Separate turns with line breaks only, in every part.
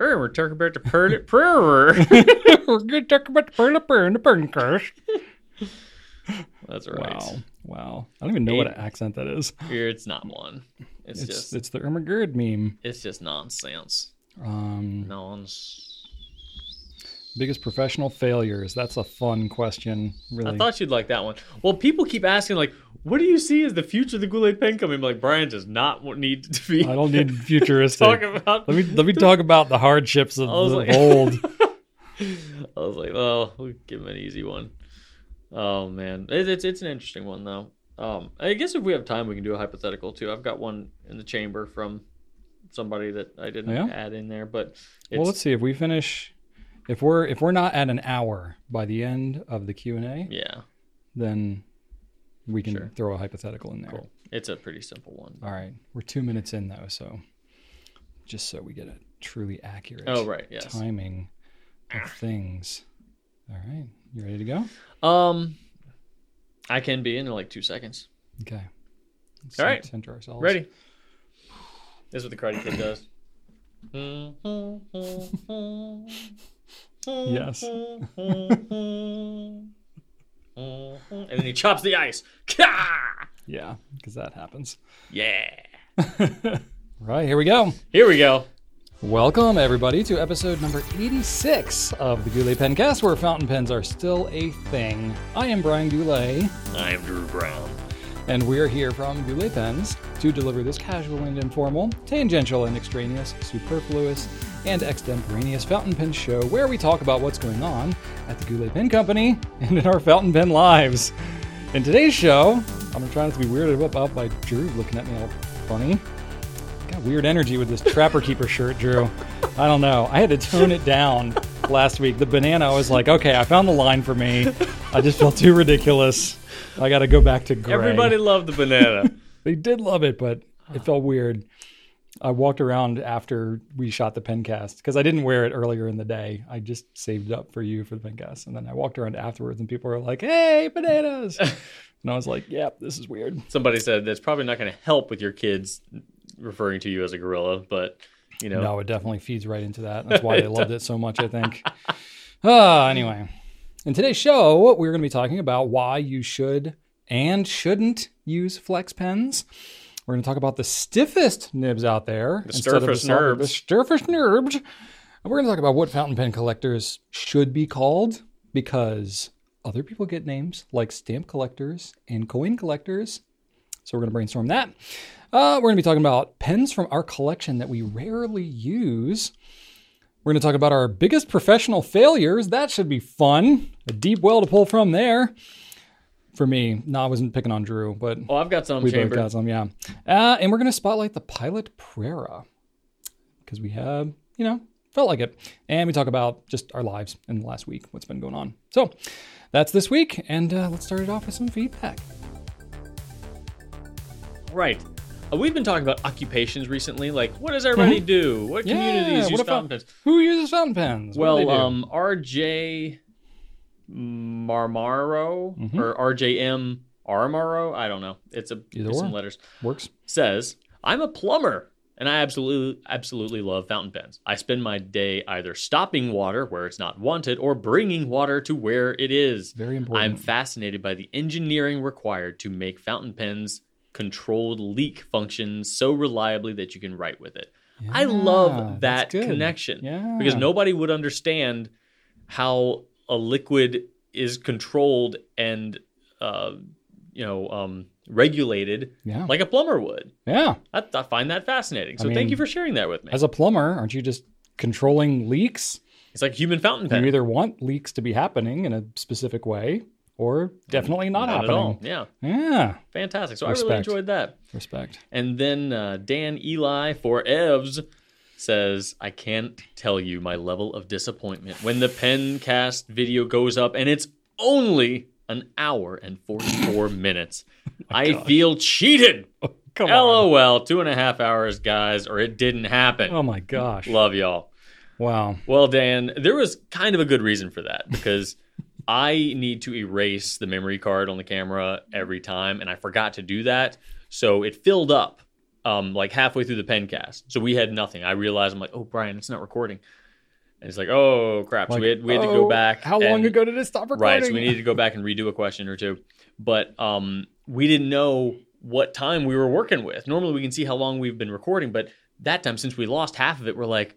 er, we're talking about the pearl prayer.
We're going to talk about the Pearl of Prayer and the Burn Curse.
That's right.
Wow. Wow. I don't even know what
Eight.
accent that is.
It's not one. It's,
It's, it's,
just
the Irma Gerd meme.
it's just nonsense.
Um,
Nonsense.
Biggest professional failures. That's a fun question, really.
I thought you'd like that one. Well, people keep asking, like, what do you see as the future of the Goulet Pen coming? Like, Brian does not wa- need to be
I don't need futuristic.
talk about.
let me let me talk about the hardships of
I was
the
like-
old.
I was like, oh, we'll give him an easy one. Oh man, it, it's it's an interesting one though. Um, I guess if we have time, we can do a hypothetical too. I've got one in the chamber from somebody that I didn't
Yeah?
add in there, but it's,
well, let's see if we finish. If we're if we're not at an hour by the end of the Q and A,
yeah,
then we can
Sure.
throw a hypothetical in there.
cool. It's a pretty simple one.
All right, we're two minutes in though, so just so we get a truly accurate
Oh right, yes. Ah.
timing of things. All right, you ready to go?
Um, I can be in like two seconds.
Okay. Let's
All right.
Center ourselves.
Ready. This is what the Karate Kid does.
Yes.
and then he chops the ice. Ka!
Yeah, because that happens.
Yeah.
Right here we go.
Here we go.
Welcome, everybody, to episode number 86 of the Goulet Pen Cast, where fountain pens are still a thing. I am Brian Goulet,
I'm Drew Brown.
and we're here from Goulet Pens to deliver this casual and informal, tangential and extraneous, superfluous, and extemporaneous fountain pen show where we talk about what's going on at the Goulet Pen Company and in our fountain pen lives. In today's show, I'm trying not to be weirded up out by Drew looking at me all funny. Got weird energy with this Trapper Keeper shirt, Drew. I don't know. I had to tone it down last week. The banana I was like, okay, I found the line for me. I just felt too ridiculous. I got to go back to gray.
Everybody loved the banana.
They did love it, but it felt weird. I walked around after we shot the pencast because I didn't wear it earlier in the day. I just saved it up for you for the pencast, and then I walked around afterwards, and people were like, "Hey, bananas!" and I was like, "Yep, this is weird."
Somebody said that's probably not going to help with your kids referring to you as a gorilla, but you know,
No, it definitely feeds right into that. That's why they loved it so much, I think. Ah, anyway, in today's show, we're going to be talking about why you should and shouldn't use flex pens. We're going to talk about the stiffest nibs out there. instead of The
stirfest
softer-
nerbs.
The stirfest nerbs. And We're going to talk about what fountain pen collectors should be called because other people get names like stamp collectors and coin collectors. So we're going to brainstorm that. Uh, we're going to be talking about pens from our collection that we rarely use. We're going to talk about our biggest professional failures. That should be fun. A deep well to pull from there. For me, no, I wasn't picking on Drew, but
oh, I've got some
we
chamber.
both got some, yeah. Uh, and we're going to spotlight the pilot Prera because we have, you know, felt like it. And we talk about just our lives in the last week, what's been going on. So that's this week. And uh, let's start it off with some feedback.
Right. Uh, We've been talking about occupations recently. Like, what does everybody do? What communities
Mm-hmm. Yeah,
use
what about-
fountain pens?
Who uses fountain pens? What do they
Well,
do?
um, RJ Marmaro
Mm-hmm.
or RJM Armaro, I don't know. It's a
Either
it's some
or.
letters.
works.
Says, "I'm a plumber and I absolutely absolutely love fountain pens. I spend my day either stopping water where it's not wanted or bringing water to where it is.
Very
I'm
important.
fascinated by the engineering required to make fountain pens controlled leak functions so reliably that you can write with it. I
Yeah,
love that
Ah, that's good.
connection
Yeah.
because nobody would understand how a liquid is controlled and uh, you know um, regulated
Yeah.
like a plumber would.
yeah.
I, I find that fascinating. So
mean,
thank you for sharing that with me.
As a plumber, aren't you just controlling leaks?
It's like human fountain pen.
You either want leaks to be happening in a specific way or definitely not,
Not at
happening.
all. Yeah,
Yeah.
fantastic. So I really
Respect.
enjoyed that.
Respect.
And then uh, Dan Eli for Evs says, I can't tell you my level of disappointment when the pen cast video goes up and it's only an hour and 44 minutes. I feel cheated.
Oh Come
LOL, two and a half hours, guys, or it didn't happen.
Oh my gosh.
Love y'all.
Wow.
Well, Dan, there was kind of a good reason for that because I need to erase the memory card on the camera every time, and I forgot to do that. So it filled up um, like halfway through the pen cast. So we had nothing. I realized I'm like, oh, Brian, it's not recording. And it's like, oh crap. so we had we had to go
"Oh,
back.
How long
and-
ago did it stop recording?
Right. So we needed to go back and redo a question or two. But um, we didn't know what time we were working with. Normally we can see how long we've been recording, but that time since we lost half of it, we're like,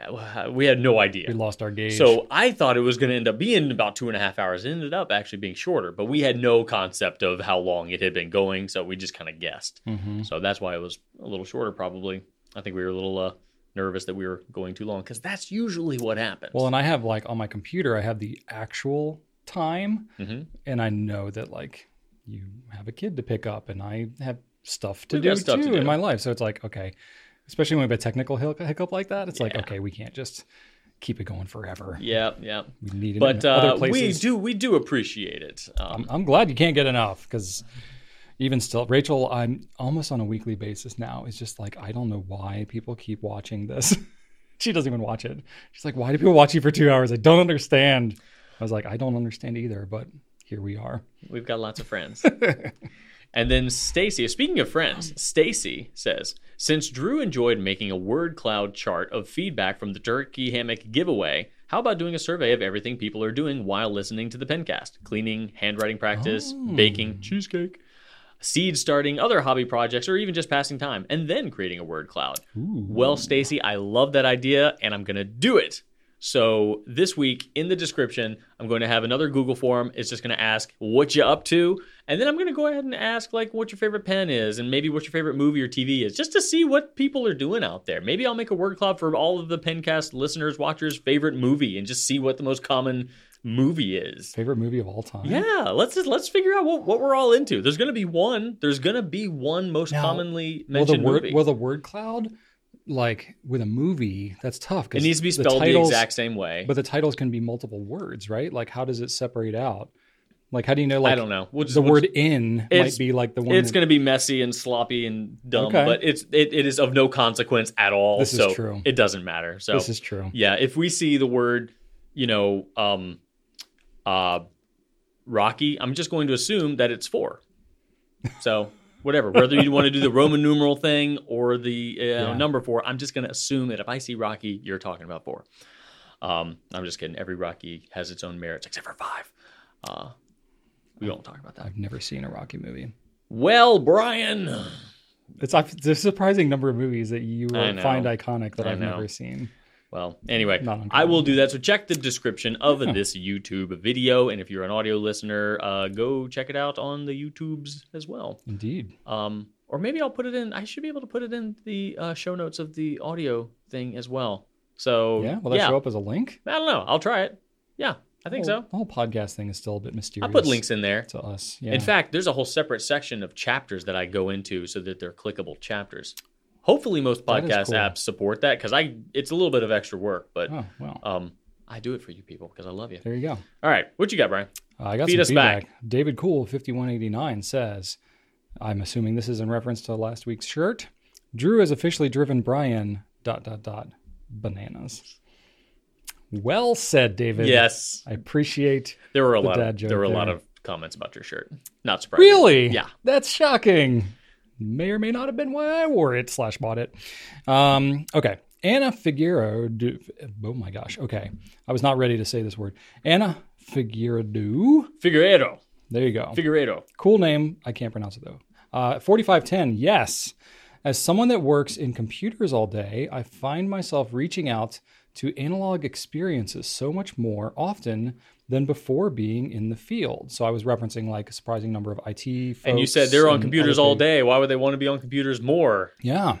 uh, we had no idea.
We lost our gauge.
So I thought it was going to end up being about two and a half hours. It ended up actually being shorter, but we had no concept of how long it had been going, so we just kind of guessed.
Mhm.
So that's why it was a little shorter, probably. I think we were a little uh, nervous that we were going too long because that's usually what happens.
well, and I have like on my computer, I have the actual time,
Mhm.
and I know that like you have a kid to pick up, and I have stuff to
We've
do
got stuff to
too
do.
in my life. So it's like okay, especially when we have a technical hic- hiccup like that, it's like
Yeah.
okay, we can't just keep it going forever.
yeah, yeah.
We need it
But
in other
uh,
places.
we do we do appreciate it. Um,
I'm, I'm glad you can't get enough because even still, Rachel, I'm almost on a weekly basis now. Is just like I don't know why people keep watching this. she doesn't even watch it. She's like, "Why do people watch you for two hours? I don't understand." I was like, "I don't understand either," but here we are.
We've got lots of friends. and then Stacy, speaking of friends, Stacy says, since Drew enjoyed making a word cloud chart of feedback from the turkey hammock giveaway, how about doing a survey of everything people are doing while listening to the pencast? Cleaning, handwriting practice,
Oh.
baking, cheesecake, seed starting, other hobby projects, or even just passing time, and then creating a word cloud. Well, Stacy, I love that idea and I'm going to do it. So this week in the description, I'm going to have another Google form. It's just going to ask what you up to, and then I'm going to go ahead and ask like what your favorite pen is, and maybe what your favorite movie or TV is, just to see what people are doing out there. Maybe I'll make a word cloud for all of the pencast listeners, watchers' favorite movie, and just see what the most common movie is.
Favorite movie of all time?
Yeah, let's just, let's figure out what, what we're all into. There's going to be one. There's going to be one most
Now,
commonly
Well, the
mentioned
word
movie.
well the word cloud, like with a movie, that's tough. 'cause
it needs to be
the
spelled
titles-
the exact same way.
But the titles can be multiple words, right? Like, how does it separate out? Like, how do you know? Like,
I don't know. We'll just,
The
we'll
word "in"
It's-
might be like the one.
it's
that-
going to be messy and sloppy and dumb,
Okay.
but it's it, it is of no consequence at all.
This is
so
true.
It doesn't matter. So
This is true.
yeah, if we see the word, you know, um, uh, Rocky, I'm just going to assume that it's four. So whatever, whether you want to do the Roman numeral thing or the uh,
Yeah.
number four, I'm just going to assume that if I see Rocky, you're talking about four. Um, I'm just kidding. Every Rocky has its own merits except for five. Uh, we won't talk about that.
I've never seen a Rocky movie.
Well, Brian.
It's I've- there's a surprising number of movies that you
I
will
know.
find iconic that
I
I've
know.
never seen.
Well, anyway,
Not uncommon.
I will do that. So check the description of this YouTube video, and if you're an audio listener, uh, go check it out on the YouTubes as well.
Indeed.
Um, or maybe I'll put it in. I should be able to put it in the uh, show notes of the audio thing as well. So
Yeah. Will that show up as a link?
I don't know. I'll try it. Yeah, I think
Well,
so.
The whole podcast thing is still a bit mysterious.
I'll put links in there.
to us. Yeah.
In fact, there's a whole separate section of chapters that I go into so that they're clickable chapters. Hopefully, most
That is
podcast
cool.
apps support that because I it's a little bit of extra work, but
Oh well.
um, I do it for you people because I love you.
There you go.
All right, what you got, Brian?
Uh, I got
Feed
some
us
feedback.
back.
David Cool, 5189, says, I'm assuming this is in reference to last week's shirt. Drew has officially driven Brian, dot, dot, dot, bananas. Well said, David.
Yes,
I appreciate.
there were a
The
lot.
dad
Of,
joke
there were a lot
there.
of comments about your shirt. Not surprising.
Really?
Yeah.
That's shocking. May or may not have been why I wore it slash bought it. Um, okay. Anna Figueroa. Du- oh my gosh. Okay. I was not ready to say this word. Anna Figueroa. du-
Figueredo.
There you go.
Figueredo.
Cool name. I can't pronounce it though. Uh, 4510. Yes. As someone that works in computers all day, I find myself reaching out to analog experiences so much more often than before being in the field. So I was referencing like a surprising number of IT folks.
And you said they're on
and
computers
other
all
things.
day. Why would they want to be on computers more?
Yeah.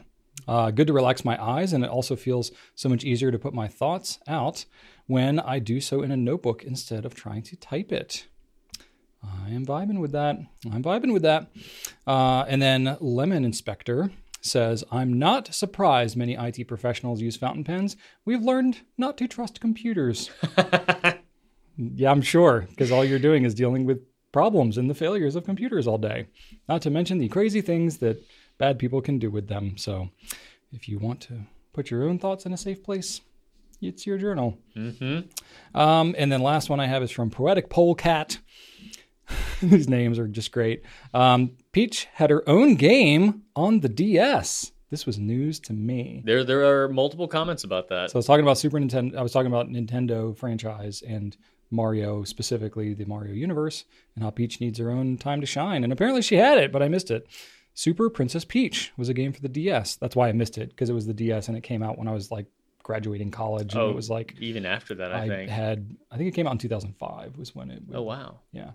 Uh, good to relax my eyes, and it also feels so much easier to put my thoughts out when I do so in a notebook instead of trying to type it. I am vibing with that. I'm vibing with that. Uh, and then Lemon Inspector says, I'm not surprised many IT professionals use fountain pens. We've learned not to trust computers. yeah, I'm sure, because all you're doing is dealing with problems and the failures of computers all day, not to mention the crazy things that bad people can do with them. So if you want to put your own thoughts in a safe place, it's your journal.
Mm-hmm.
Um, and then last one I have is from Poetic Polecat. These names are just great. Um, Peach had her own game on the DS. This was news to me.
There, there are multiple comments about that.
So I was talking about Super Nintendo. I was talking about Nintendo franchise and Mario specifically, the Mario universe, and how Peach needs her own time to shine. And apparently she had it, but I missed it. Super Princess Peach was a game for the DS. That's why I missed it because it was the DS and it came out when I was like graduating college, and
Oh,
it was like
Even after that, I,
I,
think.
had. I think it came out in 2005 was when it.
oh wow.
Yeah.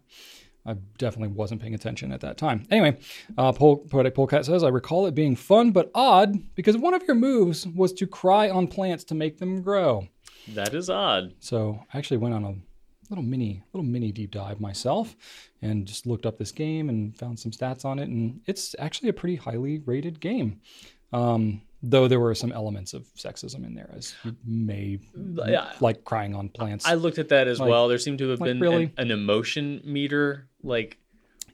I definitely wasn't paying attention at that time. Anyway, uh, Pol- Poetic Polecat says, I recall it being fun but odd because one of your moves was to cry on plants to make them grow.
That is odd.
So I actually went on a little mini, little mini deep dive myself and just looked up this game and found some stats on it. And it's actually a pretty highly rated game. Um, though there were some elements of sexism in there, as you may
Yeah.
like crying on plants.
I looked at that as
Like-
well. There seemed to have
like,
been
really?
an, an emotion meter, like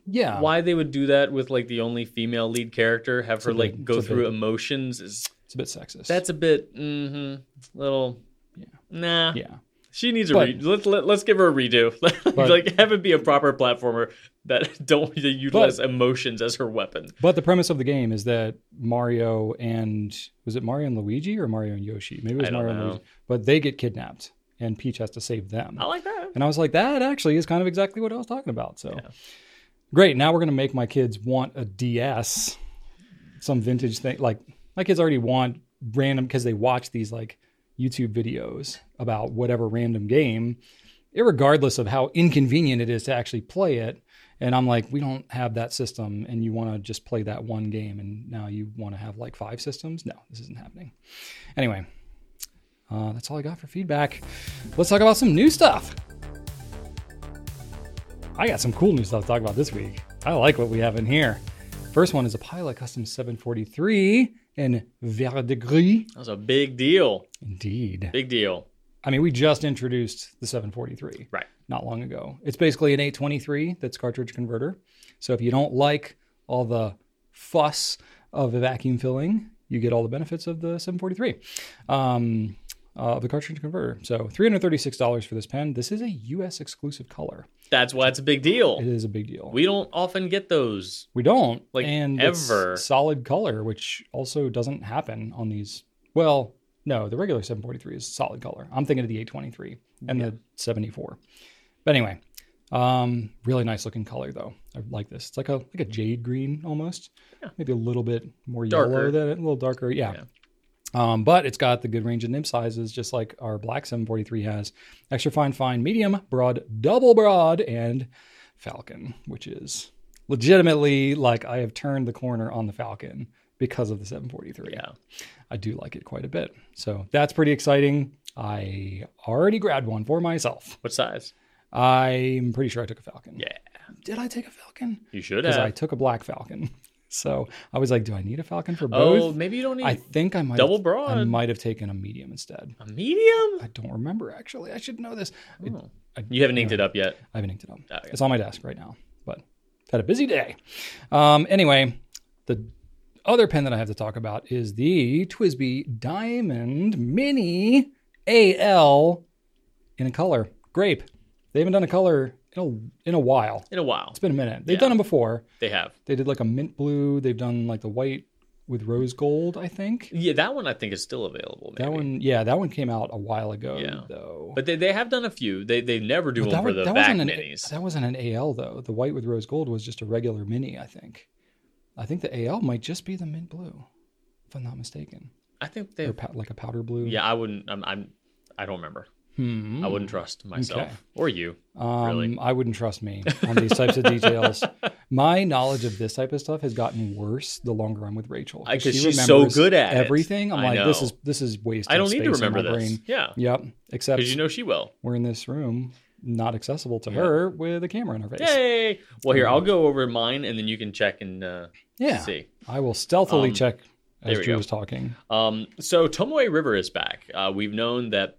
yeah.
why they would do that with like the only female lead character, have her
a
like
big-
go
it's a
through
big-
emotions is
It's a bit sexist.
that's a bit hmm little
Yeah.
nah.
yeah.
She needs a
But-
re- let's let, let's give her a redo. like have it be a proper platformer that don't that utilize emotions as her weapon.
But the premise of the game is that Mario and was it Mario and Luigi or Mario and Yoshi? Maybe it was
I don't
Mario
know.
and Luigi. But they get kidnapped and Peach has to save them.
I like that.
And I was like, that actually is kind of exactly what I was talking about. So great. Now we're going to make my kids want a DS, some vintage thing. Like my kids already want random because they watch these like YouTube videos about whatever random game, irregardless of how inconvenient it is to actually play it. And I'm like, we don't have that system, and you want to just play that one game, and now you want to have like five systems? No, this isn't happening. Anyway, uh, that's all I got for feedback. Let's talk about some new stuff. I got some cool new stuff to talk about this week. I like what we have in here. First one is a Pilot Custom 743 in Verdigris.
That was a big deal.
Indeed.
Big deal.
I mean, we just introduced the 743
Right.
not long ago. It's basically an 823 that's cartridge converter. So if you don't like all the fuss of the vacuum filling, you get all the benefits of the 743 um, uh, of the cartridge converter. So $336 for this pen. This is a US exclusive color.
That's why it's a big deal.
It is a big deal.
We don't often get those.
We don't
Like,
and it's
ever.
solid color, which also doesn't happen on these. Well, no, the regular 743 is solid color. I'm thinking of the 823 and the 74. But anyway, um, really nice looking color though. I like this. It's like a like a jade green almost. Maybe a little bit more
Darker.
yellow than it, a little darker. Yeah. Um, but it's got the good range of nib sizes, just like our black 743 has. Extra fine, fine, medium, broad, double broad, and Falcon, which is legitimately like I have turned the corner on the Falcon because of the 743.
Yeah.
I do like it quite a bit. So that's pretty exciting. I already grabbed one for myself.
What size?
I'm pretty sure I took a Falcon.
Yeah.
Did I take a Falcon?
You should
Because
have.
I took a black Falcon. So I was like, do I need a Falcon for
oh,
both?
maybe you don't need
I think I might
double
have, I
broad.
might have taken a medium instead.
a medium.
I don't remember actually. I should know this. It-
Oh.
I-
You haven't inked it up yet.
I haven't inked it up.
Oh, yeah.
It's on my desk right now, but had a busy day. Um, anyway, the other pen that I have to talk about is the Twisby Diamond Mini AL in a color grape. They haven't done a color in a, in a while.
In a while,
It's been a minute. They've
Yeah.
done them before.
they have.
They did like a mint blue. They've done like the white with rose gold, I think.
Yeah, that one I think is still available. Maybe.
That one, yeah, that one came out a while ago
Yeah.
though.
But they, they have done a few. They they never do
But
one for
was-
the back
wasn't an,
minis.
That wasn't an AL though. The white with rose gold was just a regular mini, I think. I think the AL might just be the mint blue, if I'm not mistaken,
I think
or
they.
pow- like a powder blue.
Yeah, I wouldn't. I'm. I'm I don't remember.
Hmm.
I wouldn't trust myself
Okay.
or you.
Um,
really.
I wouldn't trust me on these types of details. My knowledge of this type of stuff has gotten worse the longer I'm with Rachel.
I- 'cause she's so
remembers
good at it.
everything. I'm
I
like, this
know.
is this is wasted.
I don't need to
space in
remember
my
this.
brain.
Yeah,
Yep. Except
because you know she will.
we're in this room, not accessible to
Yeah.
her with a camera in her face.
Yay! Well, here I'll go over mine, and then you can check and uh,
Um, Yeah.
see.
I will stealthily
Um,
check as
there we
Drew
go.
was talking.
Um, so Tomoe River is back. Uh, we've known that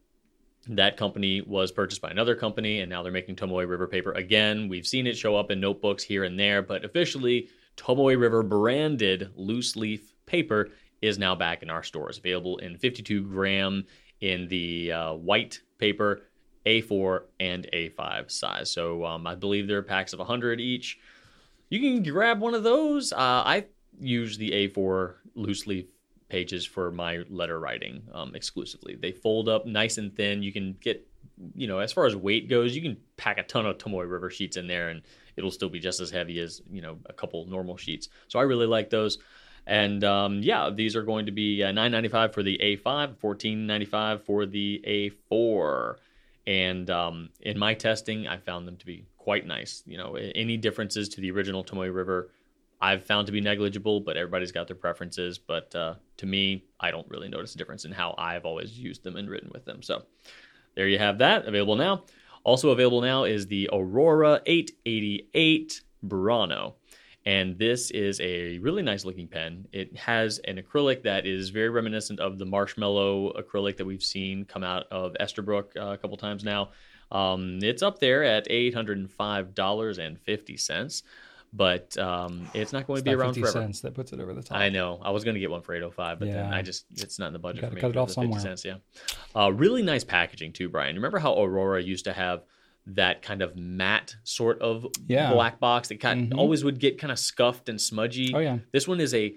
that company was purchased by another company, and now they're making Tomoe River paper again. We've seen it show up in notebooks here and there, but officially, Tomoe River branded loose leaf paper is now back in our stores, available in 52 gram in the uh, white paper, A4 and A5 size. So um, I believe they're packs of 100 each. You can grab one of those. Uh, I use the A4 loose leaf pages for my letter writing um, exclusively. They fold up nice and thin. You can get, you know, as far as weight goes, you can pack a ton of Tomoe River sheets in there and it'll still be just as heavy as, you know, a couple normal sheets. So I really like those. And um, yeah, these are going to be uh, nine ninety five for the A5, fourteen ninety five for the A4. And um, in my testing, I found them to be quite nice. You know, a- any differences to the original Tomoe River, I've found to be negligible, but everybody's got their preferences. But uh, to me, I don't really notice a difference in how I've always used them and written with them. So there you have that available now. Also available now is the Aurora 888 Burano. And this is a really nice looking pen. It has an acrylic that is very reminiscent of the marshmallow acrylic that we've seen come out of Esterbrook uh, a couple times now. Um, it's up there at $805.50, but um, it's not going to
It's
be
not
around
50
forever.
cents that puts it over the top.
I know. I was gonna get one for 805, but then
Yeah.
I just it's not in the budget
gotta
for me.
cut it
for
off
the
somewhere.
cents, yeah. Uh, really nice packaging too, Brian. Remember how Aurora used to have that kind of matte sort of
Yeah.
black box that kind
Mhm.
always would get kind of scuffed and smudgy.
Oh, yeah.
This one is a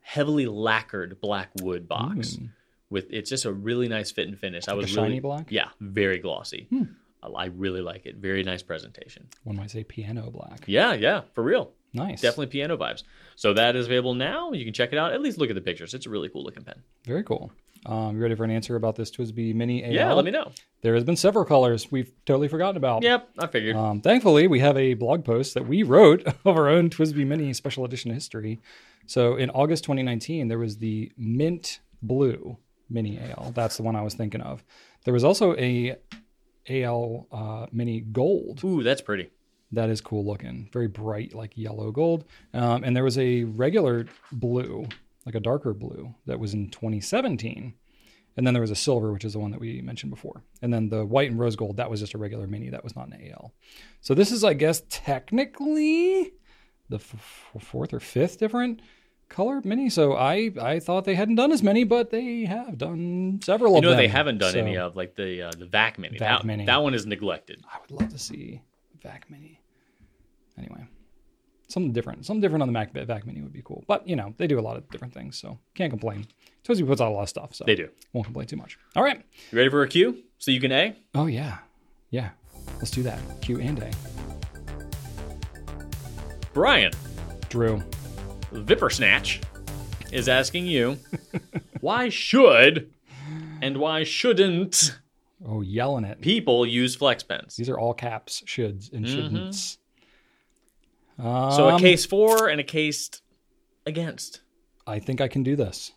heavily lacquered black wood box
Mm.
with it's just a really nice fit and finish. I
Like a
was
shiny
really
black?
Yeah, very glossy.
Hmm.
I, I really like it. Very nice presentation.
One might say piano black.
Yeah, yeah, for real.
Nice.
Definitely piano vibes. So that is available now. You can check it out. At least look at the pictures. It's a really cool looking pen.
Very cool. Um, you ready for an answer about this Twisby Mini AL?
Yeah, let me know.
There has been several colors we've totally forgotten about.
Yep, I figured.
Um, thankfully, we have a blog post that we wrote of our own Twisby Mini Special Edition history. So in August 2019, there was the mint blue mini ale. That's the one I was thinking of. There was also a AL uh, mini gold
Ooh, that's pretty.
that is cool looking, very bright, like yellow gold. Um, and there was a regular blue, like a darker blue, that was in 2017. And then there was a silver, which is the one that we mentioned before. And then the white and rose gold, that was just a regular mini, that was not an AL. So this is, I guess, technically the f- f- fourth or fifth different color mini. So I I thought they hadn't done as many, but they have done several
You
of
know
them.
they haven't done any
So
of like the uh, the vac mini.
Vac
that,
Mini.
that one is neglected.
I would love to see Vac Mini. Anyway, something different. Something different on the Mac Vac Mini would be cool. But you know, they do a lot of different things, so can't complain. Twisby puts out a lot of stuff, so
They do.
won't complain too much. All right.
You ready for a cue? So you can A.
Oh yeah, yeah. Let's do that. Q and A.
Brian
Drew.
Vippersnatch is asking you, why should and why shouldn't
Oh, yelling it.
people use flex pens?
These are all caps. Shoulds and shouldn'ts.
Mm-hmm. So a
Um,
case for and a case against.
I think I can do this.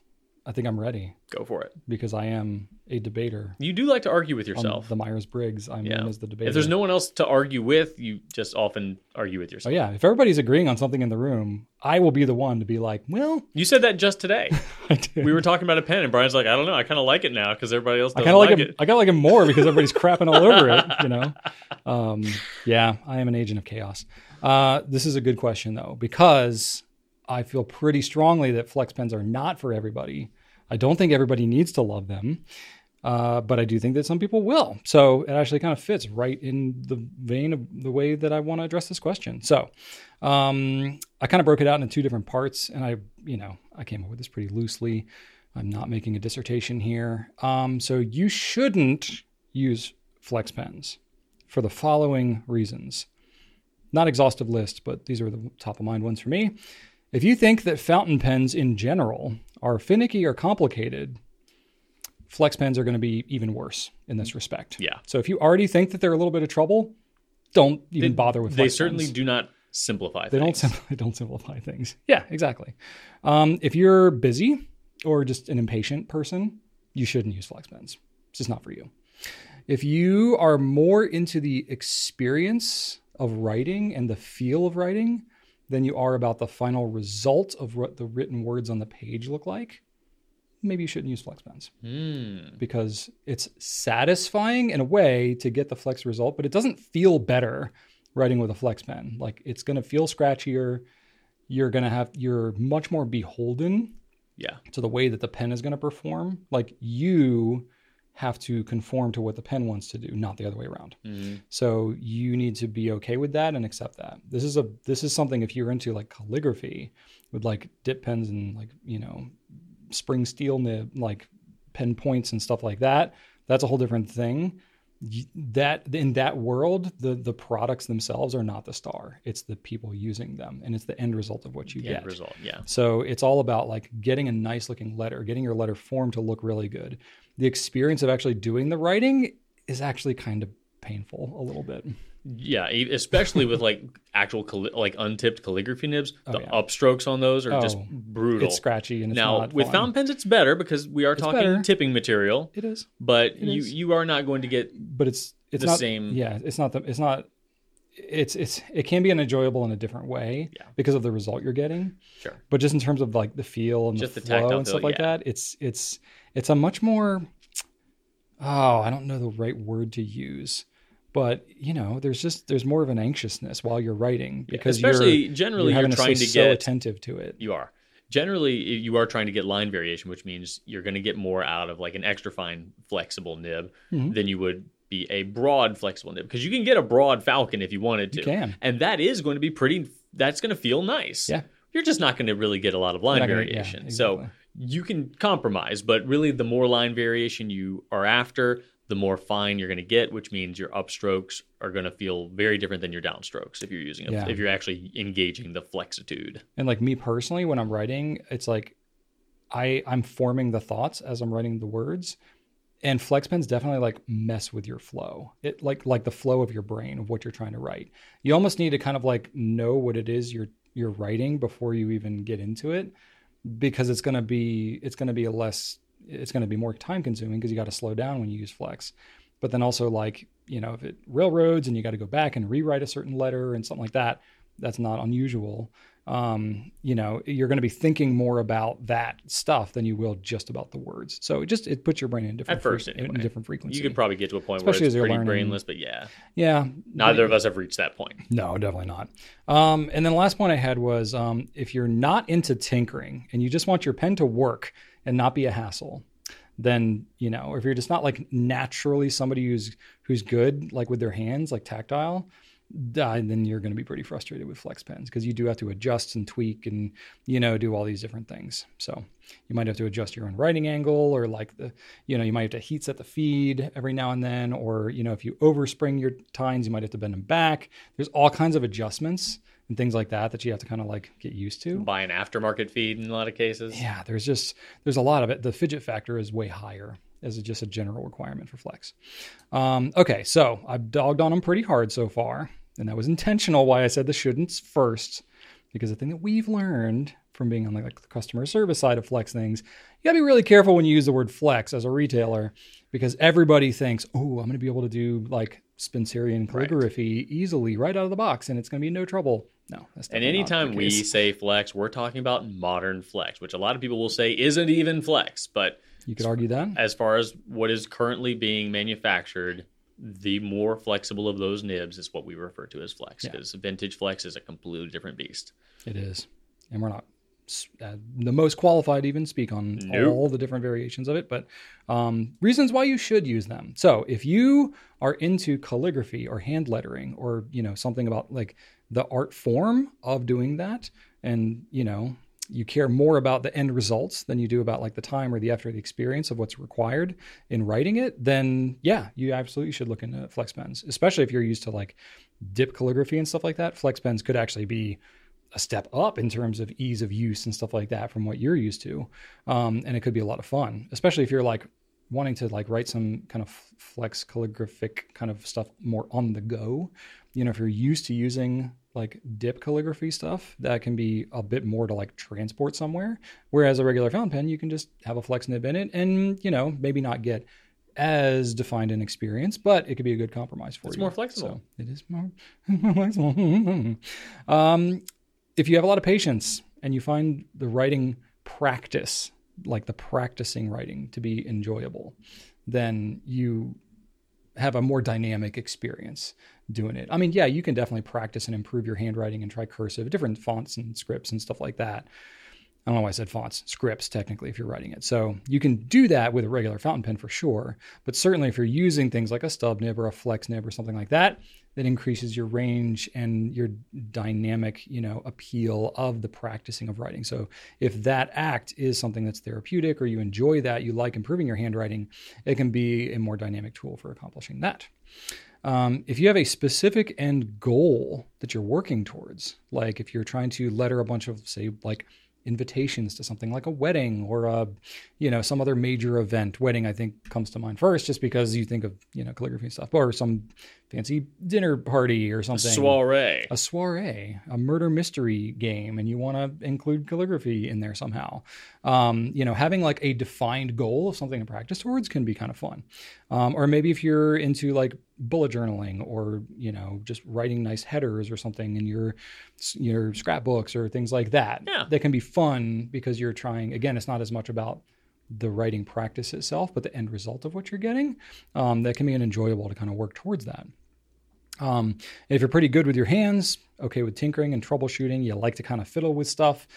I think I'm ready
Go for it.
because I am a debater.
You do like to argue with
On
yourself.
the Myers Briggs, I'm
Yeah.
known as the debater.
If there's no one else to argue with, you just often argue with
Oh
yourself.
yeah, if everybody's agreeing on something in the room, I will be the one to be like, "Well,
You said that just today.
I did.
we were talking about a pen, and Brian's like, I don't know, I kind of like it now because everybody else
I
doesn't
kind of like,
like
him.
it.
I kind of like him more because everybody's crapping all over it. You know, um, yeah, I am an agent of chaos. Uh, this is a good question though because I feel pretty strongly that flex pens are not for everybody. I don't think everybody needs to love them, uh, but I do think that some people will. So it actually kind of fits right in the vein of the way that I want to address this question. So um, I kind of broke it out into two different parts, and I, you know, I came up with this pretty loosely. I'm not making a dissertation here. Um, so you shouldn't use flex pens for the following reasons. Not exhaustive list, but these are the top of mind ones for me. If you think that fountain pens in general are finicky or complicated, flex pens are going to be even worse in this respect.
Yeah.
So if you already think that they're a little bit of trouble, don't even bother with.
They
flex
certainly
pens.
do not simplify
They don't
things.
simplify, don't simplify things. Yeah, exactly. Um, if you're busy or just an impatient person, you shouldn't use flex pens. It's just not for you. If you are more into the experience of writing and the feel of writing than you are about the final result of what the written words on the page look like, maybe you shouldn't use flex pens
Hmm.
because it's satisfying in a way to get the flex result, but it doesn't feel better writing with a flex pen. Like it's going to feel scratchier. You're going to have, you're much more beholden
Yeah.
to the way that the pen is going to perform. Like you have to conform to what the pen wants to do, not the other way around.
Mm-hmm.
So you need to be okay with that and accept that. This is a this is something if you're into like calligraphy with like dip pens and like, you know, spring steel nib like pen points and stuff like that, that's a whole different thing. Y- That in that world, the the products themselves are not the star. It's the people using them and it's the end result of what you
The
get.
end result. Yeah.
So it's all about like getting a nice looking letter, getting your letter form to look really good. The experience of actually doing the writing is actually kind of painful a little bit.
Yeah, e- especially with like actual calli- like untipped calligraphy nibs, the
Oh, yeah.
upstrokes on those are just
Oh,
brutal.
It's scratchy and it's
now
not
with
fun.
fountain pens, it's better because we are talking
better.
tipping material,
it is,
but you
is.
you are not going to get
but it's it's
The
not
same-
Yeah, it's not the it's not it's it's it can be an enjoyable in a different way
Yeah.
because of the result you're getting.
sure.
But just in terms of like the feel and
Just the
the flow
tactile
and
feel,
stuff like
yeah.
that, it's it's it's a much more oh, I don't know the right word to use. But you know, there's just there's more of an anxiously while you're writing because
Especially
you're
generally
you're,
you're,
having
trying
to,
to
stay so
get
attentive to it.
you are generally you are trying to get line variation, which means you're going to get more out of like an extra fine flexible nib
Mm-hmm.
than you would be a broad flexible nib because you can get a broad falcon if you wanted to,
You can.
and that is going to be pretty. That's going to feel nice.
Yeah.
You're just not going to really get a lot of line
not gonna- yeah,
variation. So
exactly.
you can compromise, but really the more line variation you are after, the more fine you're going to get, which means your upstrokes are going to feel very different than your downstrokes if you're using a,
Yeah.
if you're actually engaging the flexitude.
And like me personally, when I'm writing, it's like I I'm forming the thoughts as I'm writing the words. And flex pens definitely like mess with your flow. It like like the flow of your brain of what you're trying to write. You almost need to kind of like know what it is you're you're writing before you even get into it because it's going to be it's going to be a less it's going to be more time consuming because you got to slow down when you use flex but then also like you know if it railroads and you got to go back and rewrite a certain letter and something like that that's not unusual um, you know you're going to be thinking more about that stuff than you will just about the words so it just it puts your brain in a different
At first,
fre- in
anyway.
a different frequency
You could probably get to a point
Especially
where
as
it's
you're
pretty
learning.
brainless, but yeah,
yeah
neither of us have reached that point.
No, definitely not. Um, and then the last point I had was um, if you're not into tinkering and you just want your pen to work and not be a hassle, then you know, or if you're just not like naturally somebody who's who's good like with their hands, like tactile, uh, then you're going to be pretty frustrated with flex pens because you do have to adjust and tweak and you know do all these different things. So you might have to adjust your own writing angle or like the you know you might have to heat set the feed every now and then or you know if you overspring your tines you might have to bend them back. There's all kinds of adjustments and things like that that you have to kind of like get used to.
Buy an aftermarket feed in a lot of cases.
Yeah, there's just there's a lot of it. The fidget factor is way higher as a- just a general requirement for flex. Um, okay, so I've dogged on them pretty hard so far, and that was intentional. Why I said the shouldn'ts first, because the thing that we've learned from being on like, like the customer service side of flex things, you gotta be really careful when you use the word flex as a retailer, because everybody thinks, oh, I'm gonna be able to do like Spencerian calligraphy easily right out of the box, and it's gonna be no trouble. No, that's
And
definitely not the
anytime we
case.
say flex, we're talking about modern flex, which a lot of people will say isn't even flex. But
you could argue that
as far as what is currently being manufactured, the more flexible of those nibs is what we refer to as flex.
Yeah.
Because vintage flex is a completely different beast.
It is, and we're not s- uh, the most qualified to even speak on
Nope.
all the different variations of it, but um, reasons why you should use them. So if you are into calligraphy or hand lettering or you know something about like the art form of doing that, and you know you care more about the end results than you do about like the time or the effort or the experience of what's required in writing it then yeah you absolutely should look into flex pens especially if you're used to like dip calligraphy and stuff like that flex pens could actually be a step up in terms of ease of use and stuff like that from what you're used to. Um, and it could be a lot of fun, especially if you're like wanting to like write some kind of flex calligraphic kind of stuff more on the go. You know, if you're used to using like dip calligraphy stuff, that can be a bit more to like transport somewhere. Whereas a regular fountain pen, you can just have a flex nib in it and, you know, maybe not get as defined an experience, but it could be a good compromise for
It's
you.
more flexible.
So it is more flexible. um, if you have a lot of patience and you find the writing practice, like the practicing writing, to be enjoyable, then you have a more dynamic experience doing it. I mean, yeah, you can definitely practice and improve your handwriting and try cursive, different fonts and scripts and stuff like that. I don't know why I said fonts, scripts, technically, if you're writing it. So you can do that with a regular fountain pen for sure. But certainly, if you're using things like a stub nib or a flex nib or something like that, that increases your range and your dynamic, you know, appeal of the practicing of writing. So if that act is something that's therapeutic or you enjoy that, you like improving your handwriting, it can be a more dynamic tool for accomplishing that. Um, if you have a specific end goal that you're working towards, like if you're trying to letter a bunch of, say, like invitations to something like a wedding or a, you know, some other major event. Wedding, I think, comes to mind first, just because you think of you know calligraphy and stuff, or some fancy dinner party or something.
Soiree.
a soiree, a murder mystery game, and you want to include calligraphy in there somehow. Um, you know, having like a defined goal of something to practice towards can be kind of fun. Um, or maybe if you're into like bullet journaling or you know just writing nice headers or something in your your scrapbooks or things like that,
Yeah.
that can be fun because you're trying. Again, it's not as much about the writing practice itself, but the end result of what you're getting. Um, that can be an enjoyable to kind of work towards that. Um, if you're pretty good with your hands, okay with tinkering and troubleshooting, you like to kind of fiddle with stuff.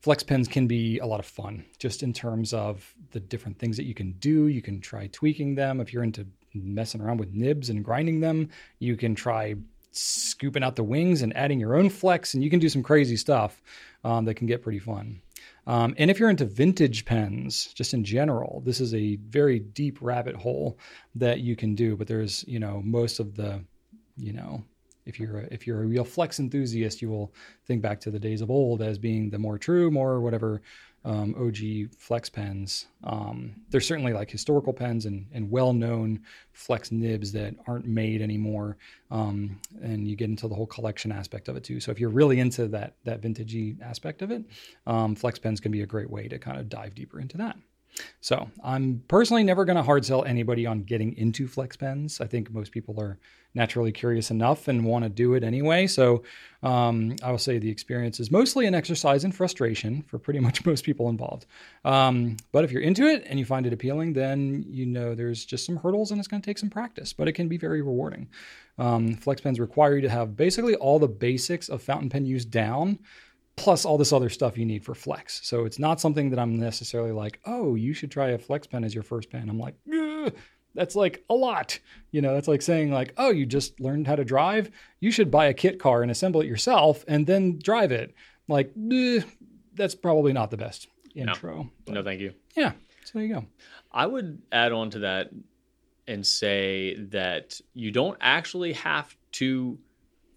Flex pens can be a lot of fun, just in terms of the different things that you can do. You can try tweaking them. If you're into messing around with nibs and grinding them, you can try scooping out the wings and adding your own flex, and you can do some crazy stuff um, that can get pretty fun. Um, and if you're into vintage pens, just in general, this is a very deep rabbit hole that you can do. But there's, you know, most of the you know if you're a, if you're a real flex enthusiast you will think back to the days of old as being the more true more whatever um, og flex pens um, there's certainly like historical pens and, and well-known flex nibs that aren't made anymore um, and you get into the whole collection aspect of it too so if you're really into that that vintagey aspect of it um, flex pens can be a great way to kind of dive deeper into that so I'm personally never going to hard sell anybody on getting into flex pens. I think most people are naturally curious enough and want to do it anyway. So um, I will say the experience is mostly an exercise in frustration for pretty much most people involved. Um, but if you're into it and you find it appealing, then you know there's just some hurdles and it's going to take some practice, but it can be very rewarding. Um, flex pens require you to have basically all the basics of fountain pen use down plus all this other stuff you need for flex. So it's not something that I'm necessarily like, oh, you should try a flex pen as your first pen. I'm like, "Ugh, that's like a lot. You know, that's like saying like, oh, you just learned how to drive. You should buy a kit car and assemble it yourself and then drive it. Like, "Ugh, that's probably not the best intro. But
No, thank you.
yeah. So there you go.
I would add on to that and say that you don't actually have to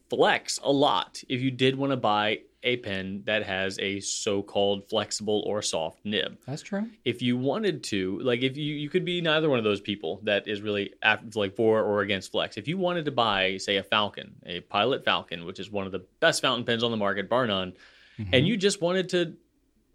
flex a lot if you did want to buy a pen that has a so-called flexible or soft nib.
That's true.
If you wanted to, like if you you could be neither one of those people that is really af- like for or against flex. If you wanted to buy say a Falcon, a Pilot Falcon, which is one of the best fountain pens on the market bar none,
Mm-hmm.
and you just wanted to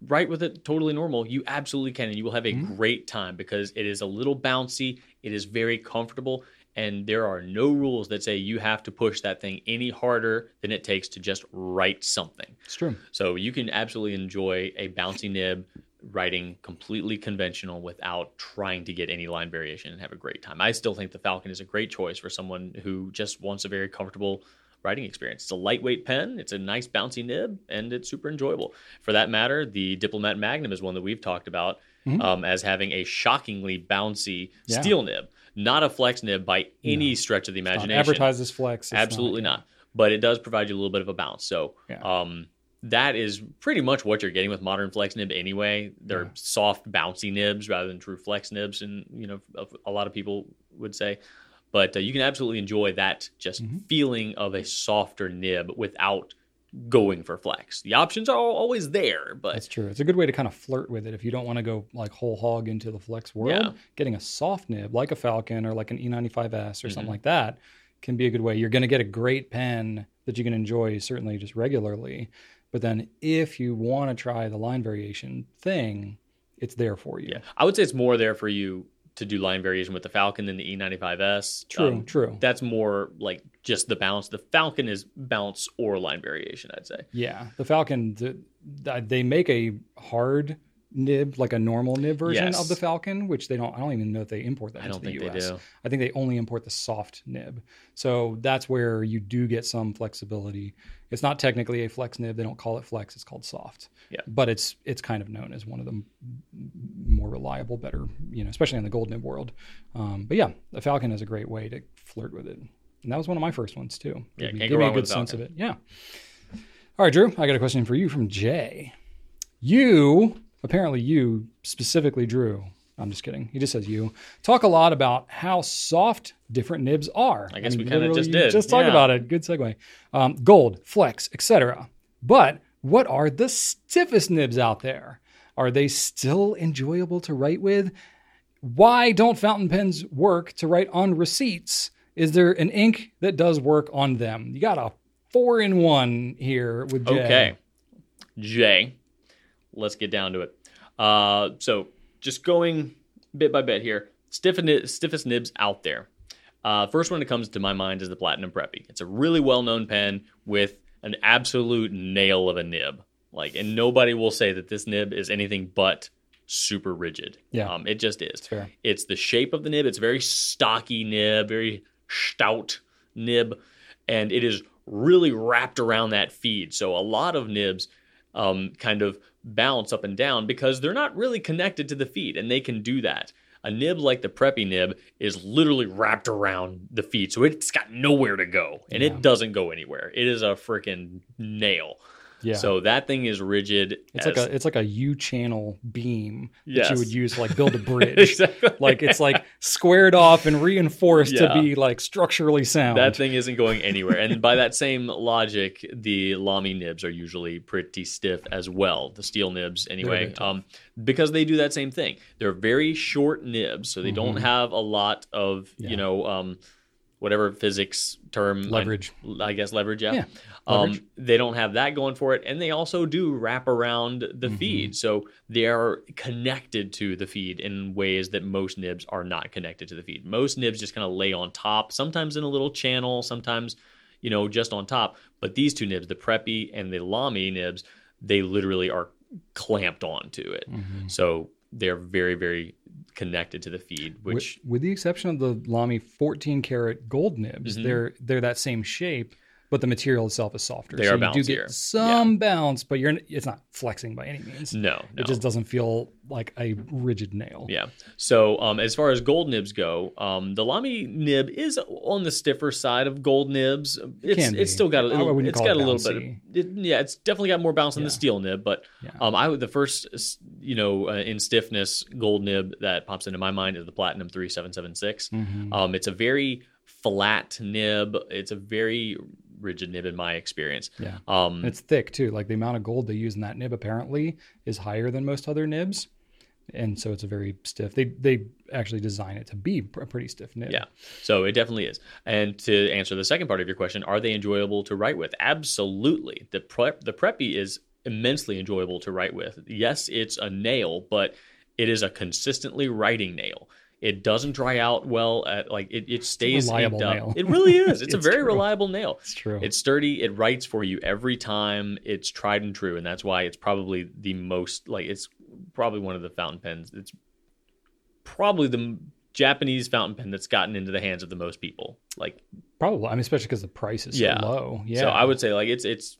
write with it totally normal, you absolutely can, and you will have a great time because it is a little bouncy, it is very comfortable, and there are no rules that say you have to push that thing any harder than it takes to just write something.
It's true.
So you can absolutely enjoy a bouncy nib writing completely conventional without trying to get any line variation and have a great time. I still think the Falcon is a great choice for someone who just wants a very comfortable writing experience. It's a lightweight pen, it's a nice bouncy nib, and it's super enjoyable. For that matter, the Diplomat Magnum is one that we've talked about um, as having a shockingly bouncy
Yeah.
steel nib, not a flex nib by any stretch of the
Not
imagination.
advertise this flex. It's not-
Absolutely not, But it does provide you a little bit of a bounce. So
Yeah.
um, that is pretty much what you're getting with modern flex nib anyway. They're
Yeah.
soft, bouncy nibs rather than true flex nibs, and you know a, a lot of people would say. But uh, you can absolutely enjoy that just
Mm-hmm.
feeling of a softer nib without going for flex. The options are al- always there, but
That's true. It's a good way to kind of flirt with it if you don't want to go like whole hog into the flex world.
Yeah.
Getting a soft nib like a Falcon or like an E95S or
Mm-hmm.
something like that can be a good way. You're going to get a great pen that you can enjoy certainly just regularly, but then if you want to try the line variation thing, it's there for you.
yeah, I would say it's more there for you to do line variation with the Falcon than the E E95S.
True,
Um,
true.
that's more like just the bounce. The Falcon is bounce or line variation, I'd say.
Yeah, the Falcon. th- th- They make a hard nib, like a normal nib version
Yes.
of the Falcon, which they don't. I don't even know if they import that
I
into
don't
the
think
U.S.
they do.
I think they only import the soft nib. So that's where you do get some flexibility. It's not technically a flex nib. They don't call it flex. It's called soft.
Yeah.
But it's it's kind of known as one of the m- more reliable, better, you know, especially in the gold nib world. Um, but yeah, the Falcon is a great way to flirt with it. And that was one of my first ones too.
Yeah,
Give
can't go
me- give me a
wrong
good
with a
sense of it. Yeah. All right, Drew, I got a question for you from Jay. You, apparently you specifically Drew. I'm just kidding. He just says you talk a lot about how soft different nibs are.
I guess
And
we kinda
literally
just
you
did.
Just talk
Yeah.
about it. Good segue. Um, gold, flex, etc. But what are the stiffest nibs out there? Are they still enjoyable to write with? Why don't fountain pens work to write on receipts? Is there an ink that does work on them? You got a four in one here with Jay.
Okay. Jay, let's get down to it. Uh, so just going bit by bit here. Stiff and, stiffest nibs out there. Uh, first one that comes to my mind is the Platinum Preppy. It's a really well-known pen with an absolute nail of a nib. Like, and nobody will say that this nib is anything but super rigid.
Yeah.
um, it just is.
fair.
It's the shape of the nib. It's a very stocky nib, very stout nib, and it is really wrapped around that feed. So a lot of nibs um, kind of bounce up and down because they're not really connected to the feed, and they can do that. A nib like the preppy nib is literally wrapped around the feed, so it's got nowhere to go, and
Yeah.
it doesn't go anywhere. It is a freaking nail.
Yeah.
So that thing is rigid.
It's
as-
like a it's like a U channel beam that you
Yes.
would use to like build a bridge.
exactly
Like it's like squared off and reinforced to
Yeah.
be like structurally sound.
That thing isn't going anywhere. and by that same logic, the Lamy nibs are usually pretty stiff as well. The steel nibs,
very
anyway,
tough.
um, because they do that same thing. They're very short nibs, so they don't
Mhm.
have a lot of
Yeah.
you know um, whatever physics term I-
leverage.
I guess leverage, yeah.
Yeah, leverage.
Um, they don't have that going for it, and they also do wrap around the
Mhm.
feed, so they are connected to the feed in ways that most nibs are not connected to the feed. Most nibs just kind of lay on top, sometimes in a little channel, sometimes, you know, just on top. But these two nibs, the preppy and the lami nibs, they literally are clamped onto it,
Mhm.
so they're very, very connected to the feed,
Wi-
which
with, the exception of the Lamy 14 karat gold nibs,
Mhm.
they're they're that same shape, but the material itself is softer.
They
so
are
you do
bouncier.
get some bounce, but you're it's not flexing by any means.
no, no,
It just doesn't feel like a rigid nail.
Yeah. So um, as far as gold nibs go, um, the Lamy nib is on the stiffer side of gold nibs. It's
Can be.
it's still got a
I
little,
wouldn't
it's
call
got
it
a little bit. Of,
bouncy.
it, yeah, it's definitely got more bounce than the
Yeah.
steel nib, but
Yeah.
um, I would the first s- you know uh, in stiffness gold nib that pops into my mind is the Platinum three seven seven six.
Mhm.
Um, it's a very flat nib. It's a very rigid nib in my experience.
Yeah.
Um,
And it's thick too. Like the amount of gold they use in that nib apparently is higher than most other nibs. And so it's a very stiff. They they actually design it to be pr- a pretty stiff nib.
Yeah. So it definitely is. And to answer the second part of your question, are they enjoyable to write with? Absolutely. The prep the preppy is immensely enjoyable to write with. Yes, it's a nail, but it is a consistently writing nail. It doesn't dry out well at like it, it stays
reliable
inked up.
nail.
It really is. It's, a
It's
very
true.
reliable nail.
It's true.
It's sturdy. It writes for you every time. It's tried and true, and that's why it's probably the most like it's probably one of the fountain pens. It's probably the m- Japanese fountain pen that's gotten into the hands of the most people. Like,
probably. I mean, especially because the price is so
Yeah.
low. Yeah.
so I would say like it's it's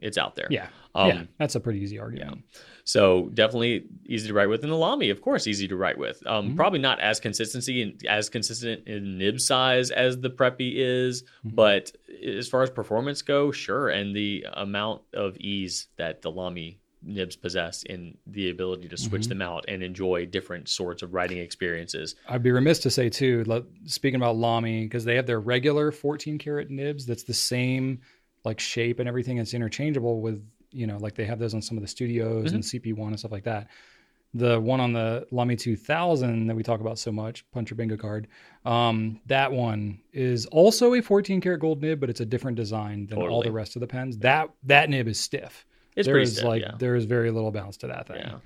it's out there.
Yeah.
Um,
yeah. That's a pretty easy argument.
So definitely easy to write with, and the Lamy, of course, easy to write with. Um,
Mhm.
Probably not as consistency and as consistent in nib size as the Preppy is,
Mhm.
but as far as performance go, sure, and the amount of ease that the Lamy nibs possess in the ability to switch
Mhm.
them out and enjoy different sorts of writing experiences.
I'd be remiss to say too, lo- speaking about Lamy, because they have their regular 14 karat nibs. That's the same like shape and everything. It's interchangeable with you know like they have those on some of the studios
Mm-hmm.
and CP1 and stuff like that. The one on the Lamy 2000 that we talk about so much, puncher bingo card. Um, that one is also a 14 karat gold nib, but it's a different design than all
Totally.
the rest of the pens. That that nib is stiff.
It's
There
pretty
is,
stiff,
like
yeah.
there is very little bounce to that thing.
Yeah.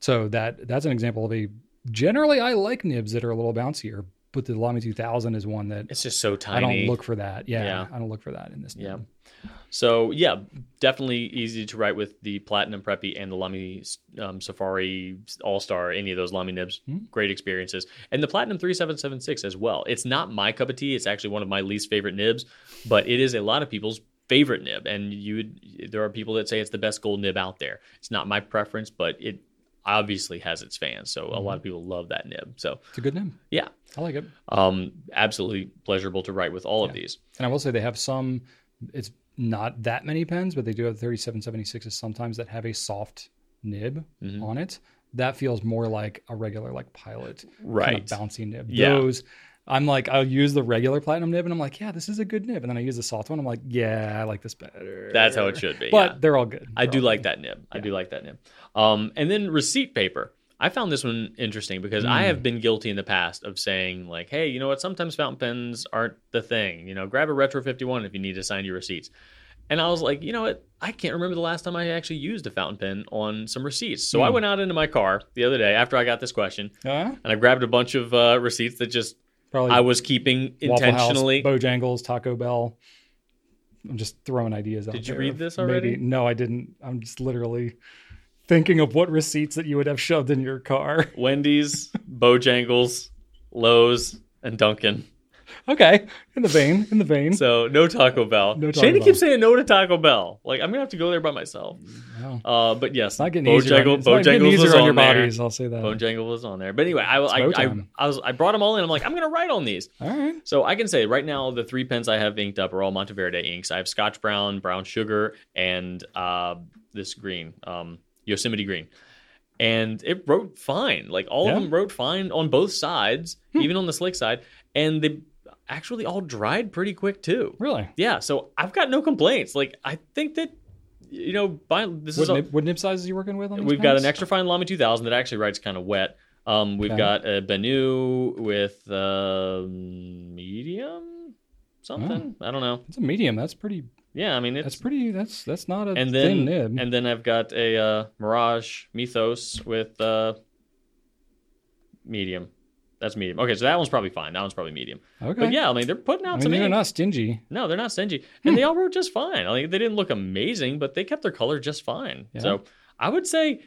So that that's an example of a generally I like nibs that are a little bouncier, but the Lamy 2000 is one that
It's just so tiny.
I don't look for that. Yeah,
Yeah.
I don't look for that in this.
Yeah.
thing.
So yeah, definitely easy to write with the Platinum Preppy and the Lamy um, Safari All Star. Any of those Lamy nibs, great experiences. And the Platinum three seven seven six as well. It's not my cup of tea. It's actually one of my least favorite nibs, but it is a lot of people's favorite nib. And you, would, there are people that say it's the best gold nib out there. It's not my preference, but it obviously has its fans. So a lot of people love that nib. So
It's a good name.
yeah,
I like it.
um, absolutely pleasurable to write with all of these.
And I will say they have some. It's not that many pens, but they do have 3776s sometimes that have a soft nib
Mm-hmm.
on it. That feels more like a regular like pilot,
Right.
Kind of bouncy nib.
Yeah.
Those, I'm like, I'll use the regular platinum nib, and I'm like, yeah, this is a good nib. And then I use the soft one. I'm like, yeah, I like this better.
That's how it should be.
But
yeah.
they're all good.
I
They're
do
all
like that nib. I do like that nib. Um, and then receipt paper. I found this one interesting because I
Mm.
have been guilty in the past of saying like, "Hey, you know what? Sometimes fountain pens aren't the thing. You know, grab a retro 51 if you need to sign your receipts." And I was like, "You know what? I can't remember the last time I actually used a fountain pen on some receipts." So
Mm.
I went out into my car the other day after I got this question,
good. Uh,
and I grabbed a bunch of uh, receipts that just
probably
I was keeping
Waffle
intentionally.
House, Bojangles, Taco Bell. I'm just throwing ideas out
Did you
there
read
of
this
maybe-
already?
no, I didn't. I'm just literally thinking of what receipts that you would have shoved in your car.
Wendy's, Bojangles, Lowe's, and Dunkin'.
okay, in the vein, in the vein.
So no Taco Bell.
No
No
Taco Bell.
keeps saying no to Taco Bell. Like I'm gonna have to go there by myself.
Wow.
Uh, but yes,
It's not getting easier. on-
Bojangle,
it's not getting
Bojangles
easier
was
on
on
your
there.
bodies. I'll say that.
Bojangle was on there. But anyway, I I,
It's
I,
Bojang.
I was I brought them all in. I'm like I'm gonna write on these.
All right.
So I can say right now the three pens I have inked up are all Monteverde inks. I have Scotch Brown, Brown Sugar, and uh, this green, um, Yosemite Green. And it wrote fine. Like all
Yeah. Hmm.
of them wrote fine on both sides, even on the slick side. And they actually all dried pretty quick too.
Really?
Yeah, so I've got no complaints. Like I think that you know, by this
What
is a-
nib, what nib sizes are you working with on these
we've got
pens?
an extra fine Lamy 2000 that actually writes kind of wet. Um, we've
Okay.
got a Benu with uh, medium something. I don't know.
It's a medium. That's pretty.
Yeah, I mean it's
Oh. That's pretty. That's that's not a
and then
thin nib.
and then I've got a uh, Mirage Mythos with uh, medium. That's medium. Okay, so that one's probably fine. That one's probably medium.
okay.
But yeah, I mean they're putting out
I
some
mean, they're
ink.
not stingy.
No, they're not stingy, and they all wrote just fine. I mean, they didn't look amazing, but they kept their color just fine.
Yeah.
So I would say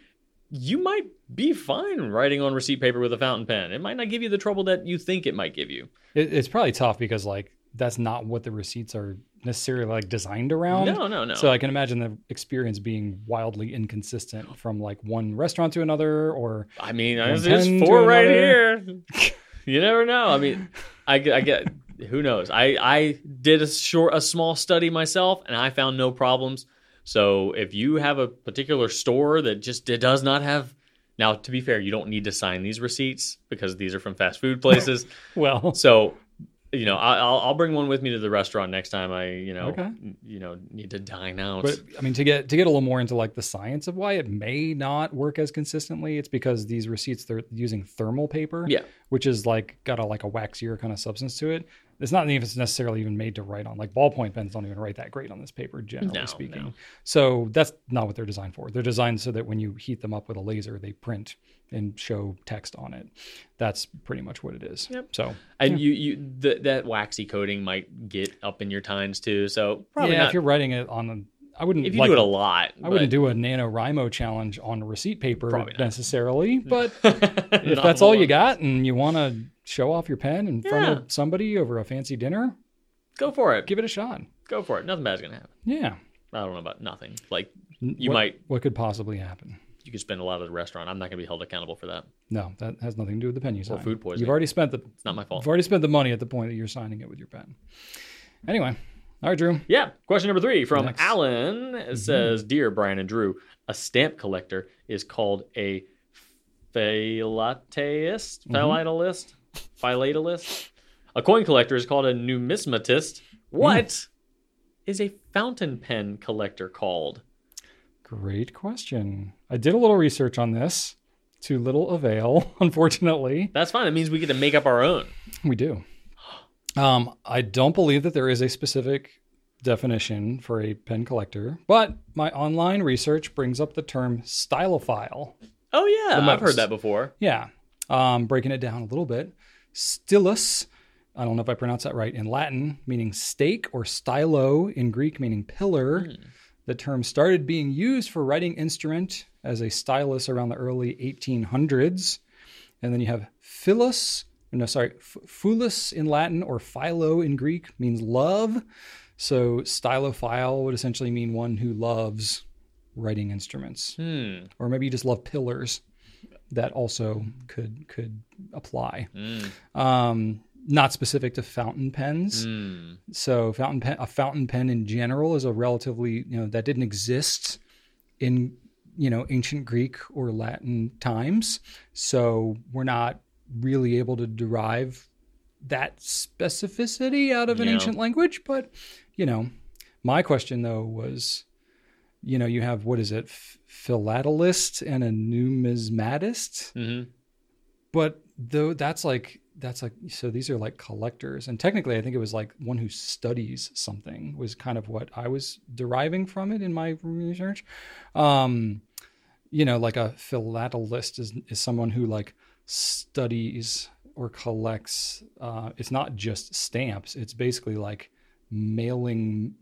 you might be fine writing on receipt paper with a fountain pen. It might not give you the trouble that you think it might give you.
It, it's probably tough because like that's not what the receipts are necessarily like designed around.
No, no, no.
So I can imagine the experience being wildly inconsistent from like one restaurant to another, or
I mean,
One
there's there's
pen to
four right
another.
here. You never know. I mean, I, get- I get who knows. I I did a short a small study myself, and I found no problems. So if you have a particular store that just d- does not have now, to be fair, you don't need to sign these receipts because these are from fast food places.
well,
so you know, I, I'll I'll bring one with me to the restaurant next time I you know
Okay.
you know need to dine out.
but I mean to get to get a little more into like the science of why it may not work as consistently, it's because these receipts they're using thermal paper,
Yeah.
which is like got a like a waxier kind of substance to it. It's not even it's necessarily even made to write on. Like ballpoint pens don't even write that great on this paper, generally
No,
speaking.
no.
So that's not what they're designed for. They're designed so that when you heat them up with a laser, they print and show text on it. That's pretty much what it is.
Yep.
So
and you you th- that waxy coating might get up in your tines too. So probably
yeah,
not
if you're writing it on, a, I wouldn't
if you
like
do it a lot,
I wouldn't do a NaNoWriMo challenge on receipt paper
Probably not.
necessarily, but
but
if that's all you got and you want to show off your pen in front
Yeah.
of somebody over a fancy dinner,
go for it.
give it a shot.
Go for it. Nothing bad's gonna happen.
Yeah.
I don't know about nothing. Like
N-
you
what-
might
What could possibly happen?
you could spend a lot at the restaurant. I'm not gonna be held accountable for that.
No, that has nothing to do with the pen you signed.
food
You've
poisoning.
already spent the
It's not my fault.
you've already spent the money at the point that you're signing it with your pen. Anyway, all right, Drew.
Yeah. Question number three from
Next.
Alan
Mm-hmm.
It says, "Dear Brian and Drew, a stamp collector is called a philatelist.
Mm-hmm.
Philatelist. Philatelist. A coin collector is called a numismatist. What
Mm.
is a fountain pen collector called?"
Great question. I did a little research on this. To little avail, unfortunately.
That's fine. It means we get to make up our own.
We do. Um, I don't believe that there is a specific definition for a pen collector, but my online research brings up the term stylophile.
Oh yeah,
The
I've
most.
heard that before.
Yeah. Um, breaking it down a little bit. stylus, I don't know if I pronounced that right, in Latin, meaning stake, or stylo in Greek, meaning pillar. The term started being used for writing instrument as a stylus around the early 1800s. And then you have philus, no, sorry, f- phulus in Latin or philo in Greek means love. So stylophile would essentially mean one who loves writing instruments. Or maybe you just love pillars. That also could could apply. Um, not specific to fountain pens.
Hmm.
So fountain pen, a fountain pen in general is a relatively you know that didn't exist in you know ancient Greek or Latin times. So we're not really able to derive that specificity out of an
Yeah.
ancient language. But you know, my question though was, you know, you have what is it, Ph- philatelist and a numismatist
Mm-hmm.
but though that's like that's like so these are like collectors and technically i think it was like one who studies something was kind of what i was deriving from it in my research um you know like a philatelist is is someone who like studies or collects uh it's not just stamps it's basically like mailing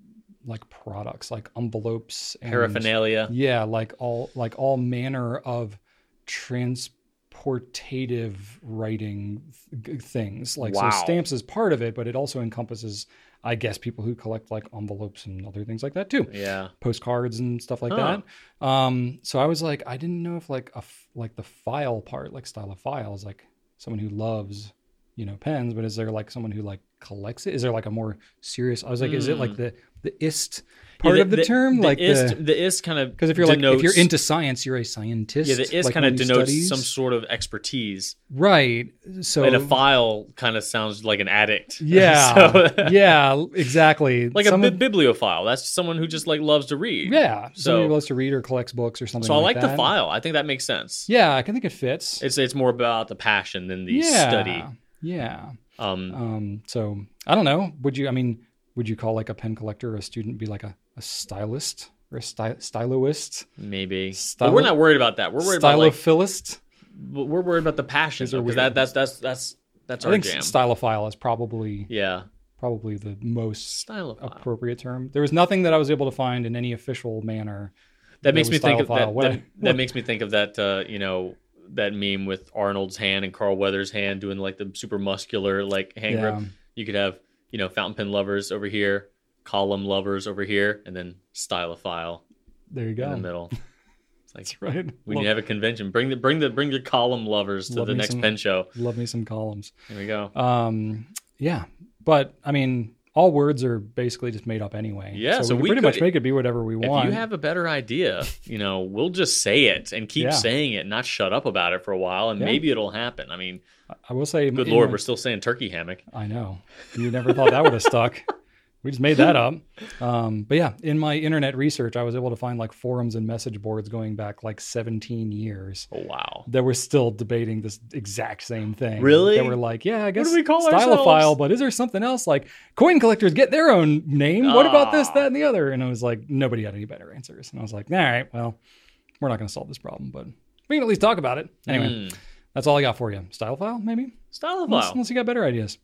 like products like envelopes and
Paraphernalia.
yeah like all like all manner of transportative writing th- things like
Wow.
so stamps is part of it but it also encompasses i guess people who collect like envelopes and other things like that too
Yeah.
postcards and stuff like
Huh.
that um so i was like i didn't know if like a f- like the file part like style of file is like someone who loves you know pens but is there like someone who like collects it is there like a more serious i was like is it like the the ist part
Hmm. Yeah,
of the, term like the-
ist, the, ist kind of
because if you're like
denotes-
if you're into science, you're a scientist.
yeah, the ist
like
kind of
when you
denotes
studies.
some sort of expertise,
right. So
and a file kind of sounds like an addict.
yeah,
So-
yeah, exactly.
like
Some
a
of-
bi- bibliophile. That's someone who just like loves to read.
yeah. Somebody
So-
who loves to read or collects books or something.
So I like the
that.
file. I think that makes sense.
Yeah, I can think it fits.
It's it's more about the passion than the
yeah,
study.
Yeah.
Um,
Um. So I don't know. Would you? I mean, would you call like a pen collector or a student be like a, a stylist or a sty- styloist,
maybe.
Stylo-
But we're not worried about that. We're worried about like
stylophilist?
But we're worried about the passion
These are
because
weird.
that that's that's that's that's
I
our
think
jam.
stylophile is probably
yeah,
probably the most
stylophile.
appropriate term. There was nothing that I was able to find in any official manner.
that makes me
was
think of
stylophile.
that.
What-
That, that makes me think of that. Uh, you know that meme with Arnold's hand and Carl Weathers' hand doing like the super muscular like hand
Yeah.
grip. You could have you know fountain pen lovers over here, column lovers over here, and then stylophile
There you
in the
go.
middle. It's like
Right.
we
love,
need to have a convention. Bring the bring the bring your column lovers to
Love
the
me
next
some-
pen show.
love me some columns.
There we go.
Um, yeah, but I mean, all words are basically just made up anyway.
Yeah,
so,
so
we,
we
can pretty
could-
much make it be whatever we
If
want.
you have a better idea, you know, we'll just say it and keep
Yeah.
saying it, not shut up about it for a while, and
Yeah.
maybe it'll happen. I mean,
I will say,
good
in
lord,
my-
we're still saying turkey hammock.
I know. You never thought that would have stuck. We just made that up. Um, but yeah, in my internet research, I was able to find like forums and message boards going back like 17 years
Oh wow,
that were still debating this exact same thing.
Really?
They were like, yeah, I guess
do we call
stylophile,
ourselves?
but is there something else? Like coin collectors get their own name. What about this,
Ah.
that, and the other? And I was like, nobody had any better answers. And I was like, all right, well, we're not going to solve this problem, but we can at least talk about it. Anyway,
Mm.
that's all I got for you. Stylophile, maybe? Unless,
stylophile.
unless you got better ideas.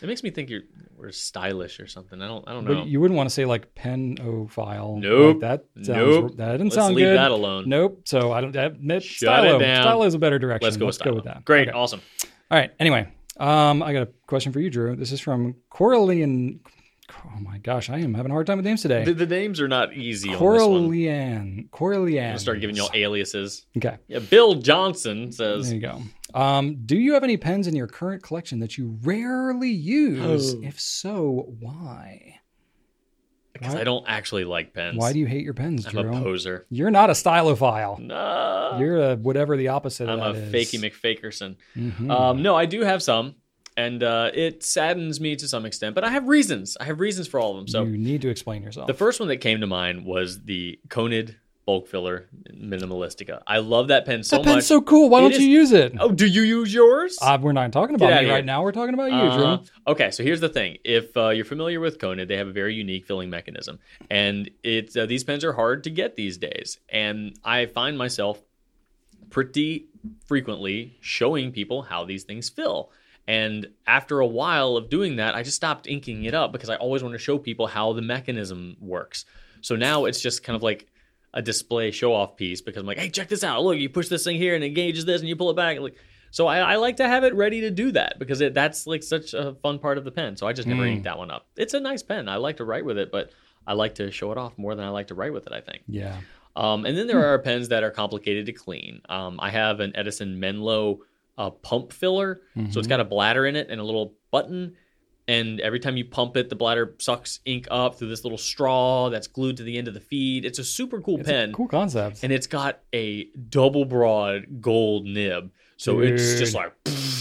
It makes me think you're we're stylish or something. I don't, I don't know.
But you wouldn't want to say like penophile.
Nope.
Like that sounds,
Nope.
That didn't
Let's
sound
leave
good.
that alone.
Nope. So I don't. That, that,
Shut it
stylo.
down.
Stylo is a better direction.
Let's go with stylo.
that.
Great,
Okay.
awesome.
All right. Anyway, um, I got a question for you, Drew. This is from Coralian. Oh my gosh, I am having a hard time with names
The,
today.
the names are not easy on this one.
Coralian.
I'll
Coralian.
start giving y'all aliases.
Okay.
Yeah, Bill Johnson
There
says
you go. Um, do you have any pens in your current collection that you rarely
Oh.
use? if so, why?
because
Why-
I don't actually like pens.
Why do you hate your pens,
I'm a
Drew?
poser.
You're not a stylophile.
No,
You're a whatever the opposite
I'm a
of that is.
fakey McFakerson.
Mhm.
Um, no, I do have some, and uh, it saddens me to some extent, but I have reasons. I have reasons for all of them. So
you need to explain yourself.
the first one that came to mind was the Conid bulk filler minimalistica. I love that pen so
that pen's
much.
so cool. Why
It
don't
is-
you use it?
oh, do you use yours?
Uh, we're not talking about
Get outta
me right
here.
now. We're talking about you,
Uh-huh.
Drew.
Okay, so here's the thing. If uh, you're familiar with Conid, they have a very unique filling mechanism, and it's uh, these pens are hard to get these days. And I find myself pretty frequently showing people how these things fill. And after a while of doing that, I just stopped inking it up because I always want to show people how the mechanism works. So now it's just kind of like a display show off piece because I'm like, hey, check this out. Look, you push this thing here and it engages this and you pull it back. Like, so I, I like to have it ready to do that because it, that's like such a fun part of the pen. So I just never
Mm.
inked that one up. It's a nice pen. I like to write with it, but I like to show it off more than I like to write with it, I think.
Yeah.
Um, and then there are pens that are complicated to clean. Um, I have an Edison Menlo uh, pump filler, so
Mm-hmm.
it's got a bladder in it and a little button. And every time you pump it, the bladder sucks ink up through this little straw that's glued to the end of the feed. It's a super cool
It's a
pen,
cool concept.
and it's got a double broad gold nib, so it's just
Dude.
like.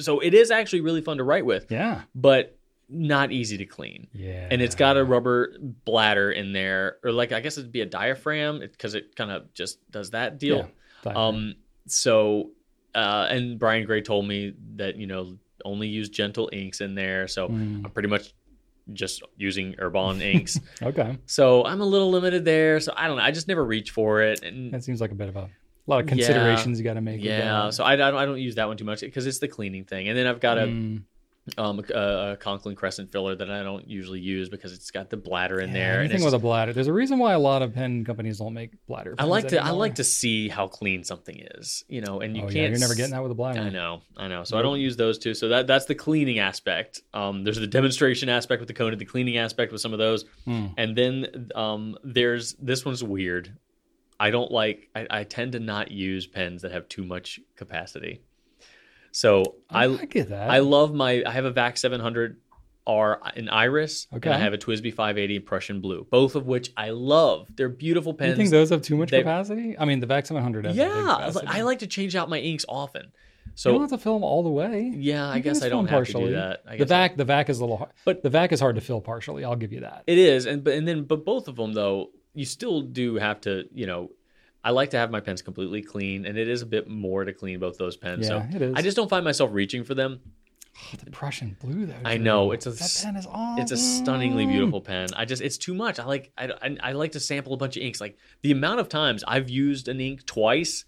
So it is actually really fun to write with,
yeah.
but not easy to clean
Yeah.
and it's got a rubber bladder in there, or like I guess it'd be a diaphragm because it kind of just does that deal. um, so uh, and Brian Gray told me that you know only use gentle inks in there, so
Mm.
I'm pretty much just using Urban inks.
okay.
so I'm a little limited there. So I don't know. I just never reach for it, and
That seems like a bit of a, a lot of
Yeah.
considerations you got to make. with
yeah,
that.
so I, I don't I don't use that one too much because it's the cleaning thing, and then I've got a
Mm.
um a, a Conklin Crescent filler that I don't usually use because it's got the bladder in
Yeah,
there. and
Anything
it's
with a bladder. There's a reason why a lot of pen companies don't make bladder.
I
pens
like to I
anymore.
like to see how clean something is, you know, and you
oh,
can't.
yeah, you're never
s-
getting that with a bladder.
I know, I know. So I don't use those two. So that that's the cleaning aspect. Um, there's the demonstration aspect with the Conan, the cleaning aspect with some of those,
Mm.
and then um, there's this one's weird. I don't like. I, I tend to not use pens that have too much capacity. So
I,
I
get that.
I love my. I have a Vac 700 R in Iris,
Okay.
and I have a Twisby 580 Prussian Blue, both of which I love. They're beautiful
you
pens.
think those have too much
they-
capacity? I mean, the Vac 700 has a big
Yeah, I was like-
capacity.
I like to change out my inks often.
you don't
So
have to fill them all the way.
yeah, I
You can
guess
just
I
fill
don't
'em
have to do
partially.
that. I
The
guess I-
vac, the vac is a little hard,
But-
but the vac is hard to fill partially. I'll give you that.
it is, and but and then but both of them though, you still do have to you know. I like to have my pens completely clean, and it is a bit more to clean both those pens.
yeah,
so
it is.
I just don't find myself reaching for them.
But the Prussian blue though.
I
dude.
know, it's a
that
s-
pen is awesome.
It's a stunningly beautiful pen. I just it's too much. I like I, I, I like to sample a bunch of inks. Like the amount of times I've used an ink twice,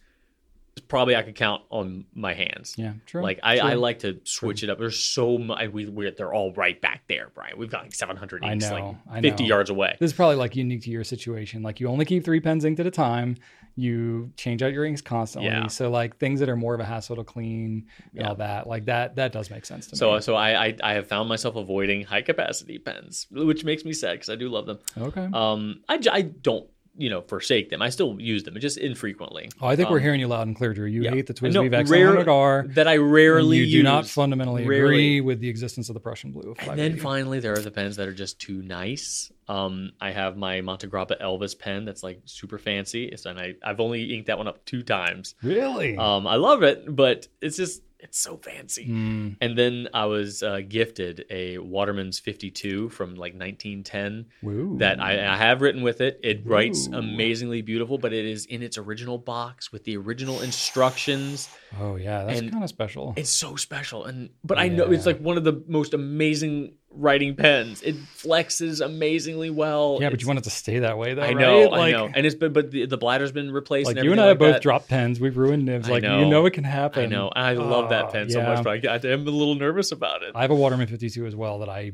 probably I could count on my hands.
Yeah, true.
Like I,
true.
I like to switch it up. There's so much. We we they're all right back there, Brian. We've got like 700
I
inks,
know, I
like 50
know.
yards away.
This is probably like unique to your situation. Like you only keep three pens inked at a time. You change out your inks constantly.
Yeah.
So like things that are more of a hassle to clean and
Yeah.
all that, like that, that does make sense to
So uh,
me.
so I, I I have found myself avoiding high capacity pens, which makes me sad because I do love them.
okay.
Um, I, j- I don't you know forsake them. I still use them, just infrequently.
oh, I think we're
um,
hearing you loud and clear, Drew. You
yeah.
hate the
I know,
Twisby Vex
rare-
100R. and
That I rarely
you do
use.
not fundamentally agree
Rarely.
with the existence of the Prussian blue.
And then
580.
finally, there are the pens that are just too nice. Um, I have my Monte Grappa Elvis pen that's like super fancy. It's and I I've only inked that one up two times.
really.
Um, I love it, but it's just it's so fancy.
Mm,
And then I was uh, gifted a Waterman's 52 from like 1910
woo.
that I, I have written with it. It writes
Ooh.
amazingly beautiful, but it is in its original box with the original instructions.
Oh yeah, that's
and-
kind of special.
It's so special, and but I know it's
Yeah.
like one of the most amazing writing pens. It flexes amazingly well.
Yeah, but
It's-
you want it to stay that way though.
I know,
right? Like,
I know, and it's been but the, the bladder's been replaced.
Like
and
you and
everything
I
like
both
that.
dropped pens. We've ruined nibs.
I
Like you
know.
know it can happen.
I know, and I love
Oh,
that pen so
yeah.
much, but I, I am a little nervous about it.
I have a Waterman 52 as well that I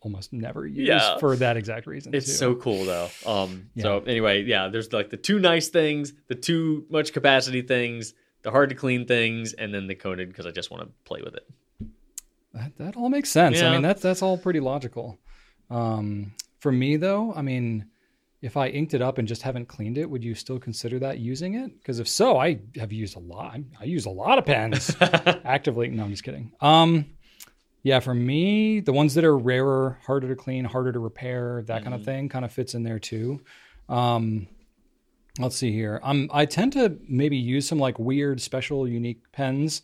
almost never use
Yeah.
for that exact reason.
It's
too.
so cool though. Um so anyway, yeah, there's like the two nice things, the too much capacity things, the hard to clean things, and then the coded because I just want to play with it.
that, that all makes sense. I
Yeah.
mean, that's that's all pretty logical. Um, for me though, I mean, if I inked it up and just haven't cleaned it, would you still consider that using it? Because if so, I have used a lot. I use a lot of pens actively. No, I'm just kidding. Um, yeah, for me, the ones that are rarer, harder to clean, harder to repair, that kind of thing, kind of fits in there too. Um, let's see here. I'm I tend to maybe use some like weird, special, unique pens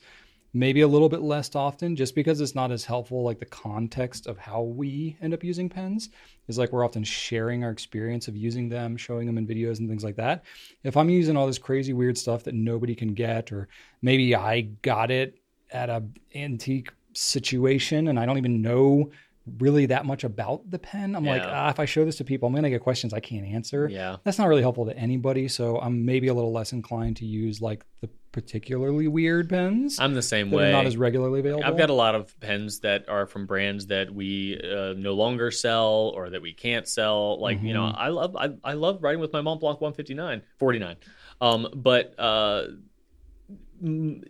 maybe a little bit less often just because it's not as helpful like the context of how we end up using pens is like we're often sharing our experience of using them showing them in videos and things like that if i'm using all this crazy weird stuff that nobody can get or maybe i got it at a antique situation and i don't even know really that much about the pen. I'm like,
Yeah.
ah, if I show this to people, I'm going to get questions I can't answer.
Yeah.
That's not really helpful to anybody. So I'm maybe a little less inclined to use like the particularly weird pens
I'm the same
that are
way.
not as regularly available.
I've got a lot of pens that are from brands that we uh, no longer sell or that we can't sell. Like you know,
Mhm.
I love I, I love writing with my Mont Blanc 159 49. Um, but uh, mm,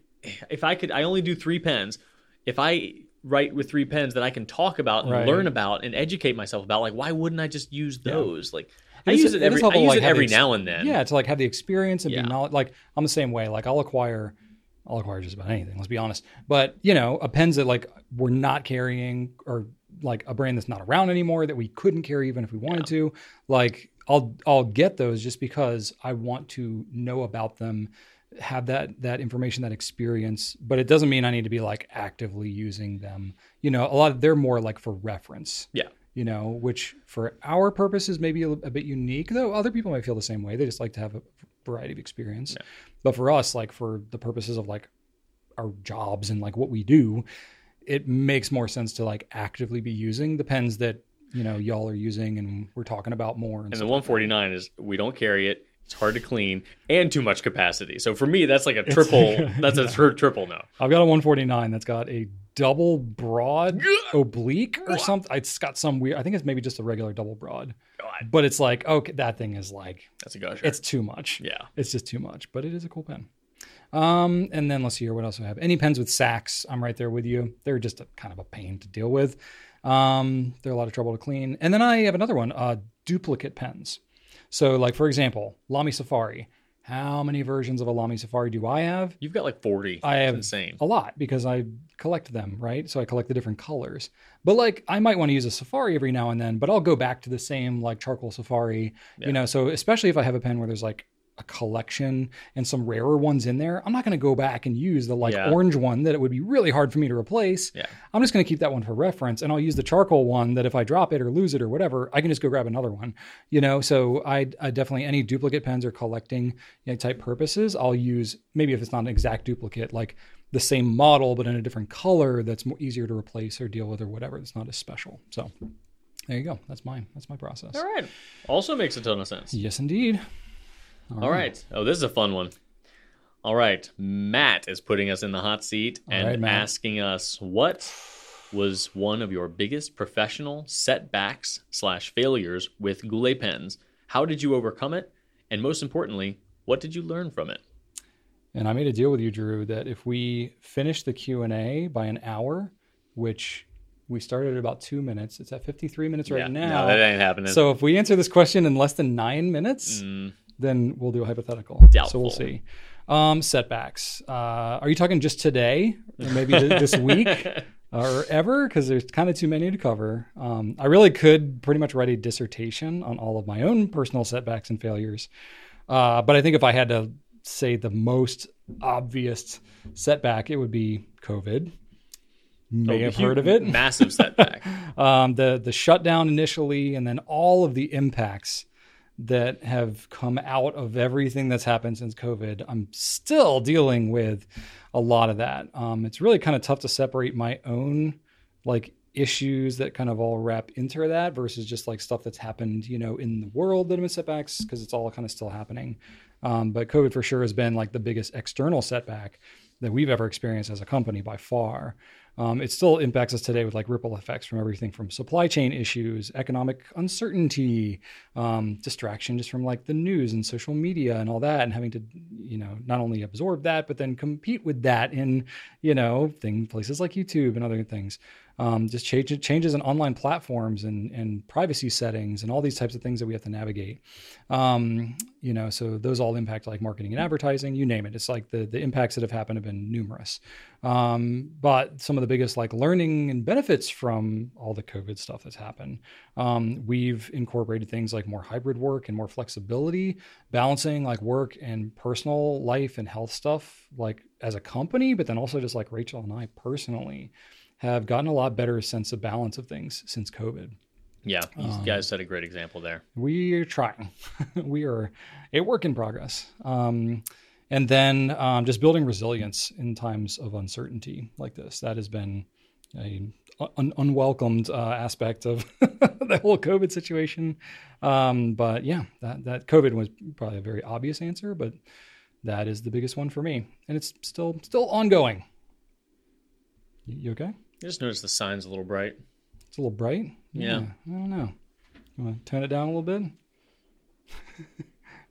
if I could, I only do three pens. If I write with three pens that I can talk about and
Right.
learn about and educate myself about, like why wouldn't I just use
Yeah.
those? Like
It
I
is-
use it
it is
every I
helpful,
use
like,
it every
having s-
now and then.
Yeah, to like have the experience and
Yeah.
be knowledge. Like I'm the same way. Like I'll acquire, I'll acquire just about anything. Let's be honest. But you know, a pens that like we're not carrying or like a brand that's not around anymore that we couldn't carry even if we wanted to. Like I'll I'll get those just because I want to know about them have that that information that experience but it doesn't mean i need to be like actively using them you know a lot of they're more like for reference
Yeah.
you know which for our purposes may be a, a bit unique though other people may feel the same way they just like to have a variety of experience
Yeah.
but for us like for the purposes of like our jobs and like what we do it makes more sense to like actively be using the pens that you know y'all are using and we're talking about more and,
And
so
the 149 is we don't carry it. It's hard to clean and too much capacity. So for me, that's like a triple. that's a tri- triple no.
I've got a 149 that's got a double broad oblique or something. It's got some weird. I think it's maybe just a regular double broad,
God,
but it's like okay, that thing is like
that's a gusher.
it's too much.
yeah.
It's just too much, but it is a cool pen. Um, and then let's see here what else I have. Any pens with sacks, I'm right there with you. They're just a, kind of a pain to deal with. Um, they're a lot of trouble to clean. And then I have another one, uh, duplicate pens. So, like for example, Lamy Safari. How many versions of a Lamy Safari do I have?
You've got like 40.
I
It's
have
insane.
a lot because I collect them, right? So I collect the different colors. But like I might want to use a safari every now and then, but I'll go back to the same like charcoal safari,
Yeah.
you know. So especially if I have a pen where there's like a collection and some rarer ones in there, I'm not going to go back and use the like
Yeah.
orange one that it would be really hard for me to replace.
Yeah.
I'm just going to keep that one for reference and I'll use the charcoal one that if I drop it or lose it or whatever, I can just go grab another one, you know? So I, I definitely, any duplicate pens or collecting you know, type purposes, I'll use maybe if it's not an exact duplicate, like the same model, but in a different color that's more easier to replace or deal with or whatever. That's not as special. So there you go. That's mine. That's my process.
All right. Also makes a ton of sense.
Yes, indeed.
All right. Oh, this is a fun one. All right. Matt is putting us in the hot seat
All
and
right, Matt.
asking us what was one of your biggest professional setbacks slash failures with Goulet pens. How did you overcome it? And most importantly, what did you learn from it?
And I made a deal with you, Drew, that if we finish the Q and A by an hour, which we started at about two minutes, it's at fifty-three minutes right now.
No, that ain't happening.
so if we answer this question in less than nine minutes,
Mm,
then we'll do a hypothetical. So
Doubtful.
we'll see. Um, setbacks. Uh, are you talking just today, or maybe th- this week, or ever? Because there's kind of too many to cover. Um, I really could pretty much write a dissertation on all of my own personal setbacks and failures. Uh, but I think if I had to say the most obvious setback, it would be COVID. May
Oh,
have
huge-
heard of it
Massive setback.
um, the the shutdown initially, and then all of the impacts that have come out of everything that's happened since COVID. I'm still dealing with a lot of that. Um, it's really kind of tough to separate my own like issues that kind of all wrap into that versus just like stuff that's happened, you know, in the world that have been setbacks because it's all kind of still happening. Um, but COVID for sure has been like the biggest external setback that we've ever experienced as a company by far. Um, it still impacts us today with like ripple effects from everything from supply chain issues, economic uncertainty, um, distraction just from like the news and social media and all that, and having to, you know, not only absorb that, but then compete with that in, you know, thing places like YouTube and other things. Um, just change, changes in online platforms and, and privacy settings and all these types of things that we have to navigate. Um, you know, so those all impact like marketing and advertising, you name it. It's like the, the impacts that have happened have been numerous. Um, but some of the biggest like learning and benefits from all the COVID stuff that's happened. Um, we've incorporated things like more hybrid work and more flexibility, balancing like work and personal life and health stuff, like as a company, but then also just like Rachel and I personally have gotten a lot better sense of balance of things since COVID.
Yeah, you
Um,
guys set a great example there.
We are trying. we are a work in progress. Um, and then um, just building resilience in times of uncertainty like this. That has been a un- unwelcomed uh, aspect of the whole COVID situation. Um, but yeah, that that COVID was probably a very obvious answer, but that is the biggest one for me, and it's still still ongoing. You, you okay?
I just noticed the sign's a little bright.
It's a little bright.
Yeah.
I don't know. You want to tone it down a little bit?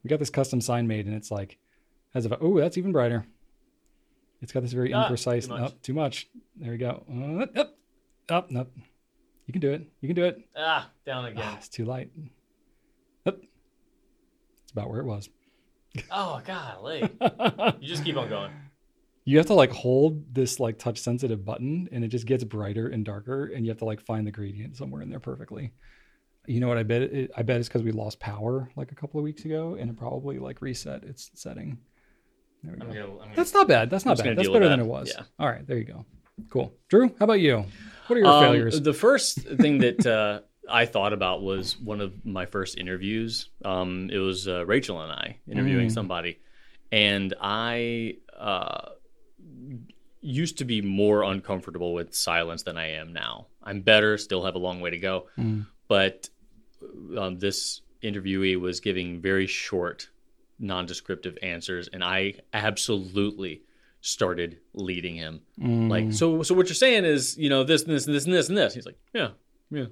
we got this custom sign made, and it's like, as if oh, that's even brighter. It's got this very
Ah, too
imprecise.
much.
Up, too much. There we go. Uh, up, up, up. You can do it. You can do it.
Ah, down
Ah, it's too light. Up. It's about where it was.
oh, golly. you just keep on going.
You have to like hold this like touch sensitive button and it just gets brighter and darker and you have to like find the gradient somewhere in there perfectly. You know what I bet it, I bet it's cuz we lost power like a couple of weeks ago and it probably like reset its setting. There we
I'm
go.
gonna, I'm gonna
That's not bad. That's not
just gonna
bad. That's
deal with
better than
that.
it was.
Yeah.
All right, there you go. Cool. Drew, how about you? What are your
Um,
failures?
The first thing that uh, I thought about was one of my first interviews. Um, it was uh, Rachel and I interviewing
Mm.
somebody, and I uh, used to be more uncomfortable with silence than I am now. I'm better, still have a long way to go,
Mm.
but um, this interviewee was giving very short, non-descriptive answers, and I absolutely started leading him.
Mm.
Like, so, so what you're saying is, you know, this, and this, and this, and this, and this. He's like, yeah, yeah,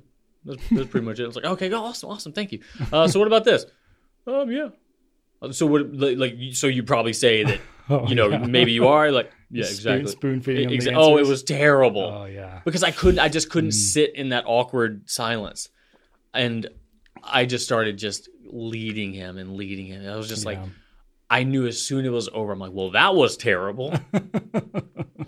that's, that's pretty much it. I was like, okay, go, awesome, awesome, thank you. Uh, so, what about this? Um, yeah. Uh, So what? Like, like, you- so you probably say that,
Oh,
you know,
yeah.
maybe you are like, yeah, exactly.
Spoon feeding.
Exa- oh, it was terrible
Oh yeah.
because I couldn't. I just couldn't
Mm.
sit in that awkward silence, and I just started just leading him and leading him. I was just like,
Yeah.
I knew as soon as it was over. I'm like, well, that was terrible.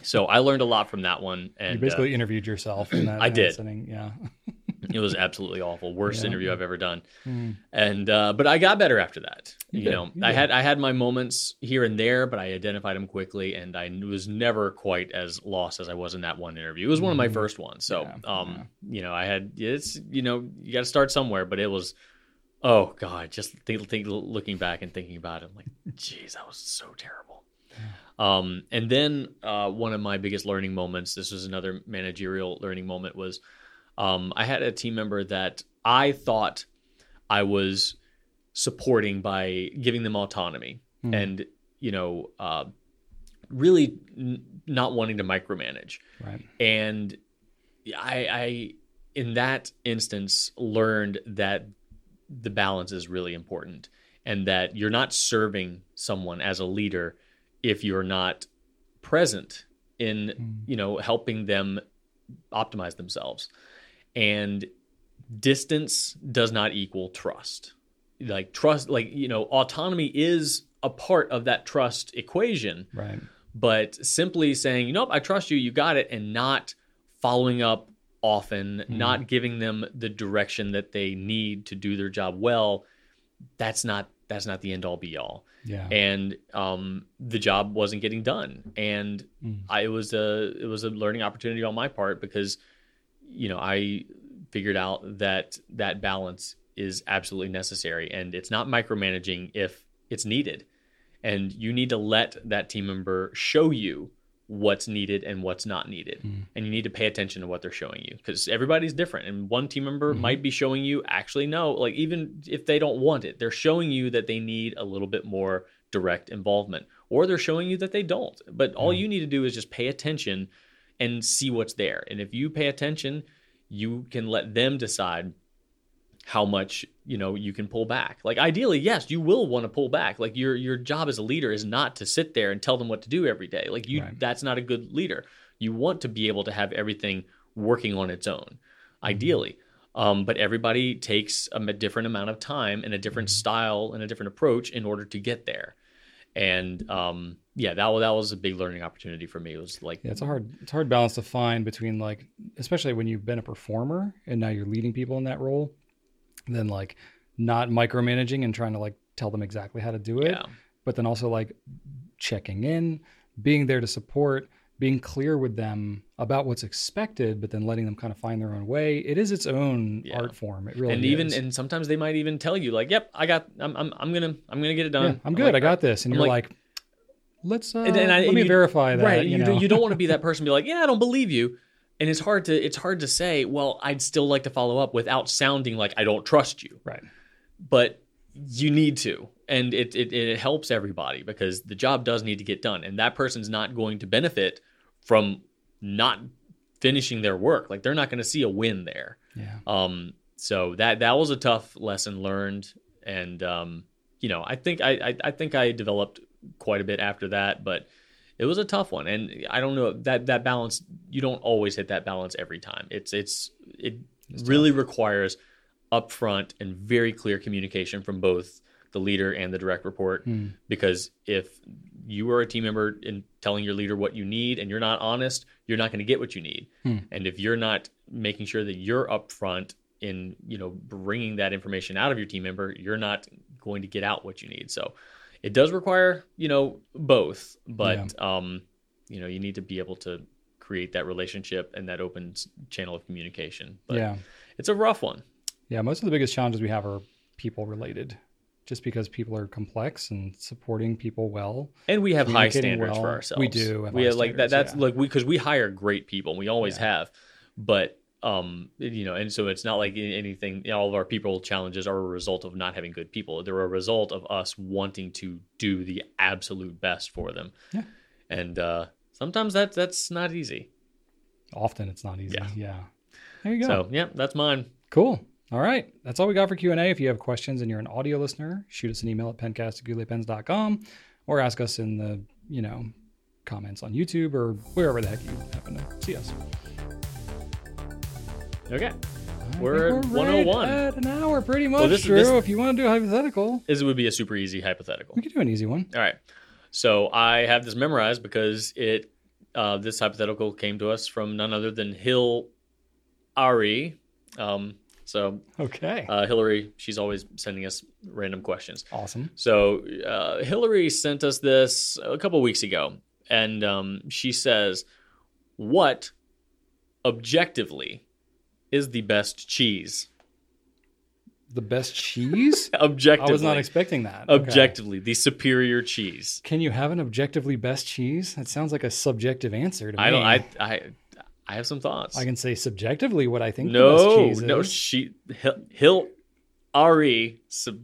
so I learned a lot from that one, and
You
uh,
basically interviewed yourself in that
I
in that
did.
setting. Yeah.
uh, it was absolutely awful. Worst
Yeah.
interview I've ever done.
Mm.
And uh, but I got better after that.
You
You,
did.
know,
You
I
did.
had I had my moments here and there, but I identified them quickly, and I kn- was never quite as lost as I was in that one interview. It was one of my
Mhm.
first ones, so
Yeah, yeah.
um, you know, I had it's you know you got to start somewhere, but it was. Oh God! Just think, think, looking back and thinking about it, I'm like, geez, that was so terrible. Um, and then uh, one of my biggest learning moments, this was another managerial learning moment, was um, I had a team member that I thought I was supporting by giving them autonomy
Hmm.
and, you know, uh, really n- not wanting to micromanage
Right.
and I, I in that instance learned that the balance is really important and that you're not serving someone as a leader if you're not present in
Mm.
you know helping them optimize themselves and distance does not equal trust like trust like you know autonomy is a part of that trust equation
Right.
but simply saying, you know, I trust you, you got it, and not following up often, not giving them the direction that they need to do their job well, that's not that's not the end all be all.
Yeah.
And um, the job wasn't getting done, and
Mm.
I, it was a it was a learning opportunity on my part because, you know, I figured out that that balance is absolutely necessary, and it's not micromanaging if it's needed and you need to let that team member show you what's needed and what's not needed
Mm.
and you need to pay attention to what they're showing you because everybody's different and one team member might be showing you actually no like even if they don't want it they're showing you that they need a little bit more direct involvement or they're showing you that they don't but all you need to do is just pay attention and see what's there and if you pay attention you can let them decide how much you know you can pull back like ideally yes you will want to pull back like your your job as a leader is not to sit there and tell them what to do every day like you
Right.
that's not a good leader you want to be able to have everything working on its own ideally um, but everybody takes a m- different amount of time and a different style and a different approach in order to get there and um, yeah that, wa- that was a big learning opportunity for me it was like
Yeah, it's a hard it's a hard balance to find between like especially when you've been a performer and now you're leading people in that role, then like not micromanaging and trying to like tell them exactly how to do it,
yeah
but then also like checking in, being there to support, being clear with them about what's expected, but then letting them kind of find their own way. It is its own
Yeah.
art form. It really
and even
is.
and sometimes they might even tell you like yep i got i'm i'm, I'm gonna i'm gonna get it done
yeah, I'm good.
like,
I got this. And
I'm
you're
like-
like, let's uh,
and I-
let me
you-
verify that.
right
You,
you,
know?
don't, you don't want to be that person be like yeah i don't believe you and it's hard to it's hard to say well i'd still like to follow up without sounding like i don't trust you
Right.
but you need to and it, it it helps everybody because the job does need to get done and that person's not going to benefit from not finishing their work like they're not going to see a win there
Yeah.
um so that that was a tough lesson learned and um you know i think i i, I think i developed quite a bit after that but it was a tough one and i don't know that that balance you don't always hit that balance every time it's it's it really requires upfront and very clear communication from both the leader and the direct report
Hmm.
because if you are a team member and telling your leader what you need and you're not honest you're not going to get what you need
Hmm.
and if you're not making sure that you're upfront in you know bringing that information out of your team member you're not going to get out what you need so it does require you know both but um you know you need to be able to create that relationship and that open s- channel of communication but
yeah.
it's a rough one
Yeah, most of the biggest challenges we have are people related, just because people are complex and supporting people well.
and we have high
Communicating
standards for
well.
ourselves.
We do have
We
high
have, like that.
standards,
That's
yeah.
like we because we hire great people. We always have, but um, you know, and so it's not like any- anything. you know, all of our people challenges are a result of not having good people. They're a result of us wanting to do the absolute best for them.
Yeah.
And uh, sometimes that that's not easy.
Often it's not easy. Yeah.
Yeah.
There you go.
So yeah, that's mine.
Cool. All right. That's all we got for Q&A. If you have questions and you're an audio listener, shoot us an email at pencast at com, or ask us in the, you know, comments on YouTube or wherever the heck you happen to see us.
Okay.
I think
We're at
right
101.
at an hour pretty much,
this is-
Drew.
this-
if you want to do a hypothetical,
This would be a super easy hypothetical.
we could do an easy one.
All right. So I have this memorized because it uh, this hypothetical came to us from none other than Hill Ari. Um, so
Okay.
uh, Hillary, she's always sending us random questions.
awesome.
So uh, Hillary sent us this a couple weeks ago, and um, she says, "What objectively is the best cheese?
The best cheese?
Objectively,
I was not expecting that. Okay.
objectively the superior cheese."
Can you have an objectively best cheese? That sounds like a subjective answer to me.
I don't. I I I have some thoughts.
I can say subjectively what I think the best
no,
cheese is.
no. She Hill, Hill Ari sub,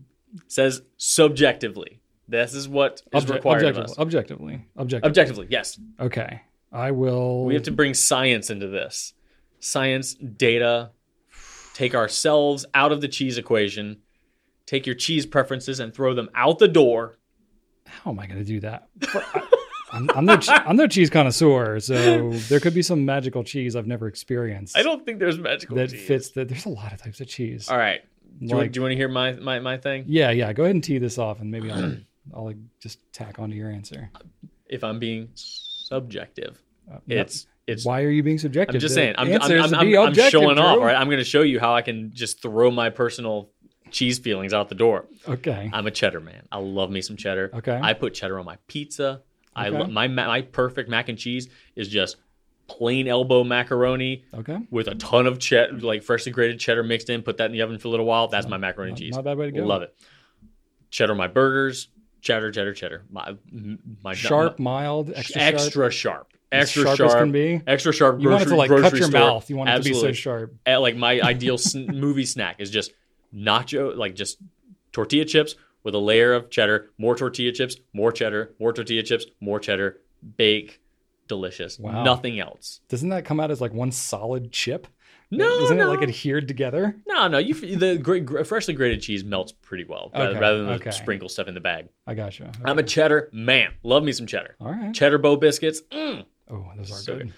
says subjectively. This is what is
Obje-
required
objectively,
of us.
objectively, objectively.
Objectively, yes.
okay, I will.
We have to bring science into this. Science, data. Take ourselves out of the cheese equation. Take your cheese preferences and throw them out the door.
How am I going to do that? I'm, I'm no, che- I'm no cheese connoisseur, so there could be some magical cheese I've never experienced
I don't think there's magical
that
cheese.
fits. That there's a lot of types of cheese.
All right. Do, you,
Like-
do you want to hear my, my, my thing?
Yeah, yeah. Go ahead and tee this off, and maybe I'll, I'll like, just tack onto your answer.
If I'm being subjective,
Uh,
it's it's
why are you being subjective?
I'm just
The
saying. I'm,
answer
I'm,
is
I'm,
to
I'm,
be
I'm
objective,
showing off.
Drew.
All right, I'm going to show you how I can just throw my personal cheese feelings out the door.
Okay.
I'm a cheddar man. I love me some cheddar.
Okay.
I put cheddar on my pizza. I
Okay.
lo- my ma- my perfect mac and cheese is just plain elbow macaroni
Okay.
with a ton of cheddar, like freshly grated cheddar mixed in. Put that in the oven for a little while. That's my macaroni
Not,
cheese.
not a bad way to go.
Love it. Cheddar on my burgers. Cheddar, cheddar, cheddar. My my
Sharp, mild, extra, sharp.
extra sharp, extra
sharp as
sharp,
can be.
extra sharp. Grocery,
You want it to like cut
grocery
your
store.
mouth. You want it to
Absolutely.
be so sharp.
At, like my ideal sn- movie snack is just nacho, like just tortilla chips with a layer of cheddar, more tortilla chips, more cheddar, more tortilla chips, more cheddar. Bake, delicious.
Wow.
Nothing else.
Doesn't that come out as like one solid chip?
No,
Isn't
no,
it like adhered together?
no, no. You f- the gra- gra- freshly grated cheese melts pretty well, rather-
Okay,
rather than
okay.
the sprinkle stuff in the bag.
I gotcha. Okay.
I'm a cheddar man. Love me some cheddar.
All right.
Cheddar bow biscuits. Mm.
Oh, those are
So
good.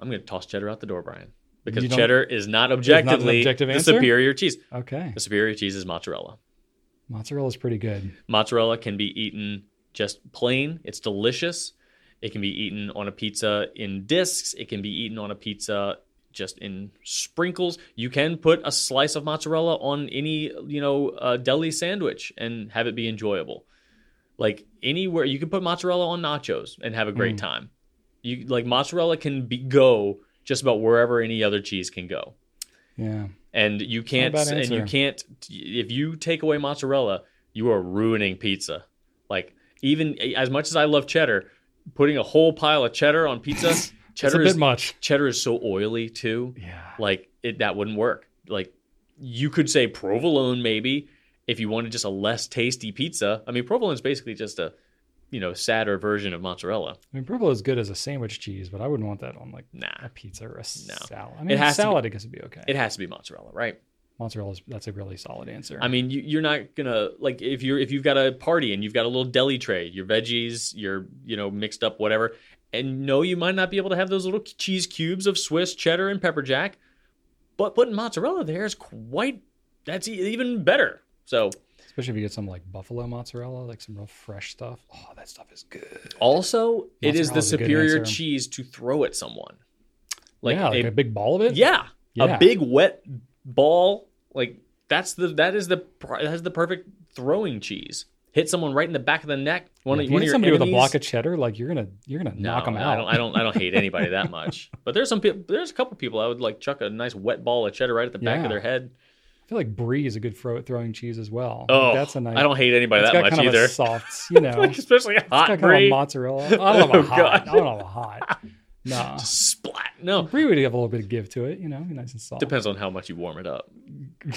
I'm going to toss cheddar out the door, Brian, because
You don't-
cheddar is not objectively
objective
the
answer?
superior cheese.
Okay.
The superior cheese is mozzarella.
Mozzarella's pretty good.
Mozzarella can be eaten just plain. It's delicious. It can be eaten on a pizza in discs. It can be eaten on a pizza just in sprinkles. You can put a slice of mozzarella on any, you know, uh, deli sandwich and have it be enjoyable. Like anywhere, you can put mozzarella on nachos and have a great
Mm.
time. You like mozzarella can be go just about wherever any other cheese can go
Yeah.
and you can't
bad
and you
answer.
can't if you take away mozzarella you are ruining pizza like even as much as i love cheddar putting a whole pile of cheddar on pizza
It's a
cheddar
bit
is
much.
cheddar is so oily too.
Yeah.
Like it that wouldn't work. Like you could say provolone maybe if you wanted just a less tasty pizza. I mean provolone is basically just a you know sadder version of mozzarella.
I mean, provolone is good as a sandwich cheese, but I wouldn't want that on like
Nah,
a pizza or a salad. I
It
mean,
has to be-
salad I guess would be okay.
it has to be mozzarella, right?
Mozzarella is that's a really solid answer.
I mean, you, you're not gonna like if you're if you've got a party and you've got a little deli tray, your veggies, your you know mixed up whatever, and no, you might not be able to have those little cheese cubes of Swiss cheddar and pepper jack, but putting mozzarella there is quite that's e- even better. So
especially if you get some like buffalo mozzarella, like some real fresh stuff. Oh, that stuff is good.
also, it is the
Mozzarella's a good
superior
answer.
cheese to throw at someone. Like
yeah, like
a-
a, big ball of it.
yeah,
Yeah.
a big wet ball like that's the that is the pr- that is the perfect throwing cheese. Hit someone right in the back of the neck. One
If
of,
you
one of
hit
your
somebody with a
enemies.
block of cheddar, like you're gonna you're gonna knock them out.
I don't, I don't. I don't hate anybody that much. But there's some people. There's a couple people I would like chuck a nice wet ball of cheddar right at the back
Yeah.
of their head.
I feel like brie is a good fro- throwing cheese as well. Like,
Oh,
that's a nice.
I don't hate anybody
it's
that
got
much
kind of
either.
a soft, you know,
like
it's
especially a
got
hot
kind of a
brie
mozzarella. I don't know
Oh,
about hot.
God.
I don't know about hot. No,
splat. No,
brie would have a little bit of give to it, you know, be nice and soft.
depends on how much you warm it up.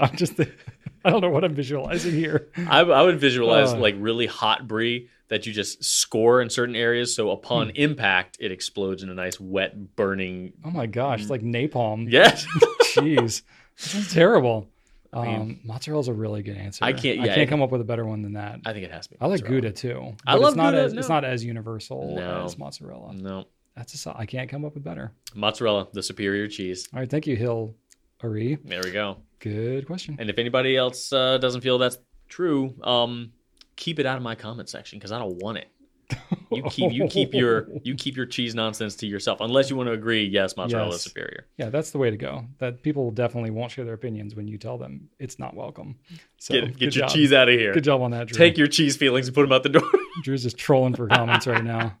I'm just, I don't know what I'm visualizing here.
I, I would visualize
Oh.
like really hot brie that you just score in certain areas, so
Hmm.
upon impact it explodes in a nice wet burning.
Oh my gosh, it's like napalm.
Yes,
Jeez, this is terrible. Um,
mean-
mozzarella's a really good answer.
I can't-
I
yeah,
can't
it-
come up with a better one than that.
I think it has to be.
I like
mozzarella.
Gouda too.
I
but
love
it's not
Gouda,
As, It's
no.
not as universal
No. Mm.
as mozzarella.
No,
That's a, so- I can't come up with better.
mozzarella, the superior cheese.
All right, thank you, Hill Ari.
There we go.
Good question.
And if anybody else uh, doesn't feel that's true, um, keep it out of my comment section because I don't want it. You keep you keep your you keep your cheese nonsense to yourself unless you want to agree. Yes, mozzarella
Yes.
is superior.
Yeah, that's the way to go. That people definitely won't share their opinions when you tell them it's not welcome. So
Get
good
get your
job.
cheese out of here.
Good job on that, Drew.
Take your cheese feelings and put them out the door.
Drew's just trolling for comments right now.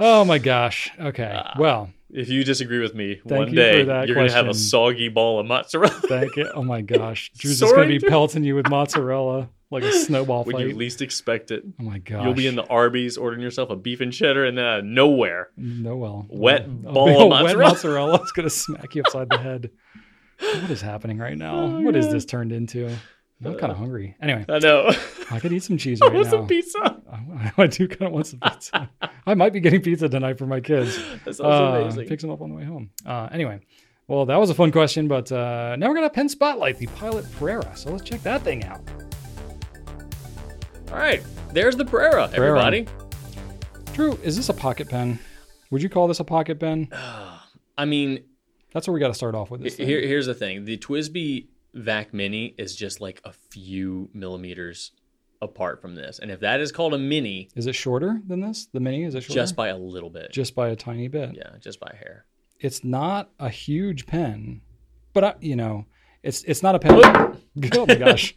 Oh my gosh. Okay.
Ah.
well,
if you disagree with me
Thank
one
you
day,
for that
you're gonna have a
question.
soggy ball of mozzarella
thank you. Oh my gosh. Drew's just gonna
Sorry,
be
Drew.
pelting you with mozzarella like a snowball
when
fight.
you least expect it.
oh my gosh.
You'll be in the Arby's ordering yourself a beef and cheddar, and then out of nowhere,
no well.
wet
A big
ball of
old
mozzarella.
Wet mozzarella is gonna smack you upside the head. What is happening right now? What
Oh,
is
God.
this turned into? I'm kind of hungry. Anyway,
I know.
I could eat some cheese
I
right
want
now.
some pizza.
I, I do kind of want some pizza. I might be getting pizza tonight for my kids.
That sounds
Uh,
amazing.
Picks them up on the way home. Uh, anyway, well, that was a fun question, but uh, now we're gonna pen spotlight the pilot Pereira. So let's check that thing out.
All right, there's the Prera, everybody.
Drew, is this a pocket pen? Would you call this a pocket pen?
I mean,
That's where we got to start off with this. Thing.
here, here's the thing: the Twisby Vac Mini is just like a few millimeters apart from this, and if that is called a mini,
Is it shorter than this? The mini is it shorter?
just by a little bit,
just by a tiny bit.
yeah, just by a hair.
It's not a huge pen, but I, you know, it's it's not a pen. oh my gosh.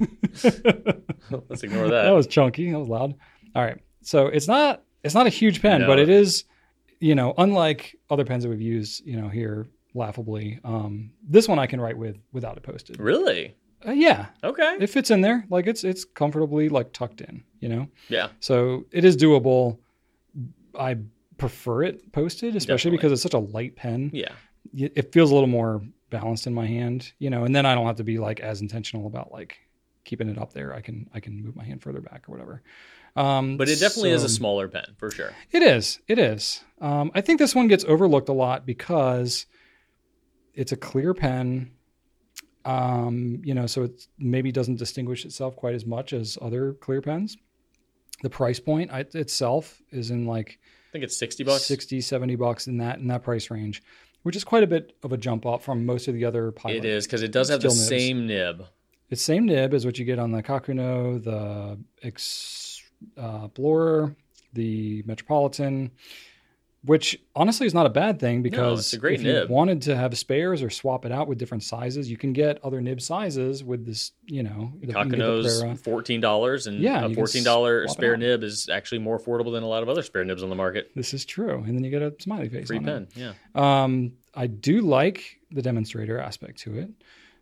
Let's ignore that.
that was chunky. That was loud. All right. So it's not it's not a huge pen,
No.
but it is, you know, unlike other pens that we've used, you know, here laughably. Um, this one I can write with without it posted.
really
Uh, yeah,
okay.
it fits in there. Like it's it's comfortably like tucked in. You know,
yeah,
so it is doable. I prefer it posted, especially
Definitely.
because it's such a light pen.
yeah,
Y- It feels a little more balanced in my hand, you know, and then I don't have to be like as intentional about like keeping it up there. I can I can move my hand further back or whatever. Um,
but it definitely is
so-
a smaller pen for sure.
It is. It is. Um, I think this one gets overlooked a lot because it's a clear pen. Um, you know, so it maybe doesn't distinguish itself quite as much as other clear pens. The price point I, itself is in like
I think it's sixty bucks.
60, 70 bucks in that in that price range, which is quite a bit of a jump up from most of the other pilot.
It is because it does have the
Still nibs.
same nib.
It's same nib as what you get on the Kakuno, the Ex- uh, Explorer, the Metropolitan, which honestly is not a bad thing because
it's a great
if
nib.
you wanted to have spares or swap it out with different sizes, you can get other nib sizes with this, you know, the, you can get the Carrera.
Kakano's fourteen dollars, and
Yeah,
a
you can
fourteen dollar
swap it
spare
out.
nib is actually more affordable than a lot of other spare nibs on the market.
This is true. And then you get a smiley face.
Free
on it.
pen, yeah.
Um, I do like the demonstrator aspect to it.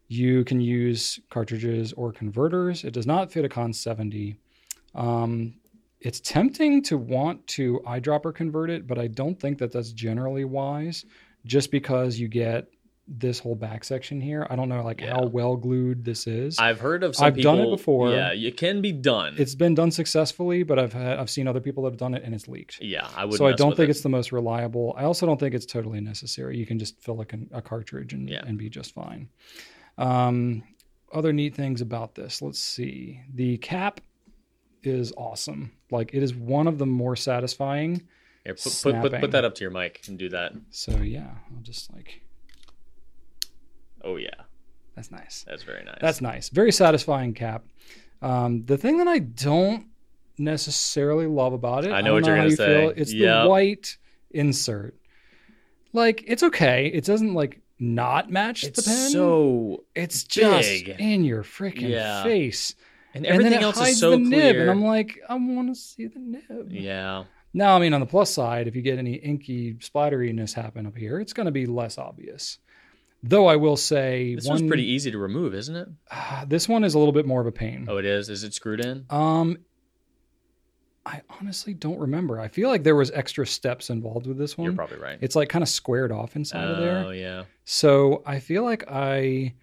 You can use cartridges or converters. It does not fit a Con 70. Um, it's tempting to want to eyedropper convert it, but I don't think that that's generally wise just because you get this whole back section here. I don't know like how
Yeah.
well glued this is.
I've heard of some
I've done it
people-
before.
Yeah, it can be done.
it's been done successfully, but I've had, I've seen other people that have done it and it's leaked.
yeah, I would.
so I
mess
don't
with
think
it.
it's the most reliable. I also don't think it's totally necessary. You can just fill like an, a cartridge and,
Yeah.
and be just fine. Um, other neat things about this. Let's see. The cap is awesome. Like it is one of the more satisfying.
Here, put, put, put,
snapping.
put that up to your mic and do that.
So yeah, I'll just like
Oh yeah,
that's nice.
that's very nice.
That's nice. Very satisfying cap. Um, the thing that I don't necessarily love about it,
I know
don't
what you're
how
gonna
you
say.
Feel. It's
Yep.
the white insert. Like it's okay. It doesn't like not match
it's
the pen.
so
it's just
big.
in your freaking
Yeah.
face.
and everything
and then it
else
hides
is so
the
clear.
nib, and I'm like, I want to see the nib.
yeah,
Now, I mean, on the plus side, if you get any inky splatteriness happen up here, it's going to be less obvious. Though I will say,
this
one
one's pretty easy to remove, isn't it?
ah, this one is a little bit more of a pain.
Oh, it is. Is it screwed in?
Um, I honestly don't remember. I feel like there was extra steps involved with this one.
You're probably right.
it's like kind of squared off inside of
Oh
there.
yeah,
So I feel like I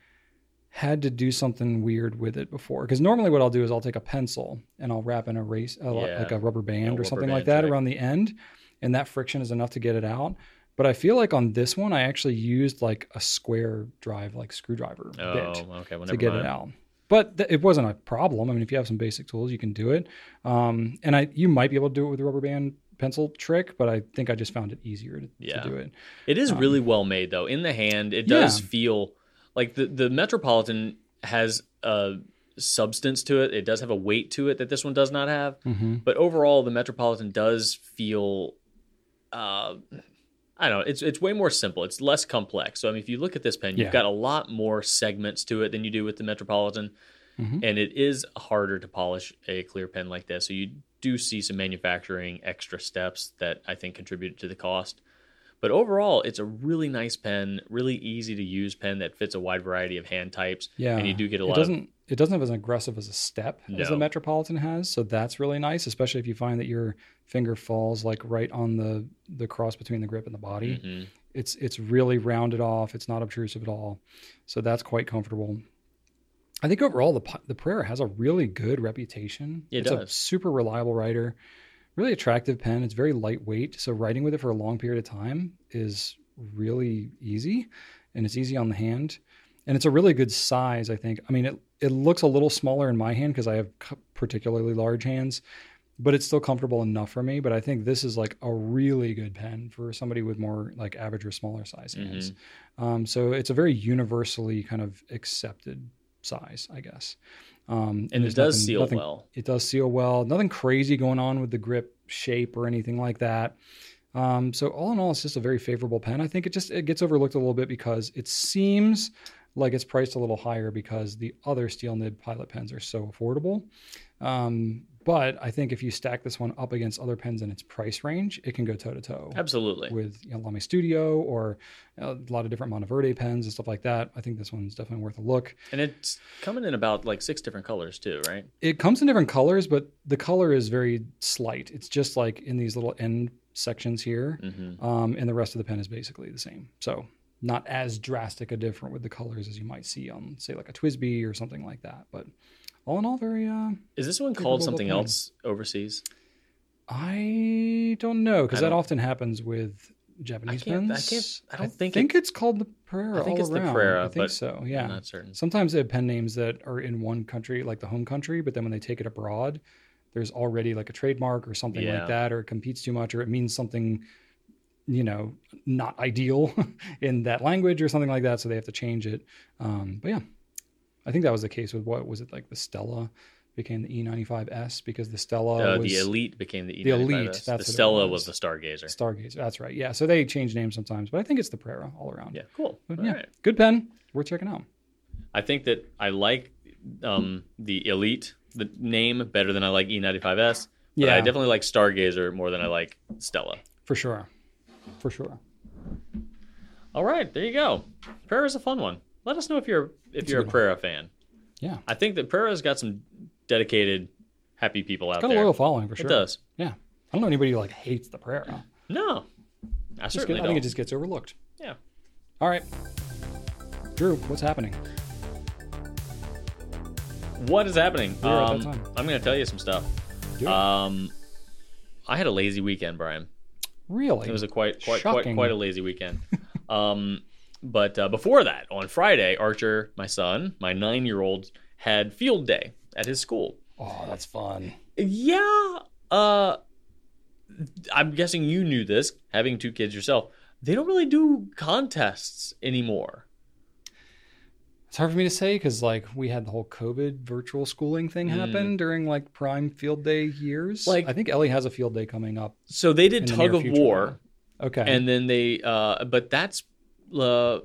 had to do something weird with it before. Because normally what I'll do is I'll take a pencil and I'll wrap an erase, uh,
Yeah.
like a rubber band or
rubber
something like
band
that
trick.
around the end, and that friction is enough to get it out. But I feel like on this one, I actually used like a square drive, like screwdriver
oh
bit
okay. Well,
to
never
get
mind.
it out. But th- it wasn't a problem. I mean, if you have some basic tools, you can do it. Um, and I, you might be able to do it with a rubber band pencil trick, but I think I just found it easier to,
Yeah.
to do it.
It is
Um,
really well made though. In the hand, it
Yeah.
does feel like the the Metropolitan has a substance to it. It does have a weight to it that this one does not have.
Mm-hmm.
But overall, the Metropolitan does feel. Uh, I don't know. It's it's way more simple. It's less complex. So I mean, if you look at this pen, you've
Yeah.
got a lot more segments to it than you do with the Metropolitan,
Mhm.
and it is harder to polish a clear pen like this. So you do see some manufacturing extra steps that I think contributed to the cost. But overall, it's a really nice pen, really easy to use pen that fits a wide variety of hand types.
Yeah,
and you do get a
it
lot. Of,
doesn't it doesn't have as aggressive as a step as the
No.
Metropolitan has, so that's really nice, especially if you find that your finger falls like right on the the cross between the grip and the body.
Mhm.
It's it's really rounded off. It's not obtrusive at all, so that's quite comfortable. I think overall the pi- the Pereira has a really good reputation.
It
it's a
does.
super reliable writer, really attractive pen. It's very lightweight, so writing with it for a long period of time is really easy, and it's easy on the hand, and it's a really good size. I think. I mean, it it looks a little smaller in my hand because I have c- particularly large hands, but it's still comfortable enough for me. But I think this is like a really good pen for somebody with more like average or smaller size hands.
Mm-hmm.
Um, so it's a very universally kind of accepted size, I guess. Um,
and
there's
it does
nothing-
seal
nothing-
well.
It does seal well. Nothing crazy going on with the grip shape or anything like that. Um, so all in all, it's just a very favorable pen. I think it just it gets overlooked a little bit because it seems like it's priced a little higher because the other steel nib pilot pens are so affordable. Um, but I think if you stack this one up against other pens in its price range, it can go toe to toe
Absolutely.
with you know, Lamy Studio or uh, a lot of different Monteverde pens and stuff like that. I think this one's definitely worth a look.
And it's coming in about like six different colors too, right?
It comes in different colors, but the color is very slight. It's just like in these little end sections here,
Mm-hmm.
um, and the rest of the pen is basically the same. So not as drastic a different with the colors as you might see on, say, like a Twisby or something like that. But all in all, very. Uh,
Is this one
Favorable
called something
pen.
else overseas?
I don't know because
I
that
don't-
often happens with Japanese
can't- I
pens.
can't- I don't think
it's called the Pereira.
I think
all
it's the
around.
Pereira,
I think
but
so. Yeah.
I'm not certain.
Sometimes they have pen names that are in one country, like the home country, but then when they take it abroad, there's already like a trademark or something
Yeah.
like that, or it competes too much, or it means something, you know, not ideal in that language or something like that. So they have to change it. Um, but yeah, I think that was the case with what was it like the Stella became the E E95S because the Stella
Uh,
Oh, was
the elite became the E95S.
The Elite, that's what
The
it
Stella
was.
was. the Stargazer.
Stargazer. That's right. Yeah. So they change names sometimes, but I think it's the Pereira all around.
Yeah, cool.
But
All
Oh, yeah.
right.
Good pen. Worth checking out.
I think that I like um, the elite, the name, better than I like E E95S. But
Yeah.
I definitely like Stargazer more than I like Stella.
For sure. For sure.
All right, there you go. Prayer is a fun one. Let us know if you're if you're a
good one.
Prera fan.
Yeah.
I think that Prera's got some dedicated happy people out
Got a
there.
loyal following for sure.
It does.
Yeah. I don't know anybody who like hates the Prairie.
No, I
Just
certainly
get- I think
don't.
it just gets overlooked.
yeah.
All right. Drew, what's happening?
What is happening?
We are at that
Um,
time.
I'm going to tell you some stuff.
Do it.
Um, I had a lazy weekend, Brian.
really?
It was a quite, quite, quite,
Shocking.
quite a lazy weekend. um, but uh, before that, on Friday, Archer, my son, my nine-year-old, had field day at his school.
oh, that's fun.
Yeah. Uh, I'm guessing you knew this, having two kids yourself. They don't really do contests anymore.
It's hard for me to say because like we had the whole COVID virtual schooling thing happen during like prime field day years.
Mm. Like-
I think Ellie has a field day coming up.
So they did
In the
tug
near
of
future,
war,
Okay.
and then they, uh, but that's, uh,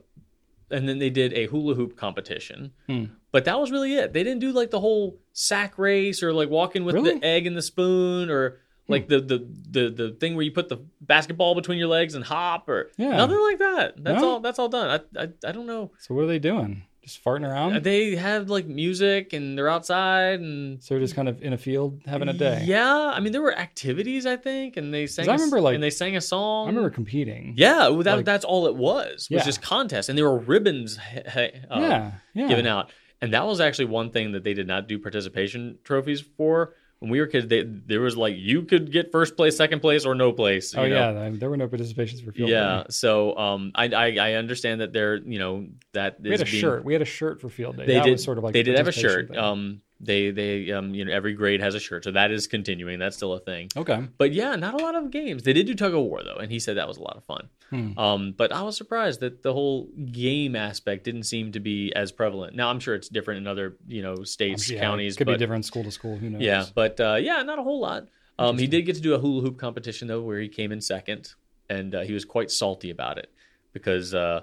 and then they did a hula hoop competition.
Hmm.
But that was really it. They didn't do like the whole sack race or like walking with
Really? Hmm.
the egg and the spoon or like the, the the the thing where you put the basketball between your legs and hop or
Yeah.
nothing like that. That's
No?
all. That's all done. I I, I don't know. Uh,
so what are they doing? Just farting around?
They have like music and they're outside and
so we're just kind of in a field having a day.
Yeah, I mean there were activities I think, and they sang.
I
a s-
remember, like-
and they sang a song.
I remember competing.
Yeah, well, that,
like-
that's all it was. Was
Yeah.
just contests, and there were ribbons he- he- uh,
yeah. Yeah.
given out, and that was actually one thing that they did not do participation trophies for. When we were kids, they, there was like you could get first place, second place, or no place.
Oh
you know?
yeah, th- there were no participations for field
yeah.
day.
So um, I, I I understand that they're you know that
We had a
is being-
shirt. We had a shirt for field day.
they
that
did
was sort of like
they
the
did have a shirt.
participation thing.
Um, they they um, you know every grade has a shirt, so that is continuing. That's still a thing.
okay.
But yeah, not a lot of games. They did do tug of war though, and he said that was a lot of fun.
Hmm.
Um, but I was surprised that the whole game aspect didn't seem to be as prevalent. Now I'm sure it's different in other you know states,
Yeah,
counties,
could
but
be different school to school. Who knows?
yeah, but uh, yeah, not a whole lot. Um, he
Interesting.
did get to do a hula hoop competition though, where he came in second, and uh, he was quite salty about it because uh,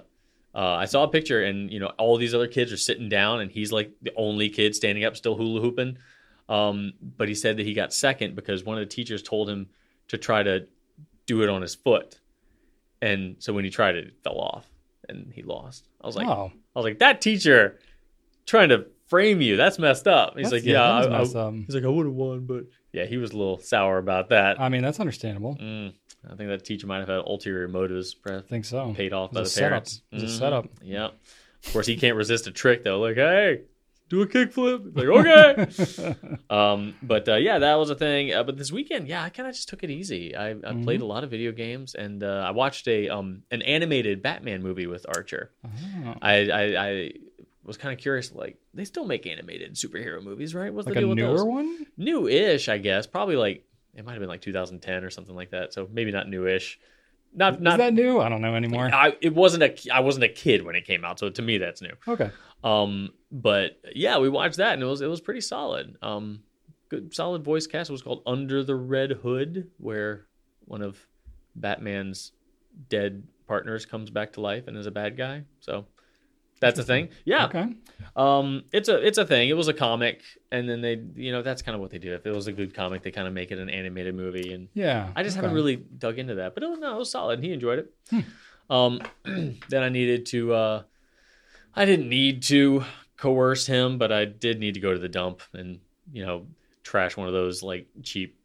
uh, I saw a picture, and you know all these other kids are sitting down, and he's like the only kid standing up, still hula hooping. Um, but he said that he got second because one of the teachers told him to try to do it on his foot, and so when he tried it, it fell off, and he lost. I was like,
oh,
I was like, that teacher trying to frame you, that's messed up. He's
that's-
like, yeah,
that was
I, I-
messed up.
He's like, I would have won, but yeah, he was a little sour about that.
I mean, that's understandable.
Mm, I think that teacher might have had ulterior motives,
I
perhaps
think so.
paid off
It
by the
was a setup.
parents.
It was a
Mhm.
setup.
Yeah. Of course, he can't resist a trick though. Like, hey, do a kickflip. Like, okay. um, but uh, yeah, that was a thing. Uh, but this weekend, yeah, I kind of just took it easy. I, I
Mm-hmm.
played a lot of video games, and uh, I watched a um an animated Batman movie with Archer.
Oh.
I I, I was kind of curious. Like, they still make animated superhero movies, right? What's
Like
the
a
deal with those?
newer one?
new-ish, I guess. Probably like it might have been like 2010 or something like that. So maybe not new-ish. Not
Is
not.
that new? I don't know anymore.
I it wasn't a ki- I wasn't a kid when it came out, so to me that's new.
Okay.
Um, but yeah, we watched that and it was it was pretty solid. Um, good solid voice cast. It was called Under the Red Hood, where one of Batman's dead partners comes back to life and is a bad guy. So that's a thing. Yeah,
Okay.
um, it's a it's a thing. It was a comic, and then they you know that's kind of what they do. If it was a good comic, they kind of make it an animated movie, and
Yeah.
I just
okay.
haven't really dug into that. But it was, no, it was solid. He enjoyed it.
Hmm.
Um, then I needed to. Uh, I didn't need to coerce him, but I did need to go to the dump and you know trash one of those like cheap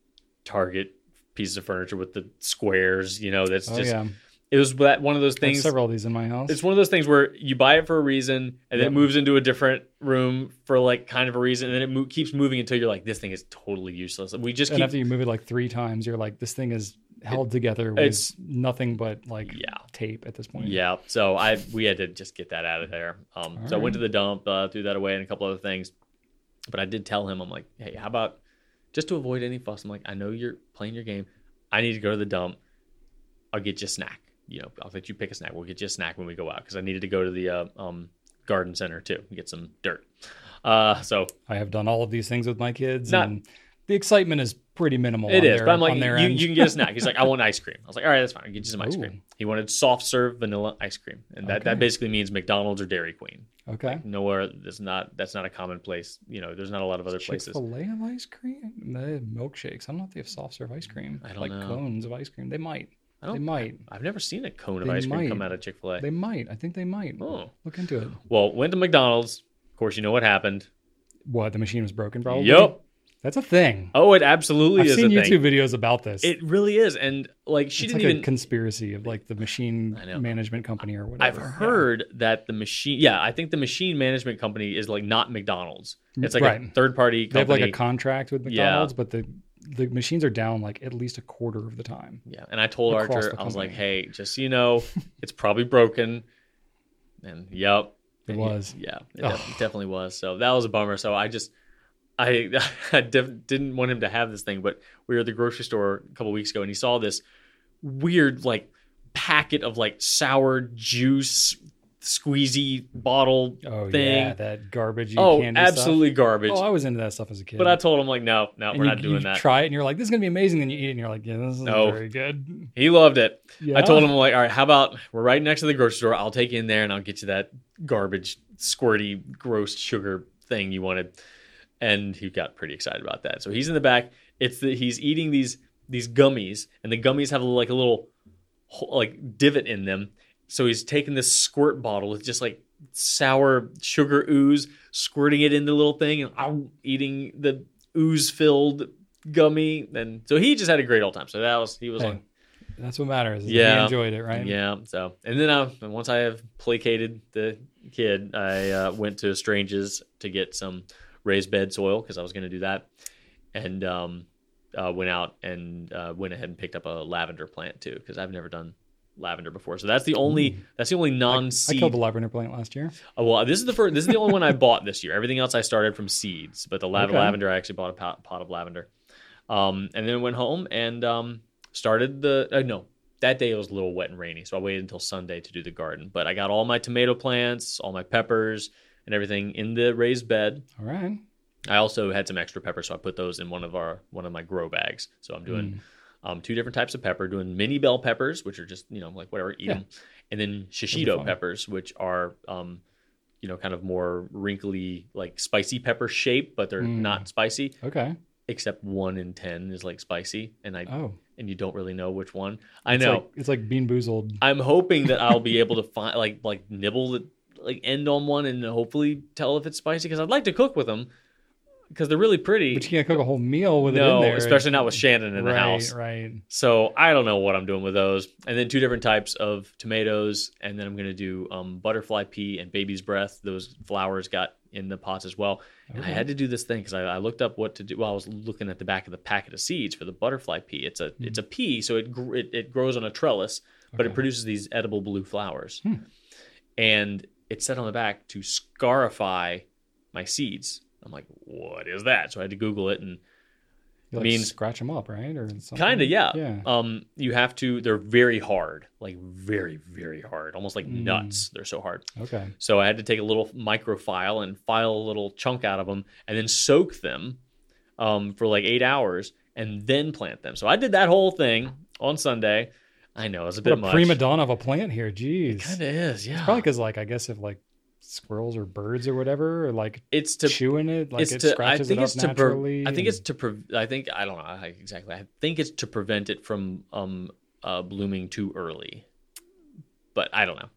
Target pieces of furniture with the squares. You know that's
Oh
just
yeah.
it was that one of those
Things,
things
several of these in my house.
it's one of those things where you buy it for a reason and then
Yep.
it moves into a different room for like kind of a reason and then it mo- keeps moving until you're like this thing is totally useless we just
and
keep
after you move it like three times, you're like, this thing is held together with
it's-
nothing but like
Yeah.
tape at this point.
yeah so i we had to just get that out of there um so i
Alright.
went to the dump uh, threw that away and a couple other things but i did tell him i'm like hey how about just to avoid any fuss i'm like i know you're playing your game i need to go to the dump i'll get you a snack you know i'll let you pick a snack we'll get you a snack when we go out because i needed to go to the uh, um garden center too and get some dirt uh so
I have done all of these things with my kids,
Not-
and the excitement is pretty minimal.
It
on
is,
their-
but I'm like,
on their
you,
end.
you can get a snack. He's like, I want ice cream. I was like, all right, that's fine. I'll get you some ice
Ooh.
cream. He wanted soft serve vanilla ice cream, and that,
Okay.
that basically means McDonald's or Dairy Queen.
okay.
Nowhere that's not that's not a common place. You know, there's not a lot of other
Chick
places.
Fil A of ice cream, they have milkshakes. I don't know if they have soft serve ice cream.
I don't
like
know.
cones of ice cream. They might.
I
They
don't.
might.
I've never seen a cone of
They
ice cream come
might.
out of Chick Fil A.
They might. I think they might.
Oh.
Look into it.
Well, went to McDonald's. Of course, you know what happened.
What? The machine was broken, probably.
Yep.
That's a thing.
Oh, it absolutely
I've
is
seen
a
YouTube
thing.
videos about this.
It really is, and like she
it's
didn't
like a
even.
conspiracy of like the machine
I know.
management company or
I've
whatever. Yeah.
heard that the machine. Yeah, I think the machine management company is like not McDonald's. It's like a
Right.
third party
they have
company.
like a contract with
Yeah.
McDonald's, but the the machines are down like at least a quarter of the time.
yeah, and I told
across
Archer,
the
I was like,
company.
"Hey, just so you know, it's probably broken." And yep,
It
And yeah-
was.
Yeah, it
Ugh.
def- definitely was. So that was a bummer. So I just, I, I def- didn't want him to have this thing, but we were at the grocery store a couple weeks ago and he saw this weird, like, packet of like sour juice squeezy bottle
Oh
thing.
yeah, that garbage.
oh,
candy
absolutely garbage.
Stuff. Oh, I was into that stuff as a kid.
but I told him, like, no, no,
And
we're
you-
not doing
you
that.
Try it, and you're like, "This is gonna be amazing." Then you eat, it and you're like, "Yeah, this is
No.
not very good."
he loved it.
Yeah.
I told him, I'm like, all right, how about we're right next to the grocery store? I'll take you in there and I'll get you that garbage, squirty, gross sugar thing you wanted. And he got pretty excited about that. So he's in the back. It's that he's eating these these gummies, and the gummies have like a little ho- like divot in them. So he's taking this squirt bottle with just like sour sugar ooze, squirting it in the little thing, and I'm eating the ooze filled gummy. And so he just had a great old time. So that was he was
Hey,
like.
That's what matters. is
Yeah.
he enjoyed it, right?
Yeah. So, and then I, and once I have placated the kid, I uh, went to Strange's to get some raised bed soil because I was going to do that, and um, uh, went out and uh, went ahead and picked up a lavender plant too because I've never done lavender before. So that's the only that's the only non
Mm. I
seed.
killed the lavender plant last year.
oh, well, this is the first. This is the only one I bought this year. Everything else I started from seeds, but the lav-
Okay.
lavender I actually bought a pot, pot of lavender, um, and then went home and um, started the uh, no. That day it was a little wet and rainy, so I waited until Sunday to do the garden. But I got all my tomato plants, all my peppers, and everything in the raised bed.
All right.
I also had some extra peppers, so I put those in one of our one of my grow bags. So I'm doing um, two different types of pepper, doing mini bell peppers, which are just you know like whatever, eat
Yeah.
them, and then
That'll be
shishito
fun.
peppers, which are um, you know kind of more wrinkly, like spicy pepper shape, but they're
Mm.
not spicy.
Okay.
Except one in ten is like spicy, and I
Oh,
and you don't really know which one. I
it's
know.
Like, it's like Bean Boozled.
I'm hoping that I'll be able to find like like nibble the like end on one and hopefully tell if it's spicy because I'd like to cook with them because they're really pretty.
But you can't cook a whole meal with it in
no,
there.
especially not with Shannon in
right,
the house.
Right.
So I don't know what I'm doing with those. And then two different types of tomatoes, and then I'm gonna do um, butterfly pea and baby's breath. Those flowers got in the pots as well. And I
Okay.
had to do this thing because I, I looked up what to do. Well, I was looking at the back of the packet of seeds for the butterfly pea. It's a it's a pea, so it gr- it, it grows on a trellis, but it
Hmm. Okay.
produces these edible blue flowers.
Hmm.
And it said on the back to scarify my seeds. I'm like, what is that? So I had to Google it, and
You like
means-
scratch them up, right? Or something.
kind of yeah.
Yeah.
Um, you have to. They're very hard, like very very hard, almost like
Mm.
nuts. They're so hard.
Okay.
So I had to take a little micro file and file a little chunk out of them and then soak them um, for like eight hours and then plant them. So I did that whole thing on Sunday. I know it's a
What
bit
a
much.
prima donna of a plant here. Jeez.
kind of is, yeah. It's,
Probably because, like, I guess if like squirrels or birds or whatever are like
to.
chewing it, like
it's
it
to. I
scratches
think
it up
it's to.
naturally.
Pre- I think
and-
it's to. Pre- I think I don't know how exactly. I think it's to prevent it from um, uh, blooming too early. But I don't know.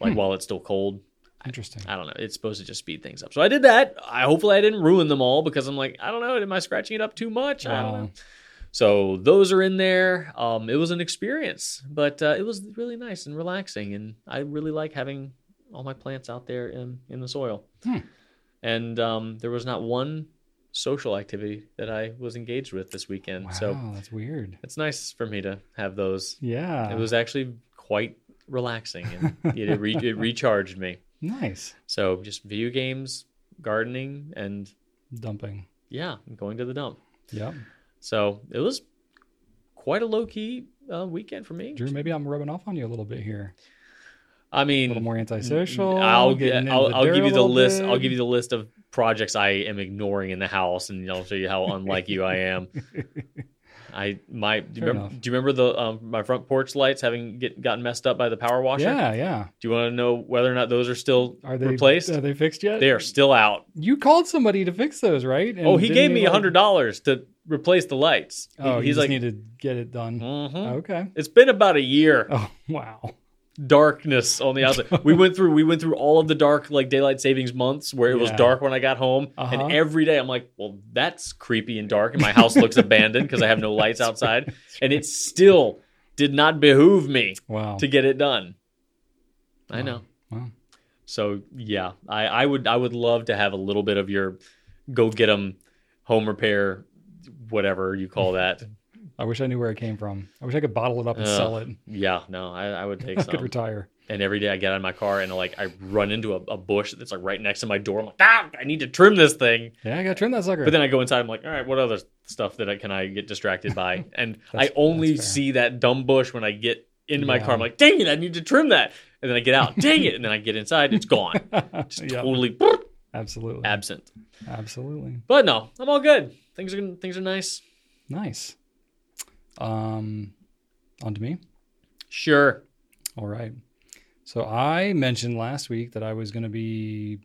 Like
Hmm.
while it's still cold,
interesting.
I don't know. It's supposed to just speed things up. So I did that. I hopefully I didn't ruin them all because I'm like, I don't know, am I scratching it up too much? I don't
Wow.
know. So those are in there. Um, it was an experience, but uh, it was really nice and relaxing, and I really like having all my plants out there in in the soil.
Hmm.
And um, there was not one social activity that I was engaged with this weekend.
Wow,
So
that's weird.
it's nice for me to have those.
Yeah.
It was actually quite relaxing, and it, it, re- it recharged me.
nice
So just video games, gardening, and
dumping.
yeah, going to the dump.
Yep.
So it was quite a low key uh, weekend for me.
Drew, maybe I'm rubbing off on you a little bit here.
I
A little
mean,
more antisocial.
Mm, I'll
getting
get,
into
I'll,
the
I'll
dirt
give
a
you the
little
list. I'll
bit.
give you the list of projects I am ignoring in the house, and I'll show you how unlike you I am. I my do you,
Fair
remember,
enough.
do you remember the um, my front porch lights having get gotten messed up by the power washer?
Yeah, yeah.
Do you want to know whether or not those are still
Are they
replaced?
Are they fixed yet?
they are still out.
You called somebody to fix those, right? And
oh, he
didn't
gave me
like-
hundred dollars to replace the lights. He-
Oh,
he's
you just Oh.
like, Mm-hmm.
need to get it done.
hmm
Okay.
It's been about a year.
Oh wow.
darkness on the outside. we went through we went through all of the dark like daylight savings months where it was
Yeah.
dark when I got home,
Uh-huh.
and every day I'm like, well, that's creepy and dark, and my house looks abandoned because I have no lights outside, and it still did not behoove me
Wow.
to get it done. I
Wow.
know.
Wow.
So yeah, I, I would I would love to have a little bit of your go get 'em home repair, whatever you call that.
I wish I knew where it came from. I wish I could bottle it up and
Ugh.
sell it.
yeah, no, I, I would take
I could
some.
retire.
And every day I get out of my car and like I run into a, a bush that's like right next to my door. I'm like, ah, I need to trim this thing.
Yeah, I gotta trim that sucker.
But then I go inside. I'm like, all right, what other stuff that I, can I get distracted by? And I
That's-
only
that's fair.
see that dumb bush when I get into my
Yeah.
car. I'm like, dang it, I need to trim that. And then I get out, dang it, and then I get inside, it's gone,
yeah,
totally
absolutely,
absent.
absolutely.
But no, I'm all good. Things are things are nice.
Nice. Um, on to me.
Sure.
All right. So I mentioned last week that I was going to be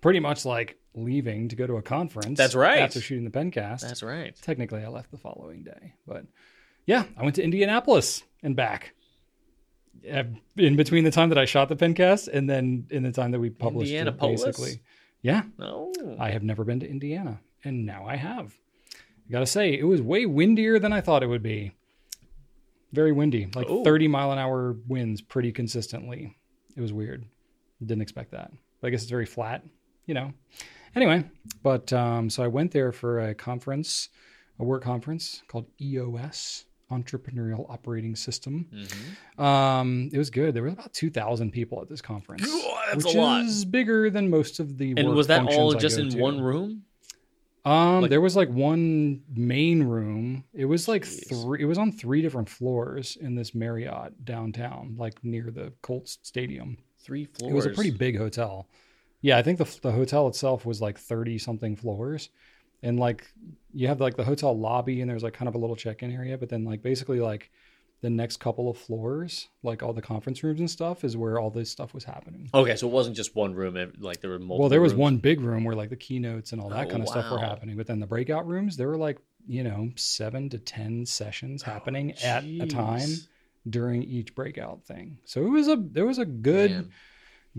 pretty much like leaving to go to a conference.
That's right.
After shooting the pencast.
That's right.
Technically, I left the following day, but yeah, I went to Indianapolis and back. Uh, In between the time that I shot the pencast and then in the time that we published it,
Indianapolis?
basically. Yeah,
No.
I have never been to Indiana, and now I have. I gotta say, it was way windier than I thought it would be. Very windy, like
Oh.
30 mile an hour winds pretty consistently. It was weird. Didn't expect that. But I guess it's very flat, you know. Anyway, but um, so I went there for a conference, a work conference called EOS, Entrepreneurial Operating System.
Mhm.
Um, it was good. There were about 2,000 people at this conference.
That's
which
a lot.
is bigger than most of the
And
work
was that all
functions I
just
go
in
to.
one room?
Um,
Like-
there was like one main room. It was like
Jeez.
three. It was on three different floors in this Marriott downtown, like near the Colts stadium.
Three floors.
It was a pretty big hotel. Yeah, I think the the hotel itself was like thirty something floors, and like you have like the hotel lobby, and there's like kind of a little check in area, but then like basically like the next couple of floors, like all the conference rooms and stuff, is where all this stuff was happening.
Okay, so it wasn't just one room. it- Like there were multiple.
Well, there was
rooms.
one big room where like the keynotes and all that
Oh,
kind of stuff were
wow.
happening. But then the breakout rooms, there were like, you know, seven to 10 sessions happening at a time
Oh, Jeez.
during each breakout thing. So it was a, there was a good,
Man.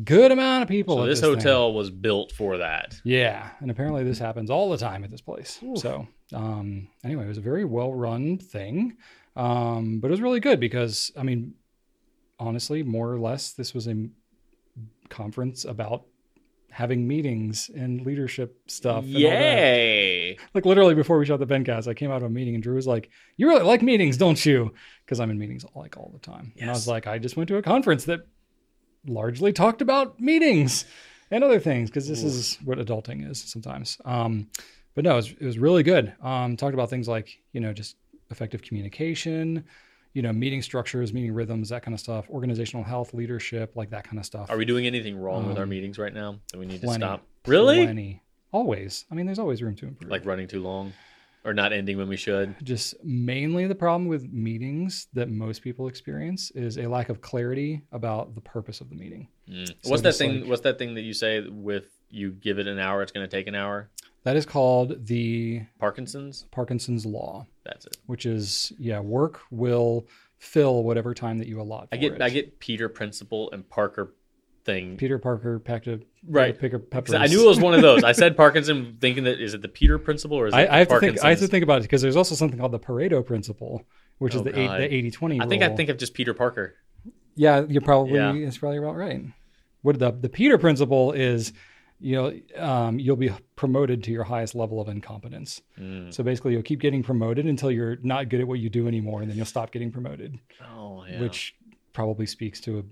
good amount of people.
So
at
this
thing.
hotel was built for that.
Yeah. And apparently this happens all the time at this place.
Oof.
So, um, anyway, it was a very well run thing. Um, but it was really good because, I mean, honestly, more or less, this was a conference about having meetings and leadership stuff. and all that
Yay!
like literally before we shot the Bencast, I came out of a meeting and Drew was like, "You really like meetings, don't you?" Because I'm in meetings like all the time, and I
Yes.
was like, "I just went to a conference that largely talked about meetings and other things because this is what adulting is sometimes." Um, but no, it was, it was really good. Um, talked about things like you know just effective communication, you know meeting structures, meeting rhythms, that kind of stuff, organizational health, leadership, like that kind of stuff.
Are we doing anything wrong with our
Um,
meetings right now? Do we need to
plenty.
stop? Really?
Plenty. Always. I mean, there's always room to improve.
Like running too long, or not ending when we should?
just mainly the problem with meetings that most people experience is a lack of clarity about the purpose of the meeting.
Mm.
So
what's that
just
thing?
like-
what's that thing that you say with you give it an hour, it's going to take an hour?
That is called the
Parkinson's.
Parkinson's law,
That's it.
which is yeah, work will fill whatever time that you allot.
I
for
get
it.
I get Peter Principle and Parker thing
Peter Parker packed a
right.
picker peppers.
So I knew it was one of those. I said Parkinson, thinking that is it the Peter Principle or is it
I, I have to
Parkinson's?
think. I have to think about it because there's also something called the Pareto principle, which
Oh,
is the eight,
God.
the eighty twenty.
I think I think of just Peter Parker.
Yeah, you're probably
Yeah.
it's probably about right. What the the Peter principle is, you know, um, you'll be promoted to your highest level of incompetence.
Mm.
So basically, you'll keep getting promoted until you're not good at what you do anymore, and then you'll stop getting promoted,
Oh yeah.
which probably speaks to a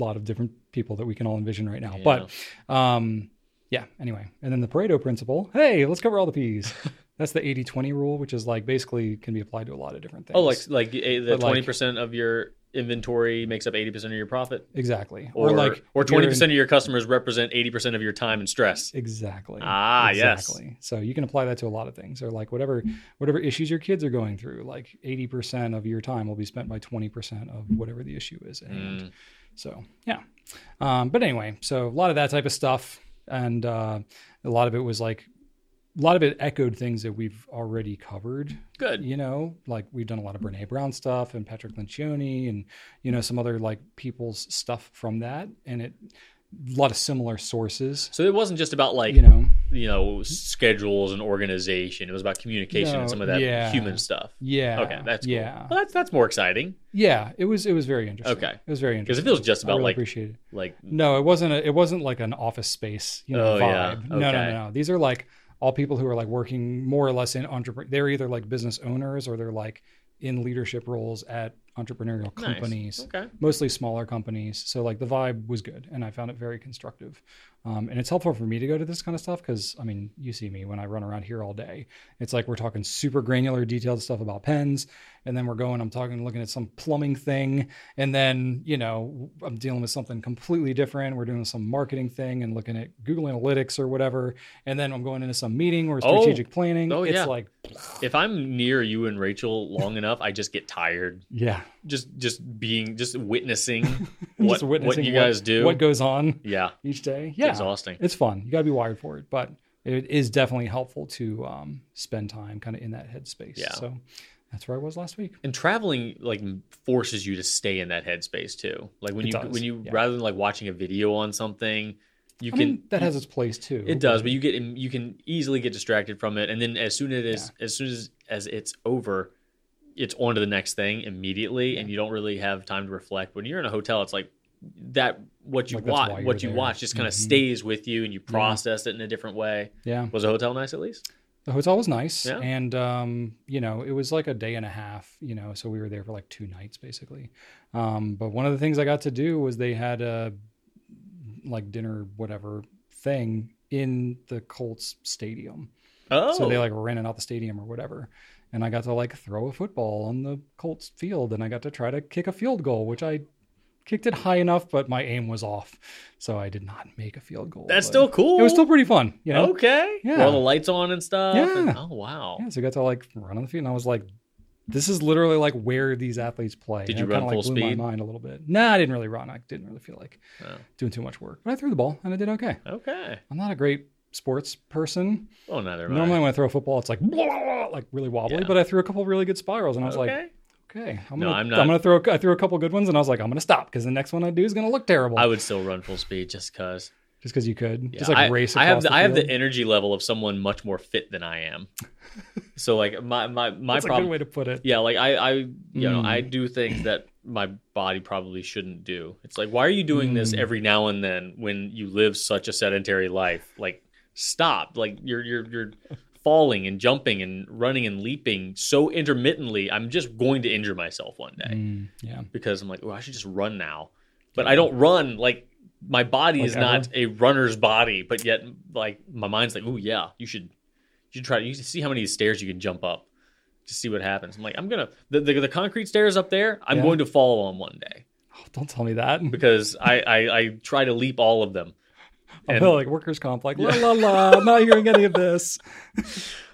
lot of different people that we can all envision right now.
Yeah.
But um, yeah, anyway, and then the Pareto principle. Hey, let's cover all the P's. That's the 80-20 rule, which is like basically can be applied to a lot of different things.
oh, like like eh, the
But, like-
twenty percent of your inventory makes up eighty percent of your profit,
exactly,
or, like or
if you're
twenty
in-
percent of your customers represent eighty percent of your time and stress.
Exactly.
Ah, yes.
exactly. So you can apply that to a lot of things, or like whatever whatever issues your kids are going through. Like eighty percent of your time will be spent by twenty percent of whatever the issue is. at hand.
Mm.
So yeah. Um, but anyway, so a lot of that type of stuff, and uh, a lot of it was like a lot of it echoed things that we've already covered.
Good.
You know, like we've done a lot of Brene Brown stuff and Patrick Lencioni and you know some other like people's stuff from that, and it a lot of similar sources.
So it wasn't just about like
You know,
you know schedules and organization. It was about communication
No,
and some of that
yeah.
human stuff.
yeah.
Okay, that's cool.
yeah,
Well, that's that's more exciting
yeah. It was it was very interesting.
Okay.
it was very
because
interesting.
if it was just
I
about
really
like
appreciate it.
like
No, it wasn't. A, it wasn't like an office space, you know,
Oh, yeah.
vibe. No, no,
Okay.
no, no. These are like all people who are like working more or less in entrepreneur. They're either like business owners or they're like in leadership roles at entrepreneurial
nice.
companies,
Okay.
mostly smaller companies. So like the vibe was good, and I found it very constructive. Um, and it's helpful for me to go to this kind of stuff because I mean, you see me when I run around here all day. It's like we're talking super granular, detailed stuff about pens, and then we're going. I'm talking, looking at some plumbing thing, and then you know I'm dealing with something completely different. We're doing some marketing thing and looking at Google Analytics or whatever, and then I'm going into some meeting or
Oh.
strategic planning.
Oh,
it's
yeah.
like
If I'm near you and Rachel long enough, I just get tired.
yeah,
Just just being just witnessing
I'm
what what you guys do.
what goes on
yeah.
each day. Yeah,
Exhausting.
it's fun. You got to be wired for it, but it is definitely helpful to um, spend time kind of in that headspace.
Yeah.
So that's where I was last week.
and traveling like forces you to stay in that headspace too like when
It
you
does,
when you
yeah.
rather than like watching a video on something you
I
can
mean, that has its place too.
it does but you get you can easily get distracted from it and then as soon as it is as soon as as it's over it's on to the next thing immediately and you don't really have time to reflect when you're in a hotel it's like that what you
Like, that's why
watch
you're
what you
there.
watch just kind
Mhm.
of stays with you and you process it in a different way
Yeah.
was the hotel nice at least
The hotel was nice,
Yeah.
and um, you know, it was like a day and a half. You know, so we were there for like two nights basically. Um, but one of the things I got to do was they had a like dinner whatever thing in the Colts stadium.
oh
So they like were renting out the stadium or whatever. And I got to like throw a football on the Colts field and I got to try to kick a field goal, which I kicked it high enough, but my aim was off. So I did not make a field goal.
that's
but
still cool
It was still pretty fun, you know?
okay
Yeah.
Were all the lights on and stuff and-
Yeah.
oh wow
Yeah, so I got to like run on the field and I was like, this is literally like where these athletes play.
Did
And
you
it
run
kinda, like,
full
blew
speed?
my mind a little bit. Nah, I didn't really run. I didn't really feel like
Oh.
doing too much work. But I threw the ball and I did okay.
Okay.
I'm not a great sports person.
Well, neither am
Normally
I.
when I throw a football, it's like like really wobbly,
Yeah.
but I threw a couple really good spirals and I was like,
okay.
Okay, I'm
No,
gonna, I'm,
I'm not-
gonna throw. a- I threw a couple good ones, and I was like, I'm gonna stop because the next one I do is gonna look terrible.
I would still run full speed just because.
just because you could,
Yeah,
just like
I,
race. Across
I have the,
the,
I have the
field.
energy level of someone much more fit than I am. so like my my my
That's a
problem.
good way to put it.
yeah, like I I you know
Mm.
I do things that my body probably shouldn't do. It's like why are you doing this
Mm.
every now and then when you live such a sedentary life? Like stop. Like you're you're you're falling and jumping and running and leaping so intermittently. I'm just going to injure myself one day.
Mm, yeah.
because I'm like, oh, I should just run now. But I don't run like my body
Like
is not a runner's body, but yet like my mind's like, oh yeah, you should you should try you should see how many stairs you can jump up to see what happens. I'm like, I'm gonna the the, the concrete stairs up there, I'm
Yeah.
going to fall on one day
Oh, don't tell me that.
because I I, I try to leap all of them.
I
and-
feel like workers' comp. Like la la la. I'm not hearing any of this.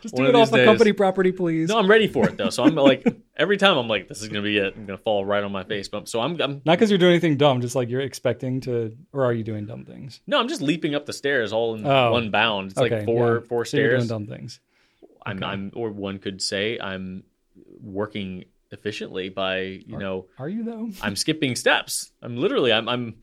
just do
One of
it off
these
the
days.
company property, please.
No, I'm ready for it though. So I'm like every time I'm like, this is gonna be it. I'm gonna fall right on my face. But so I'm I'm
Not because you're doing anything dumb, just like you're expecting to, or are you doing dumb things?
no, I'm just leaping up the stairs all in
Oh.
one bound. It's
okay,
like four
yeah.
four
So you're
stairs.
doing dumb things.
I'm,
Okay.
I'm, or one could say I'm working efficiently by, you
Or-
know,
Are you though?
I'm skipping steps. I'm literally, I'm, I'm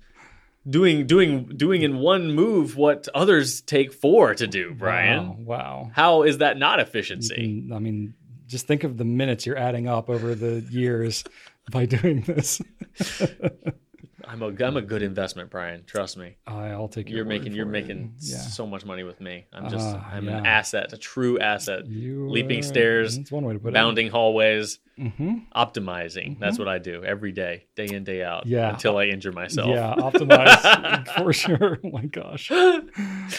doing, doing, doing in one move what others take four to do, Brian.
Wow. wow.
How is that not
You
efficiency?
can- I mean, just think of the minutes you're adding up over the years by doing this.
I'm a, I'm a good investment, Brian. Trust me.
I- I'll take your
You're
word
making, you're
for it.
making
yeah.
so much money with me. I'm just,
Ah,
I'm an
yeah.
asset, a true asset.
You
leaping
are-
stairs,
That's one way to put
Bounding hallways,
it. uh, Mm-hmm.
optimizing. That's what I do every day, day in, day out.
Yeah.
Until I injure myself.
Yeah, optimize for sure. Oh my gosh.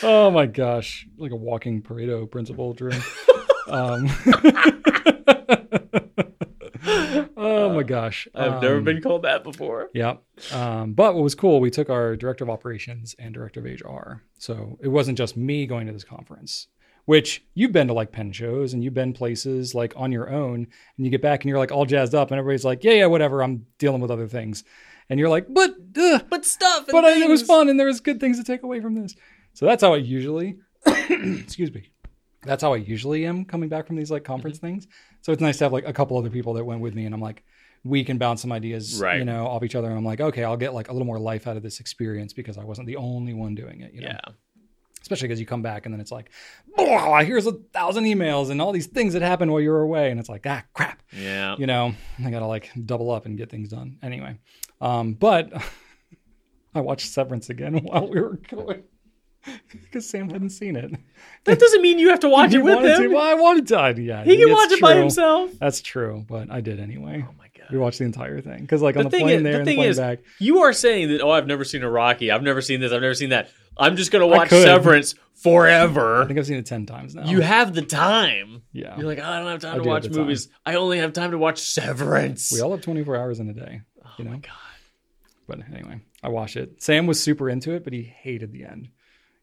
Oh my gosh. Like a walking Pareto principle, Drew. Um, oh my gosh.
I've never
Um,
been called that before.
Yeah. Um, but what was cool, we took our director of operations and director of HR. So it wasn't just me going to this conference, which you've been to like pen shows and you've been places like on your own and you get back and you're like all jazzed up and everybody's like, yeah, yeah, whatever. I'm dealing with other things. And you're like, but, uh,
But stuff.
but I, it was fun and there was good things to take away from this. So that's how I usually, excuse me, that's how I usually am coming back from these like conference
Mm-hmm.
things. So it's nice to have like a couple other people that went with me, and I'm like, we can bounce some ideas,
Right.
you know, off each other. And I'm like, okay, I'll get like a little more life out of this experience because I wasn't the only one doing it. You know?
Yeah.
Especially because you come back and then it's like, "Blah, here's a thousand emails and all these things that happened while you were away, and it's like, ah, crap
Yeah.
you know, I gotta like double up and get things done. Anyway, um, but I watched Severance again while we were going because Sam hadn't seen it.
That doesn't mean you have to watch
He
it with
wanted to-
him.
well, I wanted to. I- Yeah,
He can
it's
watch it by
true. Oh
himself.
That's true, but I did anyway.
Oh my god.
We watched the entire thing because, like, on
The
the,
thing
plane
is-
there
the
and the
thing
plane
is,
back.
You are saying that, oh, I've never seen a Rocky. I've never seen this. I've never seen that. I'm just going to watch
could.
Severance
I
forever.
think I've seen it ten times now.
You have the time.
yeah.
You're like, oh, I don't have time
I
to
do have
watch
the time.
movies. I only have time to watch Severance.
we all have 24 hours in a day, you know.
Oh God.
But anyway, I watched it. Sam was super into it, but he hated the end.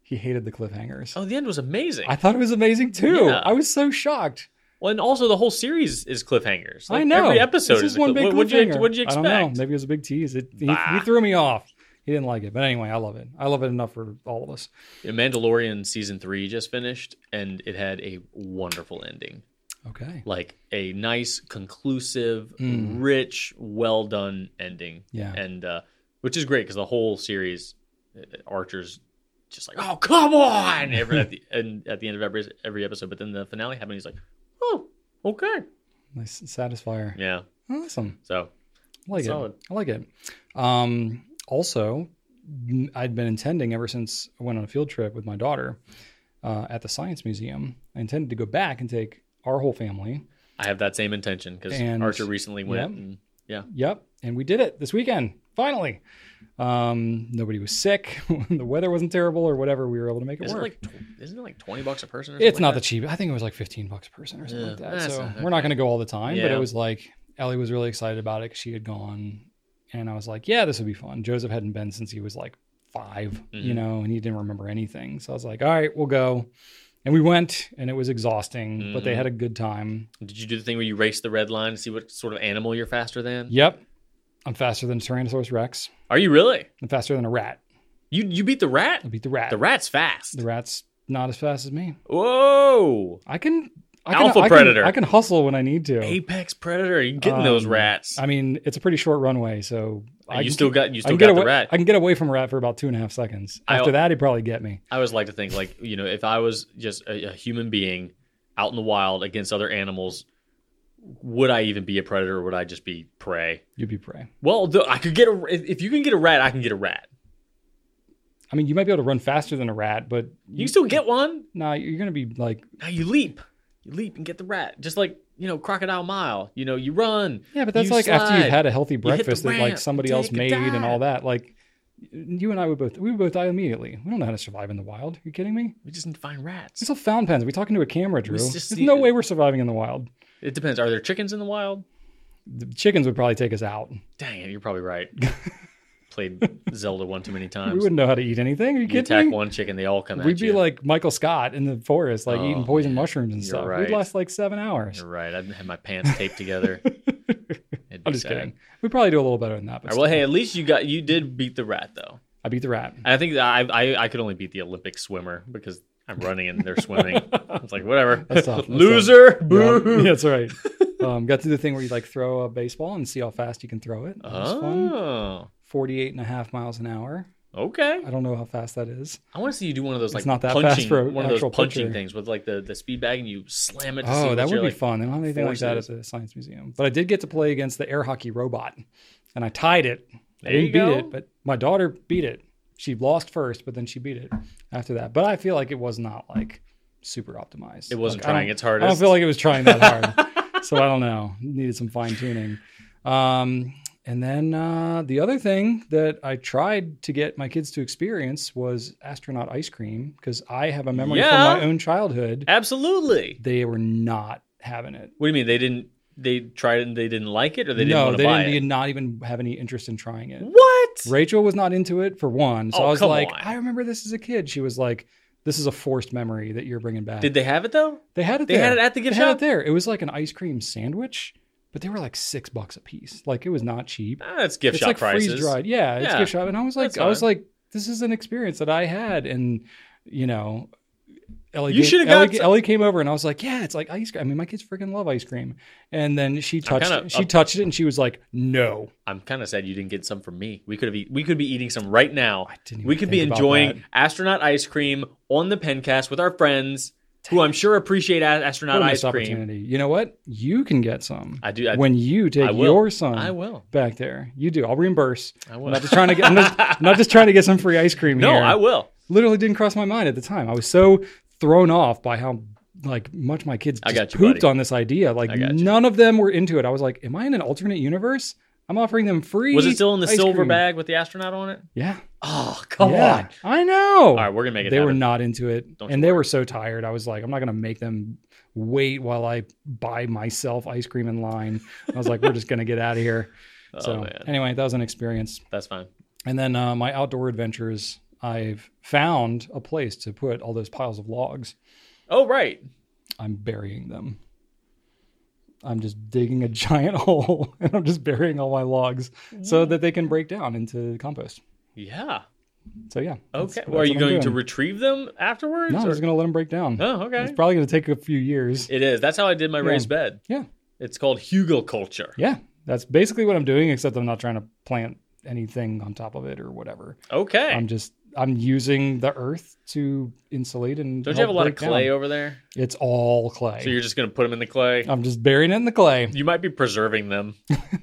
He hated the cliffhangers.
Oh, the end was amazing.
I thought it was amazing too.
Yeah.
I was so shocked.
well, and also the whole series is cliffhangers.
I
Like,
know.
Every episode
this is,
a
one
cliff-
big
what, what'd you,
cliffhanger.
what'd you expect?
I don't know. Maybe it was a big tease. It, he, he
Bah.
threw me off. He didn't like it. But anyway, I love it. I love it enough for all of us.
Yeah, Mandalorian season three just finished, and it had a wonderful ending.
Okay.
Like a nice, conclusive,
Mm.
rich, well done ending.
Yeah.
and uh, which is great because the whole series, uh, Archer's just like, oh come on, every, at the and at the end of every every episode. But then the finale happened. He's like, oh okay,
Nice satisfier.
yeah.
Awesome.
So
I like
Solid.
it. I like it. Um, also, m- I'd been intending ever since I went on a field trip with my daughter uh, at the Science Museum. I intended to go back and take our whole family
I have that same intention because
And-
Archer recently went.
Yep.
and-
Yep, and we did it this weekend. Finally, um, nobody was sick. the weather wasn't terrible or whatever. We were able to make it
isn't it
work.
like tw- isn't it like twenty bucks a person? Or something
it's not the
like
cheapest. I think it was like fifteen bucks a person or something like
Yeah,
that.
that's
So
not that
we're not
bad.
going to go all the time. But
Yeah.
it was like Ellie was really excited about it because she had gone, and I was like, "Yeah, this would be fun." Joseph hadn't been since he was like 5 you
Mhm.
know, and he didn't remember anything. So I was like, "All right, we'll go." And we went, and it was exhausting, but they
Mhm.
had a good time.
that? Did you do the thing where you race the red line to see what sort of animal you're faster than?
Yep, I'm faster than Tyrannosaurus Rex.
Are you really?
I'm faster than a rat.
You you beat the rat?
I beat the rat.
The rat's fast.
The rat's not as fast as me.
Whoa!
I can. I
Alpha
can, I can-
predator.
I can hustle when I need to.
Apex predator. You're getting those
Um,
rats.
I mean, it's a pretty short runway, so I
you
can-
still got you
I
still
can get
got
away,
the rat.
I can get away from a rat for about two and a half seconds.
I-
After that, he'd probably get me.
I always like to think like you know if I was just a, a human being out in the wild against other animals, would I even be a predator or would I just be prey?
You'd be prey.
Well, though, I could get a if if you can get a rat, I can get a rat.
I mean, you might be able to run faster than a rat, but
You can still get one.
nah, you're gonna be like,
Now you leap, you leap and get the rat, just like you know Crocodile Mile. You know you run.
yeah, but that's
You
like after
slide.
you've had a healthy
the
breakfast that
ramp,
like somebody
take
else
a
made and
dive.
all that. Like, you and I would both we would both die immediately. We don't know how to survive in the wild. Are you kidding me?
We just need to find rats.
It's all fountain pens. We talking to a camera, Drew.
just
There's
need-
no way we're surviving in the wild.
It depends. Are there chickens in the wild?
The chickens would probably take us out.
Dang it, you're probably right. Played Zelda one too many
We
times.
wouldn't know how to eat anything. Are you
You
kidding
attack
me?
one chicken, they all come at
We'd be
you.
like Michael Scott in the forest, like
Oh,
eating poison
man.
mushrooms and
You're
stuff.
right.
We'd last like seven hours.
You're right. I'd have my pants taped together. It'd be
I'm just
sad.
kidding. We'd probably do a little better than that.
All
But
right, well,
still.
hey, at least you got you did beat the rat though.
I beat the rat.
And I think that I, I I could only beat the Olympic swimmer because I'm running and they're swimming. it's like whatever,
That's tough. That's
loser.
Yeah.
Boo.
Yeah, that's right. um, got to do the thing where you like throw a baseball and see how fast you can throw it. That was fun.
Oh,
48 and a half miles an hour.
okay.
I don't know how fast that is.
I want to see you do one of those
It's
like
not that
punching,
fast for a
one of those
actual
punching
pitcher.
things with like the the speed bag and you slam it. To see
Oh, that
what
would
your,
be
like,
fun. They don't have anything like that at
forces.
the Science Museum. But I did get to play against the air hockey robot, and I tied it. I
There you
didn't beat
go.
it, but my daughter beat it. She lost first, but then she beat it after that. But I feel like it was not like super optimized.
It wasn't
Like, I don't-
trying its
I
hardest.
don't feel like it was trying that hard. so I don't know. Needed some fine tuning. Um, and then uh, the other thing that I tried to get my kids to experience was astronaut ice cream because I have a memory
Yeah.
from my own childhood.
Absolutely.
They were not having it.
What do you mean they didn't? They tried it and they didn't like it, or they didn't
no,
want
they
to buy
didn't,
it.
did not even have any interest in trying it.
What?
Rachel was not into it for one. So
Oh,
I was
come
like,
on.
I remember this as a kid. She was like, this is a forced memory that you're bringing back.
Did they have it though?
They had it
They
there.
had it at the gift
They had
shop?
it there. It was like an ice cream sandwich, but they were like six bucks a piece. Like it was not cheap.
Ah, that's gift
it's
shop
like
prices.
freeze dried. Yeah, it's
Yeah.
gift shop. And I was like,
That's
I was
fine.
like, this is an experience that I had, and you know, Ellie
You
came-
should've got
Ellie,
some-
Ellie came over and I was like, "Yeah, it's like ice cream." I mean, my kids freaking love ice cream. And then she touched
kinda
she
up-
touched it and she was like, "No."
I'm kind of sad you didn't get some from me. We could have eat, we could be eating some right now.
I didn't even
we could be
think about
enjoying
that.
astronaut ice cream on the pencast with our friends, who I'm sure appreciate a- astronaut
What a
ice
missed
cream.
opportunity. You know what? You can get some.
I do- I-
when you take
I will.
your son.
I will.
Back there, you do. I'll reimburse.
I will.
I'm not just trying to get. I'm, just, I'm not just trying to get some free ice cream.
No,
here.
I will.
literally didn't cross my mind at the time. I was so thrown off by how like much my kids
I
just
got you,
pooped
buddy.
on this idea. Like
I got you.
none of them were into it. I was like, am I in an alternate universe? I'm offering them free.
Was it still in the
ice
silver
cream.
bag with the astronaut on it?
Yeah.
Oh, come
yeah.
on.
I know.
All right, we're gonna make it.
they were
happen.
not into it,
Don't you
and they
worry.
were so tired. I was like, I'm not gonna make them wait while I buy myself ice cream in line. I was like, we're just gonna get out of here.
Oh
so
man,
anyway, that was an experience.
that's fine.
And then uh, my outdoor adventures, I've found a place to put all those piles of logs.
Oh right,
I'm burying them. I'm just digging a giant hole and I'm just burying all my logs so that they can break down into compost.
yeah.
So yeah. that's-
Okay.
that's
Well, are you
what I'm
going to
doing.
retrieve them afterwards?
No, I'm
or-
just gonna let them break down.
Oh, okay.
It's probably gonna take a few years.
It is. That's how I did my raised bed.
Yeah.
It's called Hugel culture.
Yeah, that's basically what I'm doing. Except I'm not trying to plant anything on top of it or whatever.
Okay.
I'm just I'm using the earth to insulate and.
Don't you
help
have a lot of
break down.
clay over there?
It's all clay.
So you're just going to put them in the clay?
I'm just burying it in the clay.
You might be preserving them.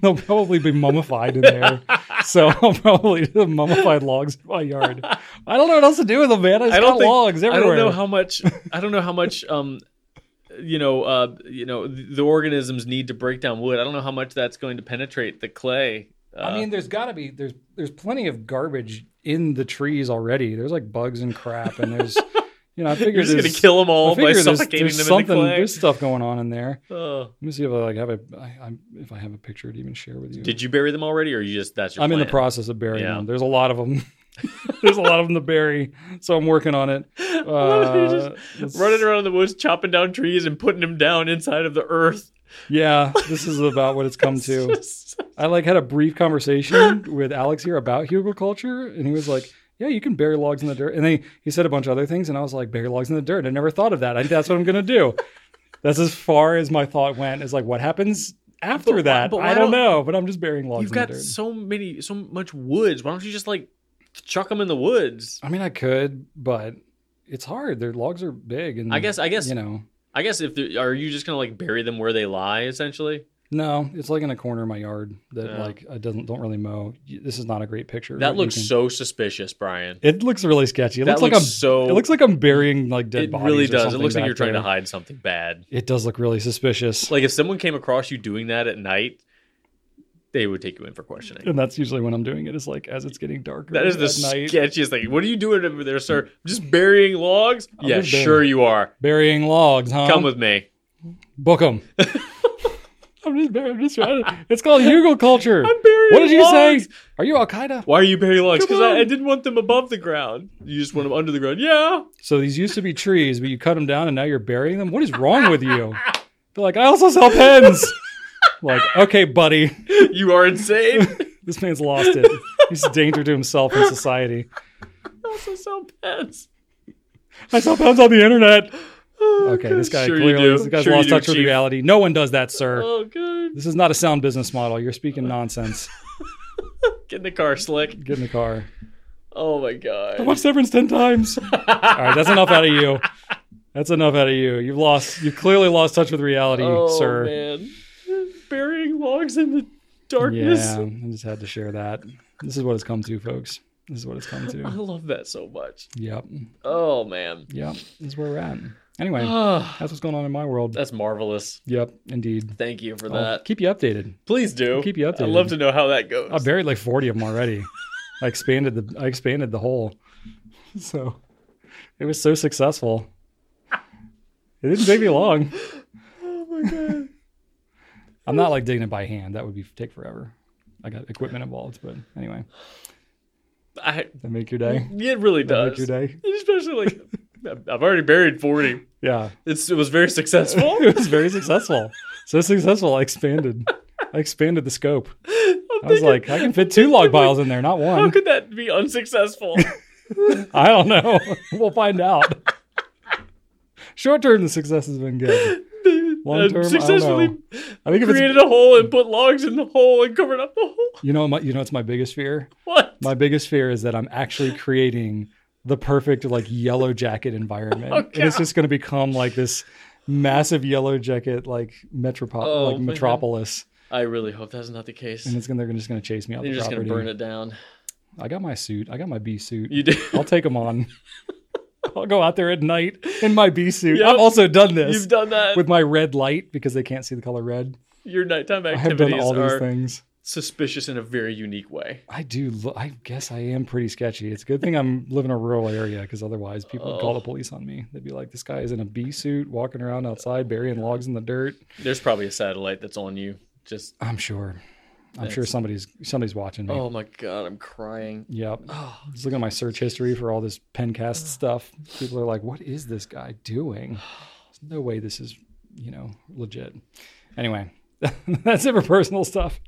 They'll probably be mummified in there. so I'll probably do the mummified logs in my yard. I don't know what else to do with them, man. I just
I don't
got
think-
logs
I
everywhere.
don't know how much. I don't know how much. Um, you know, uh, you know, th- the organisms need to break down wood. I don't know how much that's going to penetrate the clay. Uh,
I mean, there's got to be there's there's plenty of garbage in the trees already. There's like bugs and crap, and there's you know I figure
you're just going to
there's-
kill them all
I figure
by
there's,
suffocating
there's
them in the
something
clay.
there's stuff going on in there.
Oh.
Let me see if I like have a I, I'm, if I have a picture to even share with you.
Did you bury them already, or you just that's your?
I'm in the
plan?
process of burying
Yeah.
them. There's a lot of them. there's a lot of them to bury, so I'm working on it.
love it. You're
Uh, let's-
running around in the woods, chopping down trees and putting them down inside of the earth.
Yeah, this is about what it's come to. I like had a brief conversation with Alex here about Hugel culture, and he was like, "Yeah, you can bury logs in the dirt." And then he said a bunch of other things, and I was like, "Bury logs in the dirt." I never thought of that. I, that's what I'm gonna do. That's as far as my thought went. Is like, what happens after
But-
that?
but why
I
don't-
don't know, but I'm just burying logs
You've
in
got
the dirt.
so many, so much woods. Why don't you just like chuck them in the woods?
I mean, I could, but it's hard. Their logs are big, and
I guess, I guess,
Mm, you know.
I guess if there- are you just gonna like bury them where they lie, essentially?
No, it's like in a corner of my yard that
Yeah.
like I doesn't don't really mow. This is not a great picture. but
That
you
looks
can-
so suspicious, Brian.
It looks really sketchy. It
That
looks like
looks
I'm
so-
It looks like I'm burying like dead
It
bodies.
really
or
does. It
something
looks like
back
you're trying
there.
to hide something bad.
It does look really suspicious,
Like if someone came across you doing that at night, they would take you in for questioning.
and that's usually when I'm doing it. Is like as it's getting darker.
That is the
at night,
sketchiest thing. What are you doing over there, sir? Just burying logs?
I'm
yeah,
just burying- Um,
sure you are.
burying logs, huh?
Come with me.
book 'em. I'm just, bur- I'm just trying to, It's called Hugo culture.
I'm burying
what did you
logs.
say? Are you Al Qaeda?
Why are you burying logs?
Come
Because I,
on.
I didn't want them above the ground. You just want them under the ground. Yeah.
So these used to be trees, but you cut them down, and now you're burying them. What is wrong with you? They're like, I also sell pens. like, okay, buddy.
You are insane.
This man's lost it. He's a danger to himself and society.
also sell pets.
I sell pens on the internet.
Oh,
Okay, this
God.
guy
Sure you
clearly
do.
this guy's
Sure you
lost
do,
touch with
Chief.
reality. No one does that, sir.
Oh, good.
This is not a sound business model. You're speaking nonsense.
Get in the car, Slick.
Get in the car.
Oh, my God.
I watched Severance ten times. All right, that's enough out of you. That's enough out of you. You've lost. You've clearly lost touch with reality,
oh,
sir.
man. Burying logs in the darkness.
Yeah, I just had to share that. This is what it's come to, folks. This is what it's come
I
to.
love that so much.
Yep,
Oh, man.
yep. This is where we're at. Anyway,
Ah,
that's what's going on in my world.
that's marvelous.
Yep, indeed.
Thank you for
I'll
that.
keep you updated.
Please do.
Oh. keep you
I'd
updated.
love to know how that goes.
I buried like 40 of them already. I expanded the I expanded the hole. So it was so successful. It didn't take me long.
oh, my God.
I'm not like digging it by hand. That would be take forever. I got equipment involved, but anyway,
I,
that make your day.
it really
That make
does.
your day.
Especially like, I've already buried 40.
Yeah,
It's, it was very successful.
it was very successful. So successful, I expanded. I expanded the scope. I was like, I can fit two log piles in there, not
How
one.
could that be unsuccessful?
I don't know. we'll find out. Short term, the success has been good. Long
And
term, I
successfully
don't know. I think if it's,
created a hole and put logs in the hole and covered up the hole.
you know, my, you know, it's my biggest fear.
What?
My biggest fear is that I'm actually creating the perfect like yellow jacket environment,
Oh,
and it's
God.
just going to become like this massive yellow jacket like metropo-
Oh,
like
man.
metropolis,
I really hope that's not the case.
and it's going to they're just going to chase me out
They're
the
just
property.
gonna burn it down.
I got my suit. I got my bee suit.
You did.
I'll take them on. I'll go out there at night in my bee suit.
Yep.
I've also done this
You've done that.
with my red light because they can't see the color red.
Your nighttime
I have done
activities
all these
are
things.
suspicious in a very unique way.
I do. Lo- I guess I am pretty sketchy. It's a good thing I'm living in a rural area because otherwise people would call
Oh.
the police on me. They'd be like, "This guy is in a bee suit, walking around outside, burying logs in the dirt."
There's probably a satellite that's on you. Just
I'm sure. I'm sure
That's-
somebody's somebody's watching me.
oh my god, I'm crying.
Yep. Just looking at my search history for all this pencast stuff. People are like, "What is this guy doing?" There's no way this is, you know, legit. Anyway, that's it for personal stuff.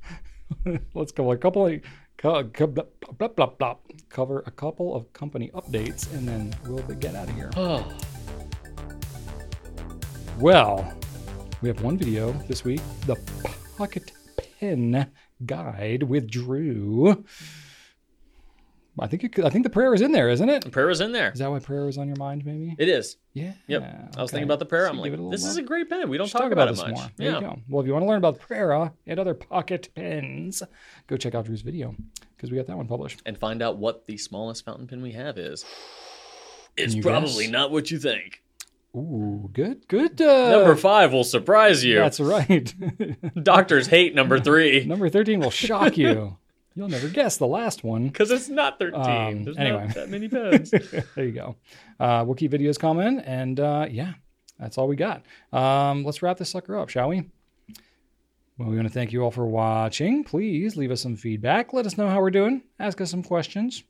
Let's go a couple of co- co- blah, blah, blah, blah. cover a couple of company updates, and then we'll get out of here.
Oh,
Well, we have one video this week the pocket pen guide with Drew. I think it, could- I think the prayer is in there, isn't it?
prayer is in there.
Is that why prayer was on your mind, maybe?
It is.
yeah.
Yep. I was thinking about the prayer. I'm like, this is a great pen. We don't talk, about, it much.
More. There you
Yeah.
go. Well, if you want to learn about Prera and other pocket pens, go check out Drew's video because we got that one published.
And find out what the smallest fountain pen we have is. It's
you
probably
guess?
not what you think.
Ooh, good, good. Uh,
Number five will surprise you.
That's right.
Doctors hate number three
number thirteen will shock you. You'll never guess the last one.
because it's not 13.
Um,
There's
anyway.
not that many pens.
there you go. Uh, we'll keep videos coming, and uh, yeah, that's all we got. Um, let's wrap this sucker up, shall we? Well, we want to thank you all for watching. Please leave us some feedback. Let us know how we're doing. Ask us some questions.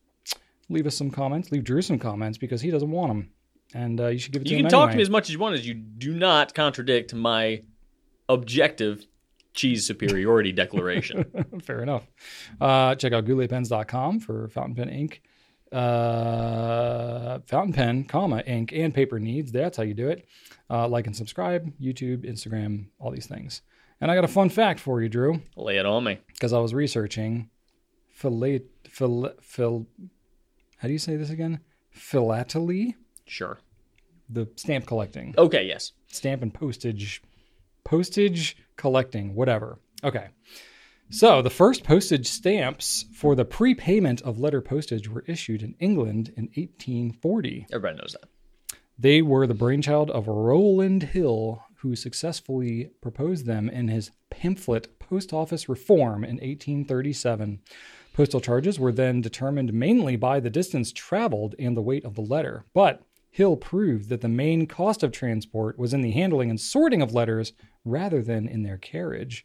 Leave us some comments. Leave Drew some comments because he doesn't want them, and uh, you should give it to
you
him
can talk to me
anyway.
as much as you want as you do not contradict my objective cheese superiority declaration.
Fair enough. Uh, check out gouletpens.com for fountain pen ink, uh, fountain pen, comma, ink, and paper needs. That's how you do it. Uh, like and subscribe, YouTube, Instagram, all these things. And I got a fun fact for you, Drew,
Lay it on me.
because I was researching philat, phil, phil, how do you say this again? Philately,
Sure.
the stamp collecting,
Okay, yes.
stamp and postage, postage collecting, whatever. Okay. So, the first postage stamps for the prepayment of letter postage were issued in England in 1840.
Everybody knows that.
They were the brainchild of Rowland Hill, who successfully proposed them in his pamphlet Post Office Reform in 1837. Postal charges were then determined mainly by the distance traveled and the weight of the letter, but Hill proved that the main cost of transport was in the handling and sorting of letters rather than in their carriage.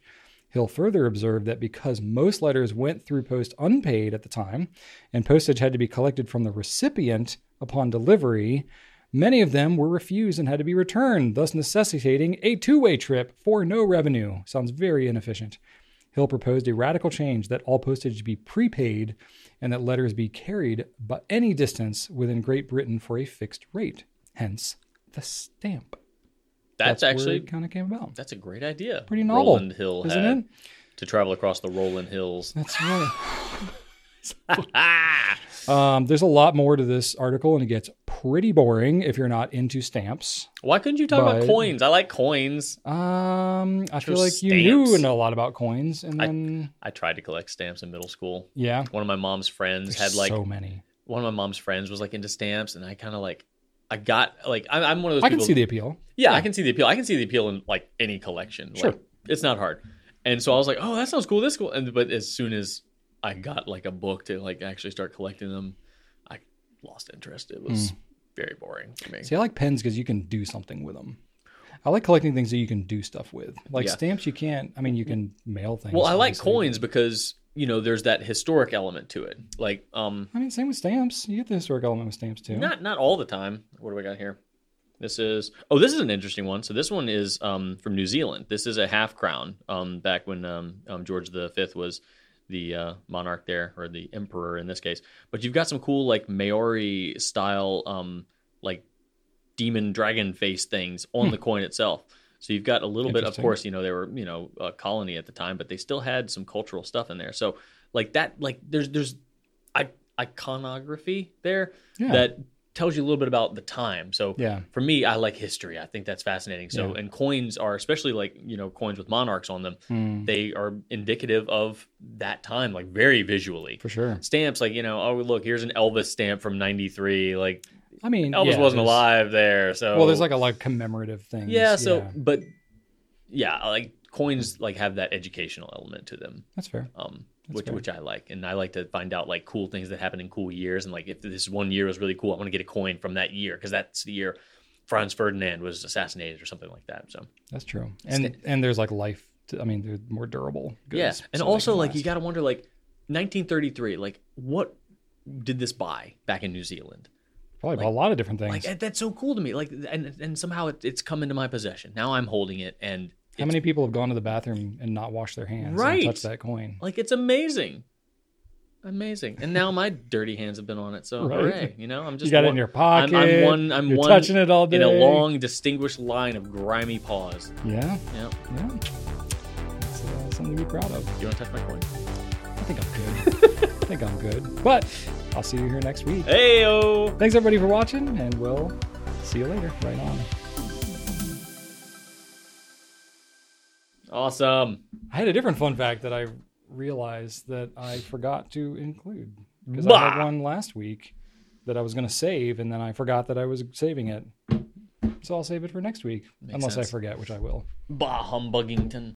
Hill further observed that because most letters went through post unpaid at the time, and postage had to be collected from the recipient upon delivery, many of them were refused and had to be returned, thus necessitating a two way trip for no revenue. Sounds very inefficient. Hill proposed a radical change that all postage be prepaid and that letters be carried by any distance within Great Britain for a fixed rate, hence the stamp.
That's, actually
kind of came about.
that's a great idea.
Pretty novel,
Roland Hill
isn't
had
it?
to travel across the Roland Hills.
That's right.
ah!
um, there's a lot more to this article, and it gets pretty boring if you're not into stamps.
Why couldn't you talk about
But-
coins? I like coins.
Um, I feel like you
stamps.
knew a lot about coins, and then
I tried to collect stamps in middle school.
yeah,
One of my mom's friends
there's
had like
so many.
one of my mom's friends was like into stamps, and I kind of like I got like I'm, I'm one of those.
I can
people-
see the appeal.
Yeah, I can see the appeal. I can see the appeal in like any collection.
Sure.
Like, it's not hard. And so I was like, oh, that sounds cool. This is cool. And but as soon as I got like a book to like actually start collecting them, I lost interest. It was very boring for me.
See, I like pens because you can do something with them. I like collecting things that you can do stuff with. Like
Yeah.
stamps, you can't. I mean, you can mail things.
well, I like
obviously.
coins because you know there's that historic element to it. Like, um,
I mean, same with stamps. You get the historic element with stamps too.
not not all the time. What do we got here? This is oh, this is an interesting one. So this one is um, from New Zealand. This is a half crown. Um, back when um, um, George V was the uh, monarch there, or the emperor in this case. But you've got some cool like Maori style, um, like demon dragon face things on the coin itself. So you've got a little bit, of
Hmm. Interesting.
course, you know, they were, you know, a colony at the time, but they still had some cultural stuff in there. So like that, like there's, there's I- iconography there
Yeah.
that tells you a little bit about the time. So
Yeah.
for me, I like history. I think that's fascinating. So,
Yeah.
and coins are, especially like, you know, coins with monarchs on them,
Hmm,
they are indicative of that time, like very visually.
for sure.
Stamps, like, you know, oh, look, here's an Elvis stamp from 93. Like,
I mean,
Elvis
yeah,
wasn't
there's-
alive there. So,
Well, there's like a lot of commemorative things.
yeah. So, but yeah, like coins like have that educational element to them
that's fair.
um,
That's
which
fair.
which I like, and I like to find out like cool things that happen in cool years, and like if this one year was really cool, I want to get a coin from that year because that's the year Franz Ferdinand was assassinated or something like that. So
That's true. And and there's like life. To, I mean, they're more durable. Goods,
yeah,
so
and
they
also
can
like you
last.
got to wonder like 1933, like what did this buy back in New Zealand?
probably a lot of different things.
Like that- that's so cool to me. Like and and somehow it, it's come into my possession. Now I'm holding it, and
How
it's-
many people have gone to the bathroom and not washed their hands
Right.
and touched that coin?
Like it's amazing. Amazing, and now my dirty hands have been on it. So
Right.
hooray! You know, I'm just
you got it
one-
in your
I'm,
pocket.
I'm one. I'm
you're
one.
touching it all day
in a long, distinguished line of grimy paws.
Yeah,
Yeah.
yeah. It's uh, something to be proud of.
You want to touch my coin?
I think I'm good. I think I'm good. But I'll see you here next week.
Heyo.
Thanks everybody for watching, and we'll see you later. Right on.
Awesome.
I had a different fun fact that I realized that I forgot to include because I
Bah!
had one last week that I was going to save, and then I forgot that I was saving it. So I'll save it for next week, unless
sense.
I forget, which I will.
Bah humbuggington.